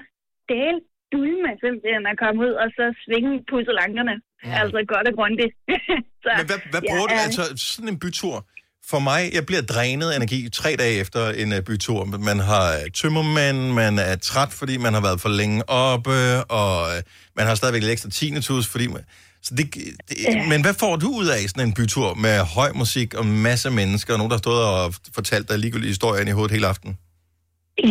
Speaker 24: del dulme simpelthen at komme ud og så svinge i pusselankerne. Mm. Altså godt og grundigt. så,
Speaker 1: Men hvad, hvad bruger
Speaker 24: ja,
Speaker 1: du? Altså, sådan en bytur. For mig, jeg bliver drænet af energi tre dage efter en øh, bytur. Man har øh, tømmermænd, man er træt, fordi man har været for længe oppe, og øh, man har stadigvæk lidt ekstra tinnitus, fordi man... Så det, det,
Speaker 24: Ja.
Speaker 1: Men hvad får du ud af sådan en bytur med høj musik og masse mennesker, og nogen, der har stået og fortalt dig ligegyldige historier ind i hovedet hele aften?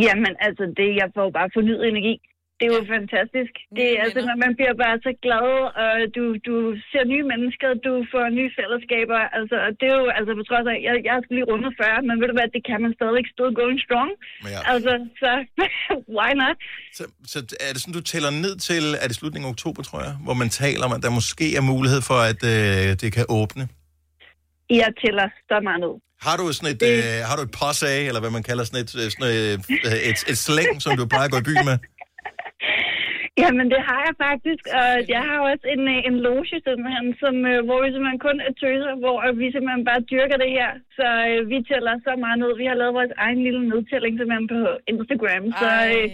Speaker 24: Jamen, altså, det, jeg får jo bare fornyet energi. Det er jo fantastisk. Det er altså, når man bliver bare så glad, og du, du ser nye mennesker, du får nye fællesskaber. Altså, og det er jo, altså, på trods af, jeg, jeg skulle lige runde 40, men ved du hvad, det kan man stadigvæk still going strong.
Speaker 1: Men jeg-
Speaker 24: Altså, så why not?
Speaker 1: Så, så er det sådan, du tæller ned til, er det slutningen af oktober, tror jeg, hvor man taler om, at der måske er mulighed for, at øh, det kan åbne?
Speaker 24: Jeg tæller så meget ned.
Speaker 1: Har du sådan et, øh, har du et posse af, eller hvad man kalder sådan et, øh, sådan et, øh, et, et slæng, som du plejer at gå i byen med?
Speaker 24: Jamen, det har jeg faktisk, og jeg har også en, øh, en loge, simpelthen, som, øh, hvor vi simpelthen kun er tøser, hvor øh, vi simpelthen bare dyrker det her. Så øh, vi tæller så meget ned. Vi har lavet vores egen lille nedtælling simpelthen på Instagram. Så øh,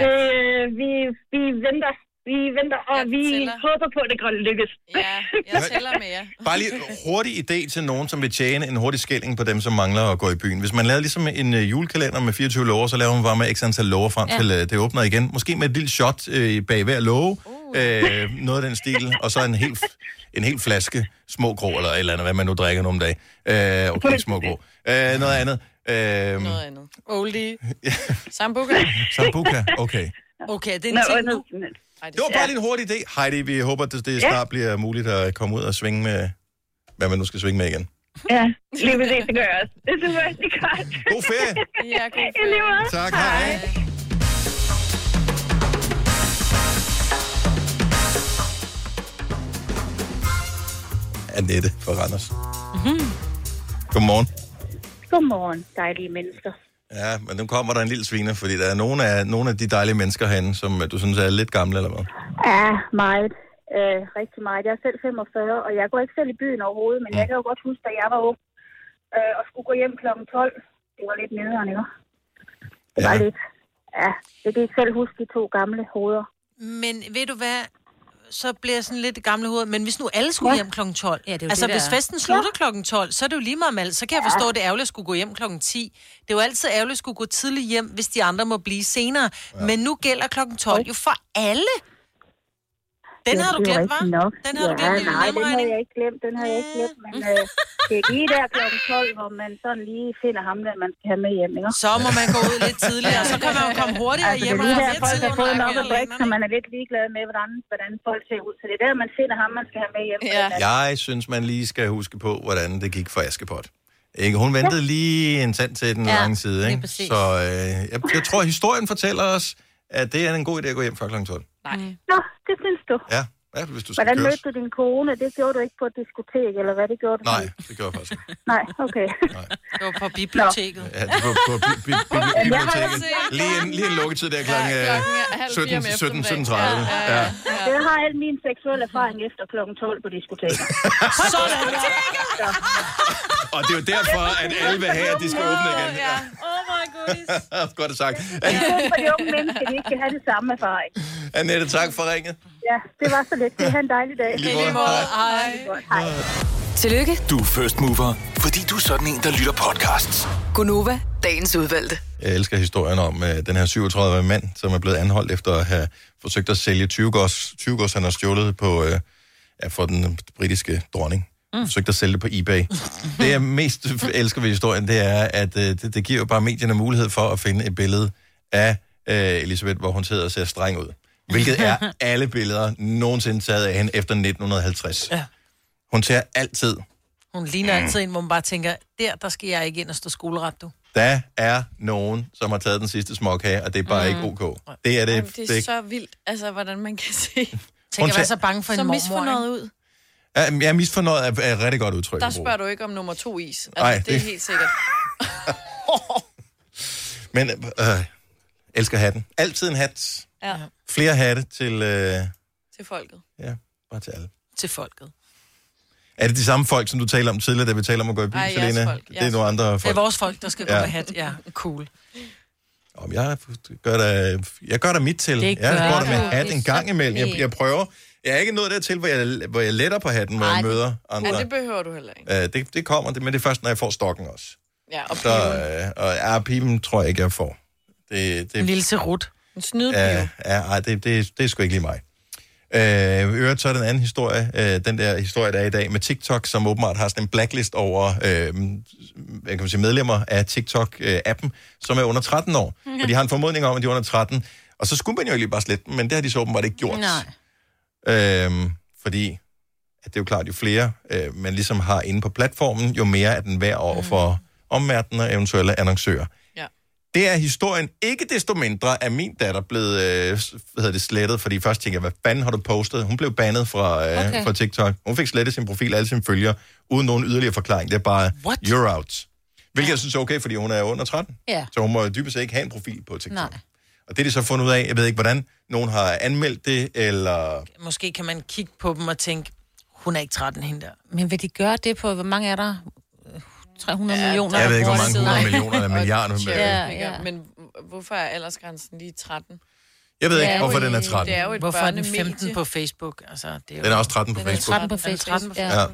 Speaker 24: det, øh, vi, vi venter, vi venter, og vi håber på, at det går lykkes. Ja,
Speaker 1: jeg tæller
Speaker 4: med jer.
Speaker 1: Bare lige en hurtig idé til nogen, som vil tjene en hurtig skilling på dem, som mangler at gå i byen. Hvis man lavede ligesom en øh, julekalender med 24 lover, så laver man bare med x antal lover frem
Speaker 24: Ja.
Speaker 1: ja. til øh, det åbner igen. Måske med et lille shot øh, bag hver låge,
Speaker 4: Uh.
Speaker 1: øh, noget af den stil, og så en hel, en hel flaske små grå, eller et eller andet, hvad man nu drikker nogle dage. Øh, okay, små grå. Øh, noget andet. Øh,
Speaker 4: Noget andet.
Speaker 2: Oldie.
Speaker 4: Sambuca.
Speaker 1: Sambuca, okay.
Speaker 2: Okay, det er en ting nu.
Speaker 4: Ej,
Speaker 1: Det var bare lige en hurtig idé. Heidi, vi håber, at det, det
Speaker 24: Ja.
Speaker 1: snart bliver muligt at komme ud og svinge med, hvad man nu skal svinge med igen.
Speaker 24: Ja, lige ved det, det gør jeg også. Det er super rigtig godt.
Speaker 1: God ferie.
Speaker 4: Ja, god
Speaker 24: I lige måde.
Speaker 1: Tak, hej. Annette fra Randers.
Speaker 8: Mm-hmm.
Speaker 1: Godmorgen.
Speaker 8: Godmorgen, dejlige mennesker.
Speaker 1: Ja, men nu kommer der en lille sviner, fordi der er nogle af, nogle af de dejlige mennesker herinde, som øh, du synes er lidt gamle, eller hvad?
Speaker 8: Ja, meget. Øh, rigtig meget. Jeg er selv 45, og jeg går ikke selv i byen overhovedet, men jeg kan jo godt huske, da jeg var ung øh, og skulle gå hjem kl. 12. Det var lidt nederen, ikke? Det var ja. lidt. Ja, jeg kan ikke selv huske de to gamle hoveder.
Speaker 2: Men ved du hvad, så bliver jeg sådan lidt i gamle hoved. Men hvis nu alle skulle ja.
Speaker 8: Ja.
Speaker 2: hjem kl. 12, ja,
Speaker 8: det er jo
Speaker 2: altså
Speaker 8: det, der
Speaker 2: hvis
Speaker 8: er.
Speaker 2: festen slutter klokken kl. 12, så er det jo lige meget med alt. Så kan jeg forstå, at det er ærgerligt at skulle gå hjem kl. 10. Det er jo altid ærgerligt at skulle gå tidligt hjem, hvis de andre må blive senere. Ja. Men nu gælder kl. 12 jo for alle. Den
Speaker 8: Ja,
Speaker 2: har du
Speaker 8: det er
Speaker 2: glemt,
Speaker 8: rigtigt
Speaker 2: hva'?
Speaker 8: Nok.
Speaker 2: Den har
Speaker 8: ja,
Speaker 2: du glemt, lille
Speaker 8: nej, den har
Speaker 2: nemregning.
Speaker 8: jeg ikke glemt, den har jeg ikke glemt, men øh, det er lige der kl. 12, hvor man sådan lige finder ham, der man skal have med hjem, ikke?
Speaker 2: Så må man gå ud lidt tidligere, så kan man jo komme hurtigere
Speaker 8: altså,
Speaker 2: hjem
Speaker 8: det
Speaker 2: og
Speaker 8: er lige
Speaker 2: have
Speaker 8: der,
Speaker 2: mere
Speaker 8: folk
Speaker 2: tid
Speaker 8: har
Speaker 2: under
Speaker 8: fået nok at
Speaker 2: kalenderen,
Speaker 8: drikke, så man er lidt ligeglad med, hvordan, hvordan folk ser ud. Så det er der, man finder ham, man skal have med hjem. Ja.
Speaker 1: Jeg synes, man lige skal huske på, hvordan det gik for Askepot. Ikke? Hun ventede lige en tand til den
Speaker 8: Ja,
Speaker 1: ja, lange side.
Speaker 8: lige
Speaker 1: Ikke?
Speaker 8: præcis.
Speaker 1: Så øh, jeg, jeg tror, historien fortæller os, at det er en god idé at gå hjem før kl. 12.
Speaker 8: Nej. Nå, det synes du.
Speaker 1: Ja, i hvert fald, hvis du skal
Speaker 8: Hvordan
Speaker 1: køres.
Speaker 8: mødte du din kone? Det gjorde du ikke på et diskotek, eller hvad? Det gjorde du
Speaker 1: Nej, det gør jeg faktisk ikke.
Speaker 8: Nej, okay.
Speaker 2: Det var på biblioteket.
Speaker 1: Ja, det var på bi- bi- bi- bi- biblioteket. Lige en, lige en lukketid der øh, kl.
Speaker 8: halv fire om
Speaker 1: 17, 17, 17, 17.30.
Speaker 8: eftermiddagen.
Speaker 1: Ja, ja, ja.
Speaker 8: Jeg har al min seksuelle erfaring efter kl. 12 på diskoteker.
Speaker 2: Sådan!
Speaker 1: Og det er jo derfor, at alle vil have, at de skal åbne igen. Ja.
Speaker 8: Oh my goodness.
Speaker 1: Godt sagt.
Speaker 8: Det er kun for de unge mennesker, de ikke skal have det samme erfaring.
Speaker 1: Annette, tak for ringet.
Speaker 8: Ja, det var så lidt. Det er en dejlig dag.
Speaker 1: I lige måde. I lige måde.
Speaker 8: Hej. Hej.
Speaker 7: Tillykke,
Speaker 6: Du er first mover, fordi du er sådan en, der lytter podcasts.
Speaker 7: Gunova, dagens udvalgte.
Speaker 1: Jeg elsker historien om øh, den her 37-årige mand, som er blevet anholdt efter at have forsøgt at sælge 20 gås, 20 gås han har stjålet på, øh, ja, for den britiske dronning. Mm. Forsøgt at sælge det på eBay. det, jeg mest elsker ved historien, det er, at øh, det, det giver jo bare medierne mulighed for at finde et billede af øh, Elisabeth, hvor hun sidder og ser streng ud. Hvilket er alle billeder nogensinde taget af hende efter 1950.
Speaker 2: Ja.
Speaker 1: Hun ser altid Mm.
Speaker 2: Hun ligner altid en, hvor man bare tænker, der, der skal jeg ikke ind og stå skoleret, du.
Speaker 1: Der er nogen, som har taget den sidste småkage, og det er bare mm. ikke ok. Det er det.
Speaker 4: Jamen, det er så vildt, altså, hvordan man kan se...
Speaker 1: Tænk at være så
Speaker 2: bange for en
Speaker 4: så
Speaker 2: mormor,
Speaker 4: misfornøjet ud.
Speaker 1: Ja, men Jeg er misfornøjet af af et rigtig godt udtryk.
Speaker 4: Der
Speaker 1: at bruge.
Speaker 4: spørger du ikke om nummer to is. Altså,
Speaker 1: Nej,
Speaker 4: Ej, det... det er
Speaker 1: det-
Speaker 4: helt sikkert.
Speaker 1: Men øh, øh, elsker hatten. Altid en hat.
Speaker 4: Ja.
Speaker 1: Flere hatte til, øh,
Speaker 4: Til folket.
Speaker 1: ja, bare til alle.
Speaker 2: Til folket.
Speaker 1: Er det de samme folk, som du talte om tidligere, da vi talte om at gå i byen,
Speaker 2: Ej, jeres
Speaker 1: Selena?
Speaker 2: folk,
Speaker 1: det er
Speaker 2: jeres
Speaker 1: nogle andre folk.
Speaker 2: Det er vores folk, der skal gå
Speaker 1: Ja.
Speaker 2: med hat. Ja, cool.
Speaker 1: Om jeg gør da, jeg gør da mit til.
Speaker 2: Det gør
Speaker 1: jeg går da
Speaker 2: du.
Speaker 1: med
Speaker 2: Det
Speaker 1: hat
Speaker 2: er
Speaker 1: en gang
Speaker 2: så
Speaker 1: imellem. Jeg,
Speaker 2: pænt.
Speaker 1: jeg prøver. Jeg er ikke nået dertil, hvor jeg, hvor jeg letter på hatten, hvor
Speaker 4: Ej,
Speaker 1: jeg
Speaker 4: det-
Speaker 1: møder andre.
Speaker 4: Men det behøver du heller ikke.
Speaker 1: Øh, det, det kommer, det, men det er først, når jeg får stokken også.
Speaker 4: Ja, og
Speaker 1: Så, øh, og ja, pipen tror jeg ikke, jeg får. Det, det,
Speaker 2: En lille serut.
Speaker 4: En snydepiv.
Speaker 1: Ja, ja ej, det, det, det er sgu ikke lige mig. Øh, i øvrigt så er den anden historie, øh, den der historie, der er i dag med TikTok, som åbenbart har sådan en blacklist over øh, hvad kan man sige, medlemmer af TikTok-appen, som er under 13 år.
Speaker 2: Mhm.
Speaker 1: Og de har en formodning om, at de er under 13. Og så skulle man jo egentlig bare slette dem, men det har de så åbenbart ikke gjort.
Speaker 2: Nej.
Speaker 1: Øhm, fordi at det er jo klart, jo flere øh, man ligesom har inde på platformen, jo mere er den værd
Speaker 2: Mhm.
Speaker 1: over for omverdenen og eventuelle annoncører.
Speaker 4: Ja.
Speaker 1: Det er historien. Ikke desto mindre er min datter blevet øh, s- hvad hedder det, slettet, fordi først tænkte jeg, hvad fanden har du postet? Hun blev bandet fra, øh,
Speaker 19: Okay.
Speaker 1: okay. fra TikTok. Hun fik slettet sin profil, alle sine følgere, uden nogen yderligere forklaring. Det er bare, What? you're out. Hvilket jeg synes er okay, fordi hun er under 13.
Speaker 19: Ja.
Speaker 1: Så hun må dybest set ikke have en profil på TikTok.
Speaker 2: Nej.
Speaker 1: Og det er de så fundet ud af, jeg ved ikke hvordan, nogen har anmeldt det, eller
Speaker 2: Måske kan man kigge på dem og tænke, hun er ikke 13, hende der.
Speaker 3: Men vil de gøre det på, hvor mange er der? 300 ja, millioner?
Speaker 1: jeg ved
Speaker 3: der
Speaker 1: ikke, hvor
Speaker 3: bruger
Speaker 1: mange
Speaker 3: det.
Speaker 1: hundrede
Speaker 3: Nej.
Speaker 1: millioner eller milliarder.
Speaker 3: Ja,
Speaker 4: Ja,
Speaker 3: ja.
Speaker 4: ja. Men hvorfor er aldersgrænsen lige 13?
Speaker 1: Jeg ved
Speaker 4: Det
Speaker 1: ikke,
Speaker 4: er jo
Speaker 1: hvorfor
Speaker 4: i-
Speaker 1: den er 13.
Speaker 4: Det er jo et
Speaker 2: Hvorfor er den
Speaker 4: børnemedie.
Speaker 2: 15 på Facebook? Altså, det er jo...
Speaker 1: Den er også 13 på
Speaker 2: Den er
Speaker 1: Facebook.
Speaker 2: 13 på
Speaker 4: Den er
Speaker 2: Facebook. 13 på
Speaker 1: Ja.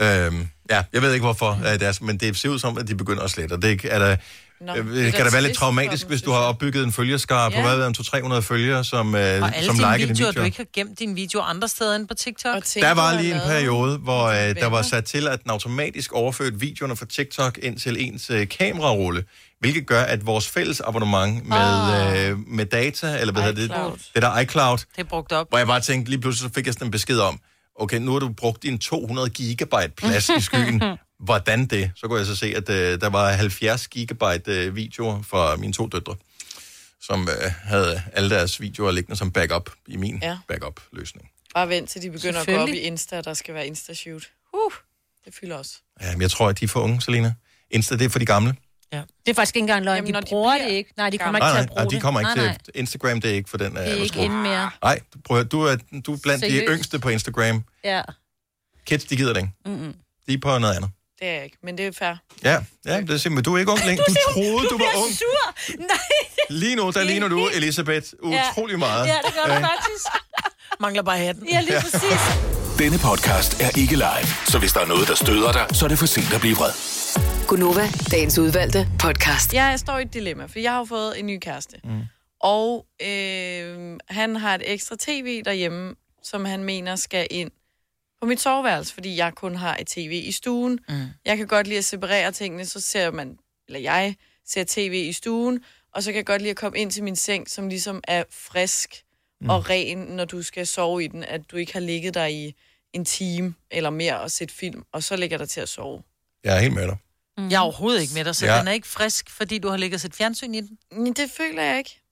Speaker 1: Øhm, ja, jeg ved ikke, hvorfor øh, det er, sådan, men det ser ud som, at de begynder at slette. og Det er, er der,
Speaker 2: Nå,
Speaker 1: Nå, øh,
Speaker 2: det er
Speaker 1: det
Speaker 2: da
Speaker 1: kan da være lidt
Speaker 2: trist
Speaker 1: traumatisk, hvis du har opbygget en følgerskare ja.
Speaker 2: Ja.
Speaker 1: på hvad ved jeg, om 200-300 følgere, som, øh,
Speaker 2: Og alle
Speaker 1: som
Speaker 2: dine
Speaker 1: liker din
Speaker 2: videoer,
Speaker 1: video.
Speaker 2: du ikke har gemt dine videoer andre steder end på TikTok.
Speaker 1: Der var lige en periode, hvor øh, der var sat til, at den automatisk overførte videoerne fra TikTok ind til ens øh, kamerarulle, hvilket gør, at vores fælles abonnement med,
Speaker 2: Ah.
Speaker 1: øh, med data, eller hvad hedder
Speaker 2: iCloud.
Speaker 1: det, det der iCloud,
Speaker 2: Det er brugt op.
Speaker 1: hvor jeg bare tænkte, lige pludselig så fik jeg sådan en besked om, okay, nu har du brugt din 200 gigabyte plads i skyen. Hvordan det? Så kunne jeg så se, at øh, der var 70 gigabyte øh, videoer fra mine to døtre, som øh, havde alle deres videoer liggende som backup i min
Speaker 4: Ja.
Speaker 1: ja. backup-løsning.
Speaker 4: Bare vent til de begynder at gå op i
Speaker 2: Selvfølgelig.
Speaker 4: Insta, der skal være Insta-shoot. Uh, det fylder også.
Speaker 1: Ja, men jeg tror, at de er for unge, Selina. Insta, det er for de gamle.
Speaker 3: Det er faktisk ikke engang løgn. Jamen, de bruger de det ikke. Nej, de kommer ikke
Speaker 1: nej,
Speaker 3: til
Speaker 1: nej,
Speaker 3: at bruge
Speaker 1: nej, de kommer ikke
Speaker 3: det.
Speaker 1: til. Instagram, det er ikke for den
Speaker 3: Det er ikke
Speaker 1: aldersgruppe.
Speaker 3: inde mere.
Speaker 1: Nej, du- prøv at, høre, du er, du er blandt
Speaker 3: Seriøst?
Speaker 1: de yngste på Instagram.
Speaker 3: Ja.
Speaker 1: Kids, de gider det ikke.
Speaker 3: Mm-mm.
Speaker 1: De er på noget andet.
Speaker 4: Det er jeg ikke, men det er fair.
Speaker 1: Ja, ja det er simpelthen. Du er ikke ung længere. Du troede, du var ung.
Speaker 3: sur. Nej.
Speaker 1: Lige nu, der ligner du Elisabeth utrolig meget.
Speaker 3: Ja, det gør du
Speaker 1: Øh,
Speaker 3: faktisk.
Speaker 2: Mangler bare hatten.
Speaker 3: Ja, lige
Speaker 16: Ja.
Speaker 3: præcis.
Speaker 16: Denne podcast er ikke live, så hvis der er noget, der støder dig, så er det for sent at blive vred.
Speaker 7: Gunova, dagens udvalgte podcast.
Speaker 4: Ja, jeg står i et dilemma, for jeg har jo fået en ny kæreste. Mm. Og øh, han har et ekstra tv derhjemme, som han mener skal ind på mit soveværelse, fordi jeg kun har et tv i stuen. Mm. Jeg kan godt lide at separere tingene, så ser man, eller jeg ser tv i stuen, og så kan jeg godt lide at komme ind til min seng, som ligesom er frisk mm. og ren, når du skal sove i den, at du ikke har ligget der i en time eller mere og set film, og så ligger der til at sove.
Speaker 1: Jeg er helt med dig.
Speaker 2: Jeg er overhovedet ikke med dig, så
Speaker 1: Ja.
Speaker 2: ja. den er ikke frisk, fordi du har ligget og set fjernsyn i den.
Speaker 4: Men Mm, det føler jeg ikke.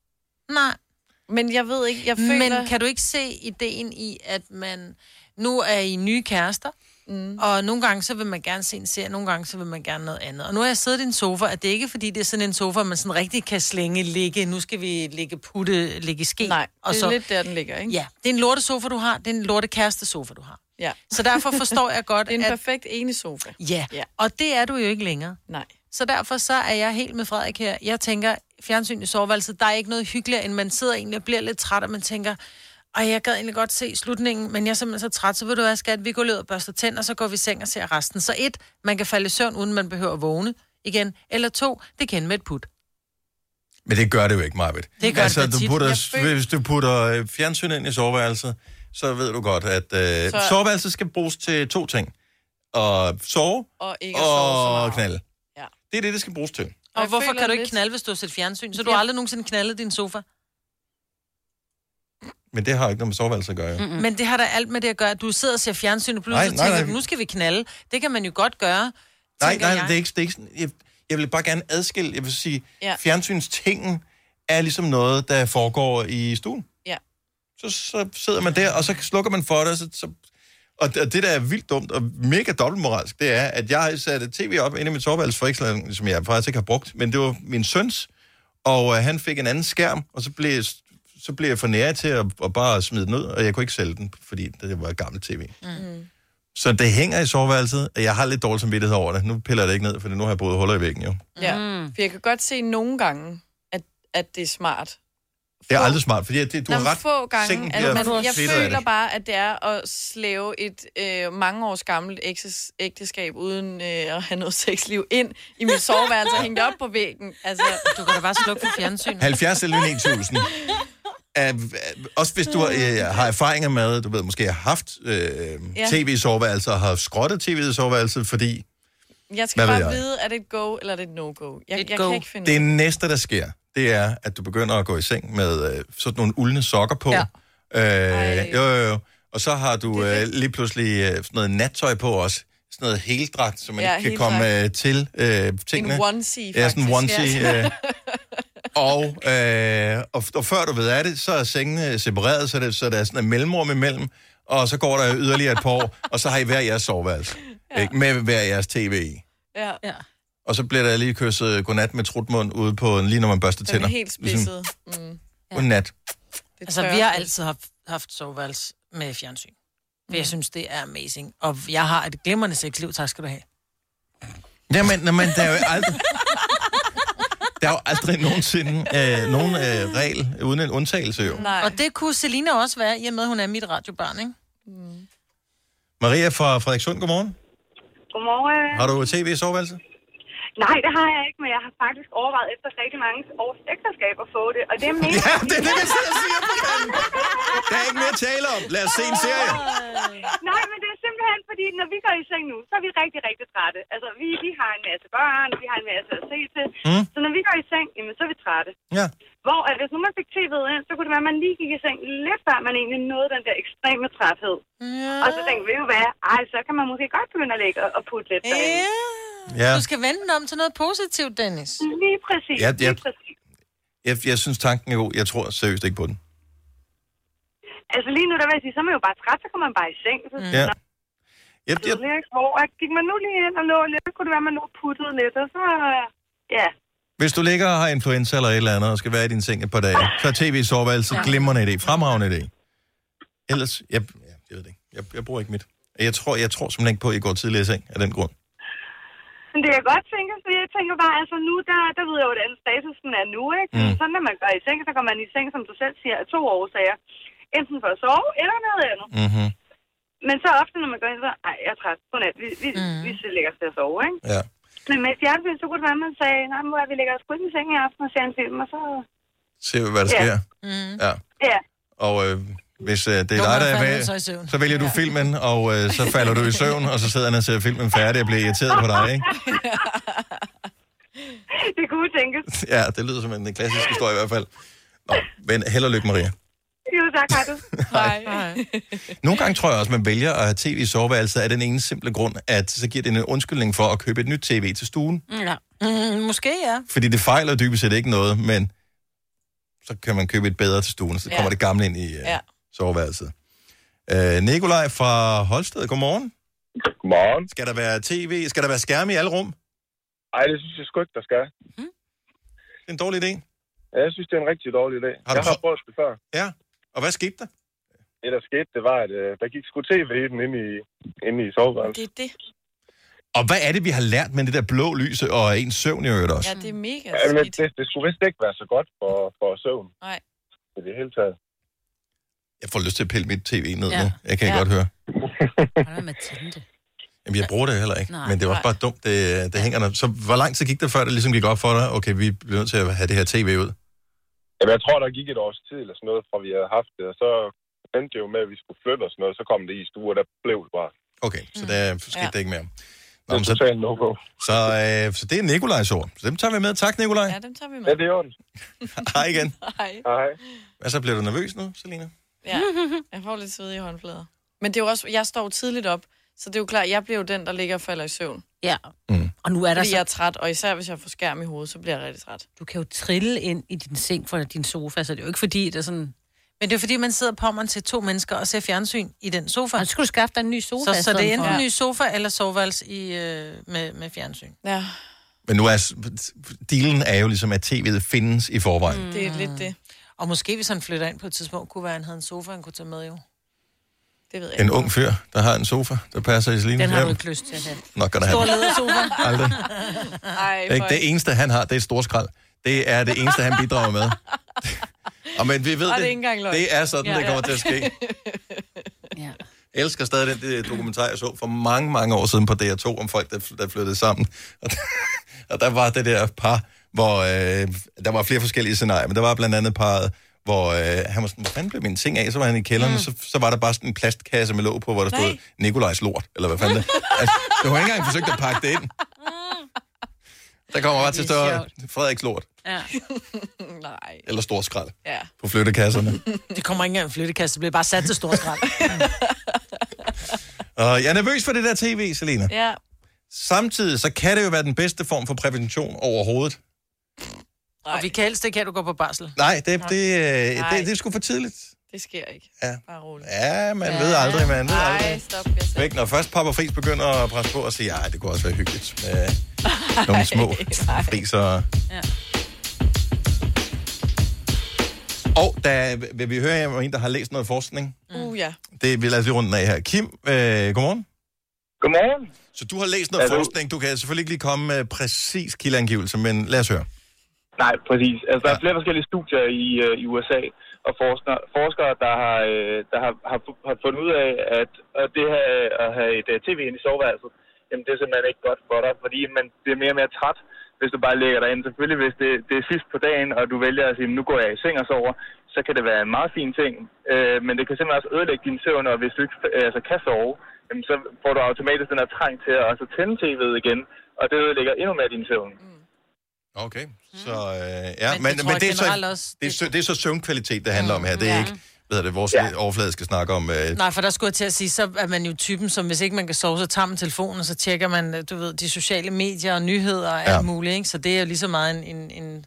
Speaker 2: Nej.
Speaker 4: Men jeg ved ikke, jeg føler-
Speaker 2: Men kan du ikke se ideen i, at man... Nu er I nye kærester,
Speaker 4: mm.
Speaker 2: og nogle gange så vil man gerne se en serie, nogle gange så vil man gerne noget andet. Og nu har jeg siddet i en sofa, og det er ikke fordi, det er sådan en sofa, man sådan rigtig kan slænge, ligge, nu skal vi ligge putte, ligge ske. Nej, og
Speaker 4: det er
Speaker 2: så,
Speaker 4: lidt der, den ligger, ikke?
Speaker 2: Ja, det er en lorte sofa, du har, det er en lorte kæreste sofa, du har.
Speaker 4: Ja.
Speaker 2: Så derfor forstår jeg godt,
Speaker 4: Det er en
Speaker 2: at-
Speaker 4: perfekt ene sofa.
Speaker 2: Ja, ja. og det er du jo ikke længere.
Speaker 4: Nej.
Speaker 2: Så derfor så er jeg helt med Frederik her. Jeg tænker, fjernsyn i soveværelset, der er ikke noget hyggeligere, end man sidder egentlig og bliver lidt træt, og man tænker, og jeg gad egentlig godt se slutningen, men jeg er simpelthen så træt, så ved du hvad, skat, vi går ned og børster tænder, og så går vi i seng og ser resten. Så et, man kan falde i søvn, uden man behøver at vågne igen. Eller to, det kan ende med et put.
Speaker 1: Men det gør det jo ikke, Marvitt.
Speaker 2: Det gør
Speaker 1: altså,
Speaker 2: det da
Speaker 1: du
Speaker 2: tit. Jeg
Speaker 1: putter,
Speaker 2: føler-
Speaker 1: Hvis du putter øh, fjernsyn ind i soveværelset, så ved du godt, at øh,
Speaker 4: Så-
Speaker 1: soveværelset skal bruges til to ting. At sove
Speaker 4: Og ikke at sove så
Speaker 1: og
Speaker 4: meget.
Speaker 1: knalde.
Speaker 4: Ja.
Speaker 1: Det er det, det skal bruges til.
Speaker 2: Og,
Speaker 4: jeg
Speaker 2: hvorfor
Speaker 4: føler
Speaker 2: kan du ikke
Speaker 4: lidt-
Speaker 2: knalde, hvis du har set fjernsyn? Så du har aldrig nogensinde knaldet din sofa.
Speaker 1: Men det har ikke noget med soveværelset at gøre. jo.
Speaker 2: Mm-mm. Men det har da alt med det at gøre, at du sidder og ser fjernsyn, og
Speaker 1: Nej,
Speaker 2: pludselig nej,
Speaker 1: nej,
Speaker 2: tænker,
Speaker 1: nej.
Speaker 2: nej. nu skal vi knalde. Det kan man jo godt gøre.
Speaker 1: Nej,
Speaker 2: tænker
Speaker 1: nej,
Speaker 2: jeg.
Speaker 1: det er ikke, det er ikke sådan. Jeg, Jeg vil bare gerne adskille, jeg vil sige,
Speaker 4: Ja.
Speaker 1: ja. fjernsynstingen er ligesom noget, der foregår i stuen.
Speaker 4: Ja.
Speaker 1: Så, så sidder man der, og så slukker man for det, og, så, så, og, det, og det, der er vildt dumt og mega dobbeltmoralsk, det er, at jeg satte tv op inde i mit soveværelse for ikke så længe, som jeg faktisk ikke har brugt, men det var min søns, og øh, han fik en anden skærm, og så blev, så blev jeg for nære til at, at bare smide den ud, og jeg kunne ikke sælge den, fordi det var gammel tv.
Speaker 19: Mm.
Speaker 1: Så det hænger i soveværelset, og jeg har lidt dårlig samvittighed over det. Nu piller jeg det ikke ned, for nu har jeg både huller i væggen jo.
Speaker 4: Ja,
Speaker 2: Mm.
Speaker 4: for jeg kan godt se nogle gange, at, at det er smart.
Speaker 1: Det er aldrig smart, fordi det, du har
Speaker 4: Nå, men
Speaker 1: ret.
Speaker 4: få gange.
Speaker 1: Sengen
Speaker 4: Altså,
Speaker 1: bliver
Speaker 4: man, jeg
Speaker 1: fedtet af
Speaker 4: føler
Speaker 1: det.
Speaker 4: bare, at det er at slæve et øh, mange års gammelt ægtes- ægteskab, uden øh, at have noget sexliv ind i mit soveværelse og hængt op på væggen. Altså,
Speaker 2: du kan da bare slukke for fjernsynet.
Speaker 1: 70 eller 1000. Er- er- Også hvis du øh, har erfaringer med, du ved, måske har haft øh,
Speaker 4: Ja.
Speaker 1: tv i soveværelset, og har skrottet tv i soveværelset, fordi
Speaker 4: Jeg
Speaker 1: Hvad
Speaker 4: skal
Speaker 1: ved
Speaker 4: bare
Speaker 1: jeg?
Speaker 4: vide, er det et go eller er det et no-go? Jeg, jeg
Speaker 1: go.
Speaker 4: kan ikke finde
Speaker 1: det næste, der sker, det er, at du begynder at gå i seng med øh, sådan nogle uldne sokker på.
Speaker 4: Ja.
Speaker 1: Ja. Øh, jo, jo, jo. Og så har du øh, lige pludselig øh, sådan noget nattøj på også. Sådan noget heldragt, som man
Speaker 4: Ja,
Speaker 1: ja, ikke kan
Speaker 4: heldragt.
Speaker 1: komme øh, til øh, tingene.
Speaker 4: En onesie,
Speaker 1: Ja, sådan en
Speaker 4: faktisk, ja.
Speaker 1: onesie. Øh, og, øh, og, f- og før du ved af det, så er sengene separeret, så, det, så der er sådan et mellemrum imellem, og så går der yderligere et par år, og så har I hver jeres soveværelse. Ja. Ikke? Med hver jeres tv i.
Speaker 4: Ja.
Speaker 3: ja.
Speaker 1: Og så bliver der lige kysset godnat med trutmund ude på, lige når man børster
Speaker 2: Den
Speaker 1: tænder.
Speaker 2: er
Speaker 1: Ligesom
Speaker 2: helt spidset.
Speaker 4: Mm.
Speaker 1: Godnat.
Speaker 2: Altså, vi har altid haft, haft soveværelse med fjernsyn. For jeg synes, det er amazing. Og jeg har et glimrende sexliv, tak skal du have.
Speaker 1: Jamen, jamen, der er jo aldrig... Der er jo aldrig nogensinde øh, nogen øh, regel uden en undtagelse, jo.
Speaker 2: Nej. Og det kunne Selina også være, i og med, at hun er mit radiobarn, ikke?
Speaker 1: Maria fra Frederikssund, godmorgen.
Speaker 19: Godmorgen.
Speaker 1: Har du tv i soveværelset?
Speaker 19: Nej, det har jeg ikke, men jeg har faktisk overvejet efter rigtig mange års ægteskab at få det, og det er mega...
Speaker 1: Ja, det er det, vi sidder og siger på fanden. Der er ikke mere at tale om. Lad os se en serie.
Speaker 19: Nej, men det er simpelthen fordi, når vi går i seng nu, så er vi rigtig, rigtig trætte. Altså, vi, vi har en masse børn, vi har en masse at se til.
Speaker 1: Mm.
Speaker 19: Så når vi går i seng, jamen, så er vi trætte.
Speaker 1: Ja.
Speaker 19: Hvor at hvis nu man fik tv'et ind, så kunne det være, at man lige gik i seng lidt før man egentlig nåede den der ekstreme træthed.
Speaker 2: Ja.
Speaker 19: Og så tænkte vi jo, hvad? Ej, så kan man måske godt begynde at ligge og- og putte lidt derinde.
Speaker 1: Ja.
Speaker 2: Du skal vende den om til noget positivt, Dennis.
Speaker 19: Lige præcis.
Speaker 1: Ja, ja. Jeg, jeg synes, tanken er god. Jeg tror seriøst ikke på den.
Speaker 19: Altså lige nu, der vil jeg sige, så er man jo bare træt, så kommer man bare i seng. Så,
Speaker 1: Ja.
Speaker 19: så-
Speaker 1: Jeg, jeg,
Speaker 19: Hvor at gik man nu lige ind og lå lidt, så kunne det være, at man lå puttet lidt, og så... Ja,
Speaker 1: hvis du ligger og har influenza eller et eller andet, og skal være i din seng et par dage, så er tv i soveværelset
Speaker 19: Ja.
Speaker 1: glimrende idé. Fremragende idé. Ellers, jeg, ja, jeg ved det ikke. Jeg, jeg bruger ikke mit. Jeg tror, jeg tror simpelthen ikke på, at I går tidligere i seng af den grund.
Speaker 19: men det kan jeg godt tænke, for jeg tænker bare, altså nu, der, der ved jeg jo, hvordan statusen er nu, ikke? Mm.
Speaker 1: Mm.
Speaker 19: Sådan, når man går i seng, så går man i seng, som du selv siger, af to årsager. Enten for at sove, eller noget andet.
Speaker 1: Mm-hmm.
Speaker 19: Men så ofte, når man går ind, så, ej, jeg er træt, godnat, vi, vi, mm. vi lægger os til at sove, ikke?
Speaker 1: Ja.
Speaker 19: Men med et fjernsyn, så kunne det være, at man sagde, nej, mor, vi lægger os kun i seng i aften og ser en film, og så...
Speaker 1: Se, hvad der
Speaker 19: Ja.
Speaker 1: sker.
Speaker 2: Mm.
Speaker 1: Ja.
Speaker 19: Ja,
Speaker 1: Og øh, hvis øh, det er dig, der
Speaker 2: Dummere
Speaker 1: er
Speaker 2: falder
Speaker 1: med,
Speaker 2: så i
Speaker 1: så,
Speaker 2: søvn.
Speaker 1: vælger du filmen, og øh, så falder du i søvn, og så sidder han og ser filmen færdig og bliver irriteret på dig, ikke?
Speaker 19: det kunne tænkes.
Speaker 1: Ja, det lyder som en klassisk historie i hvert fald. Nå, men held og lykke, Maria.
Speaker 19: Jo, tak, har du. Hej.
Speaker 1: Nogle gange tror jeg også, man vælger at have tv i soveværelset af den ene simple grund, at så giver det en undskyldning for at købe et nyt tv til stuen.
Speaker 3: Ja.
Speaker 2: Mm, måske, ja.
Speaker 1: Fordi det fejler dybest set ikke noget, men så kan man købe et bedre til stuen, så
Speaker 2: Ja.
Speaker 1: kommer det gamle ind i øh,
Speaker 2: Ja.
Speaker 1: soveværelset. Øh, Nikolaj fra Holsted, godmorgen.
Speaker 20: Godmorgen.
Speaker 1: Skal der være tv? Skal der være skærme i alle rum? Mm.
Speaker 20: Nej, det synes jeg sgu ikke, der skal.
Speaker 1: Det er en dårlig idé.
Speaker 20: Ja, jeg synes, det er en rigtig dårlig idé.
Speaker 1: Har
Speaker 20: Har
Speaker 1: du
Speaker 20: jeg har prøvet det før.
Speaker 1: Ja, og hvad skete der?
Speaker 20: Det, der skete, det var, at øh, der gik sgu tv i den inde i, inde i soveværelset.
Speaker 4: Det er det.
Speaker 1: Og hvad er det, vi har lært med det der blå lys og ens søvn i øvrigt også?
Speaker 4: Ja, det er mega
Speaker 20: Ja, men
Speaker 4: skidt.
Speaker 20: det, det skulle vist ikke være så godt for, for søvn
Speaker 4: Nej.
Speaker 20: i det hele taget.
Speaker 1: Jeg får lyst til at pille mit tv ned
Speaker 20: Ja.
Speaker 1: ja. nu. Jeg kan
Speaker 20: Ja.
Speaker 1: ja. godt høre.
Speaker 3: Hvad med tænde?
Speaker 1: Jamen, jeg bruger det heller ikke.
Speaker 3: Nej.
Speaker 1: Nej, men det var også
Speaker 3: Nej.
Speaker 1: bare dumt, det, det hænger der. Så hvor lang tid gik det, før det ligesom gik op for dig? Okay, vi bliver nødt til at have det her tv ud.
Speaker 20: Jamen, jeg tror, der gik et års tid eller sådan noget, fra vi havde haft det, og så endte det jo med, at vi skulle flytte og sådan noget, så kom det i stue, og der blev det bare.
Speaker 1: Okay, så der skete ja. det ikke mere.
Speaker 20: Det er
Speaker 1: men
Speaker 20: totalt no-go.
Speaker 1: Så, øh, så det er Nikolajs ord. Så dem tager vi med. Tak, Nikolaj.
Speaker 4: Ja, dem tager vi med.
Speaker 20: Ja, det er orden.
Speaker 1: Hej igen.
Speaker 4: Hej.
Speaker 20: Hej.
Speaker 1: Hvad så, bliver du nervøs nu, Selina?
Speaker 4: Ja, jeg får lidt sved i håndflader. Men det er jo også, jeg står jo tidligt op, Så det er jo klart, jeg bliver jo den, der ligger og falder i søvn.
Speaker 3: Ja. Mm. Og nu er der
Speaker 4: Fordi
Speaker 3: så-
Speaker 4: jeg er træt, og især hvis jeg får skærm i hovedet, så bliver jeg rigtig træt.
Speaker 3: Du kan jo trille ind i din seng fra din sofa, så det er jo ikke fordi, det er sådan...
Speaker 2: Men det er fordi, man sidder på man til to mennesker og ser fjernsyn i den sofa. Og
Speaker 3: så skulle du skaffe dig en ny sofa
Speaker 2: Så,
Speaker 3: i
Speaker 2: så det
Speaker 3: stedet
Speaker 2: er enten
Speaker 3: for.
Speaker 2: en ny sofa eller soveværelse i, øh, med, med fjernsyn.
Speaker 4: Ja.
Speaker 1: Men nu er... s- Dealen er jo ligesom, at tv'et findes i
Speaker 2: Mm.
Speaker 1: forvejen.
Speaker 4: Det er lidt det.
Speaker 2: Og måske hvis han flytter ind på et tidspunkt, kunne være, at han havde en sofa, han kunne tage med jo.
Speaker 4: Det ved jeg
Speaker 1: En ung fyr, der har en sofa, der passer i Selines
Speaker 2: Den har du
Speaker 1: hjem.
Speaker 2: ikke lyst til at have.
Speaker 1: Not gonna happen. Aldrig.
Speaker 4: Ej,
Speaker 1: Det, er ikke, det eneste, han har, det er et storskrald. Det er det eneste, han bidrager med. Og men vi ved
Speaker 4: Og det er
Speaker 1: det,
Speaker 4: ikke engang løgn.
Speaker 1: det er sådan,
Speaker 4: Ja,
Speaker 1: ja, det
Speaker 4: ja.
Speaker 1: kommer til at ske. Jeg elsker stadig den det dokumentar, jeg så for mange, mange år siden på DR2, om folk, der, der flyttede sammen. Og der, og der var det der par, hvor øh, der var flere forskellige scenarier, men der var blandt andet parret, hvor øh, han var sådan, hvad fanden blev mine ting af? Så var han i kælderen, mm. og så, så var der bare sådan en plastkasse med låg på, hvor der stod
Speaker 4: Nej.
Speaker 1: Nikolajs lort, eller hvad fanden det altså, Du har ikke engang forsøgt at pakke det ind. Der kommer ret til
Speaker 4: det er
Speaker 1: større Frederiks lort,
Speaker 3: Ja.
Speaker 4: Nej.
Speaker 1: eller stor skrald
Speaker 4: Ja.
Speaker 1: på flyttekasserne.
Speaker 2: Det kommer ikke engang en flyttekasse, det bliver bare sat til stor skrald.
Speaker 1: Og jeg er nervøs for det der tv, Selena.
Speaker 4: Ja.
Speaker 1: Samtidig så kan det jo være den bedste form for prævention overhovedet.
Speaker 2: Og vi kan helst ikke have, at du går på barsel.
Speaker 1: Nej, det, det, øh,
Speaker 2: Nej.
Speaker 1: det, det er sgu for tidligt.
Speaker 4: Det sker ikke.
Speaker 1: Ja.
Speaker 4: Bare roligt.
Speaker 1: Ja, man ved aldrig, man ved
Speaker 4: Nej,
Speaker 1: aldrig.
Speaker 4: stop. Jeg
Speaker 1: Væk, når først Papa Fris begynder at presse på og sige, at det kunne også være hyggeligt med nogle små friser.
Speaker 3: Ja.
Speaker 1: Og der vil vi høre om en, der har læst noget forskning.
Speaker 4: Uh, ja.
Speaker 1: Det vil lade os lige rundt af her. Kim, øh, godmorgen.
Speaker 10: Godmorgen.
Speaker 1: Så du har læst noget
Speaker 10: Hallo.
Speaker 1: forskning. Du kan selvfølgelig ikke lige komme med præcis kildeangivelse, men lad os høre.
Speaker 10: Nej, præcis. Altså, der er flere forskellige studier i, øh, i USA og forskere, forskere der, har, øh, der har, har, fu- har fundet ud af, at, at det her øh, at have et øh, tv ind i soveværelset, jamen det er simpelthen ikke godt for dig, fordi man bliver mere og mere træt, hvis du bare lægger dig ind. Selvfølgelig, hvis det, det er sidst på dagen, og du vælger at sige, nu går jeg i seng og sover, så kan det være en meget fin ting, øh, men det kan simpelthen også ødelægge din søvn, og hvis du ikke øh, altså, kan sove, jamen, så får du automatisk den her trang til at altså, tænde tv'et igen, og det ødelægger endnu mere din søvn.
Speaker 1: Okay,
Speaker 2: Mm.
Speaker 1: så øh, ja,
Speaker 10: Men
Speaker 1: men,
Speaker 10: det tror
Speaker 1: men,
Speaker 10: jeg
Speaker 1: det, er
Speaker 10: generelt
Speaker 1: så,
Speaker 2: også-
Speaker 1: det, er, sø- det er så søvnkvalitet, det handler om her. Det er
Speaker 2: Ja.
Speaker 1: ikke, hvad er det, vores ja. overflade skal snakke om. Øh,
Speaker 2: Nej, for der skulle jeg til at sige, så er man jo typen, som hvis ikke man kan sove, så tager man telefonen, og så tjekker man, øh, du ved, de sociale medier og nyheder og alt
Speaker 10: Ja.
Speaker 2: muligt, ikke? Så det er jo lige så meget en... en, en...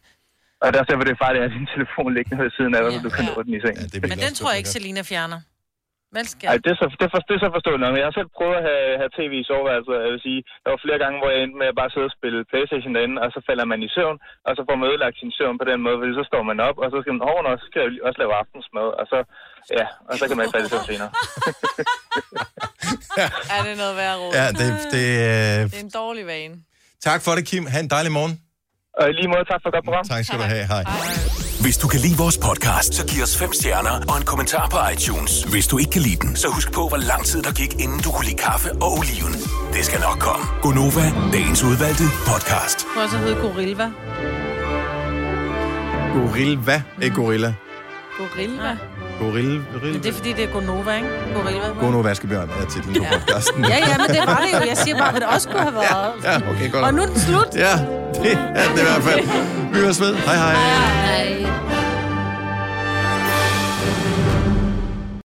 Speaker 10: Og der ser vi det er farligt at have din telefon liggende ved siden af, dig, så du kan nå den i sengen. Ja,
Speaker 2: Men den tror jeg ikke, Selina fjerner. Vel skal
Speaker 10: Ej, det er så, det er, for, det er så forståeligt. nok. Jeg har selv prøvet at have, have tv i soveværelset. Jeg vil sige, der var flere gange, hvor jeg endte med at bare sidde og spille Playstation derinde, og så falder man i søvn, og så får man ødelagt sin søvn på den måde, fordi så står man op, og så skal man over, og så skal jeg også lave aftensmad, og så, ja, og så kan man falde i søvn senere.
Speaker 4: Er det noget værre råd?
Speaker 1: Ja, det, det, øh,
Speaker 4: Det er en dårlig vane.
Speaker 1: tak for det, Kim. Ha' en dejlig morgen.
Speaker 10: Og Øh, lige måde, tak for godt program.
Speaker 1: Tak skal du have. Hej.
Speaker 11: Hvis du kan lide vores podcast, så giv os fem stjerner og en kommentar på iTunes. Hvis du ikke kan lide den, så husk på, hvor lang tid der gik, inden du kunne lide kaffe og oliven. Det skal nok komme. Gonova, dagens udvalgte podcast.
Speaker 2: Du også hedde Gorilva.
Speaker 1: Gorilla,
Speaker 2: Mm.
Speaker 1: ikke gorilla.
Speaker 2: Gorilva? Ja.
Speaker 1: Gorilla,
Speaker 2: Men det er
Speaker 1: gorilla.
Speaker 2: fordi, det er Gonova, ikke? Gorilva.
Speaker 1: Gono Vaskebjørn er titlen på podcasten.
Speaker 2: Ja, ja, men det var det jo. Jeg siger bare, hvad det også kunne have været.
Speaker 1: Ja, okay, godt.
Speaker 2: Og nu er den slut.
Speaker 1: Ja, det er det i hvert fald. Vi høres ved. Hej, hej. hej.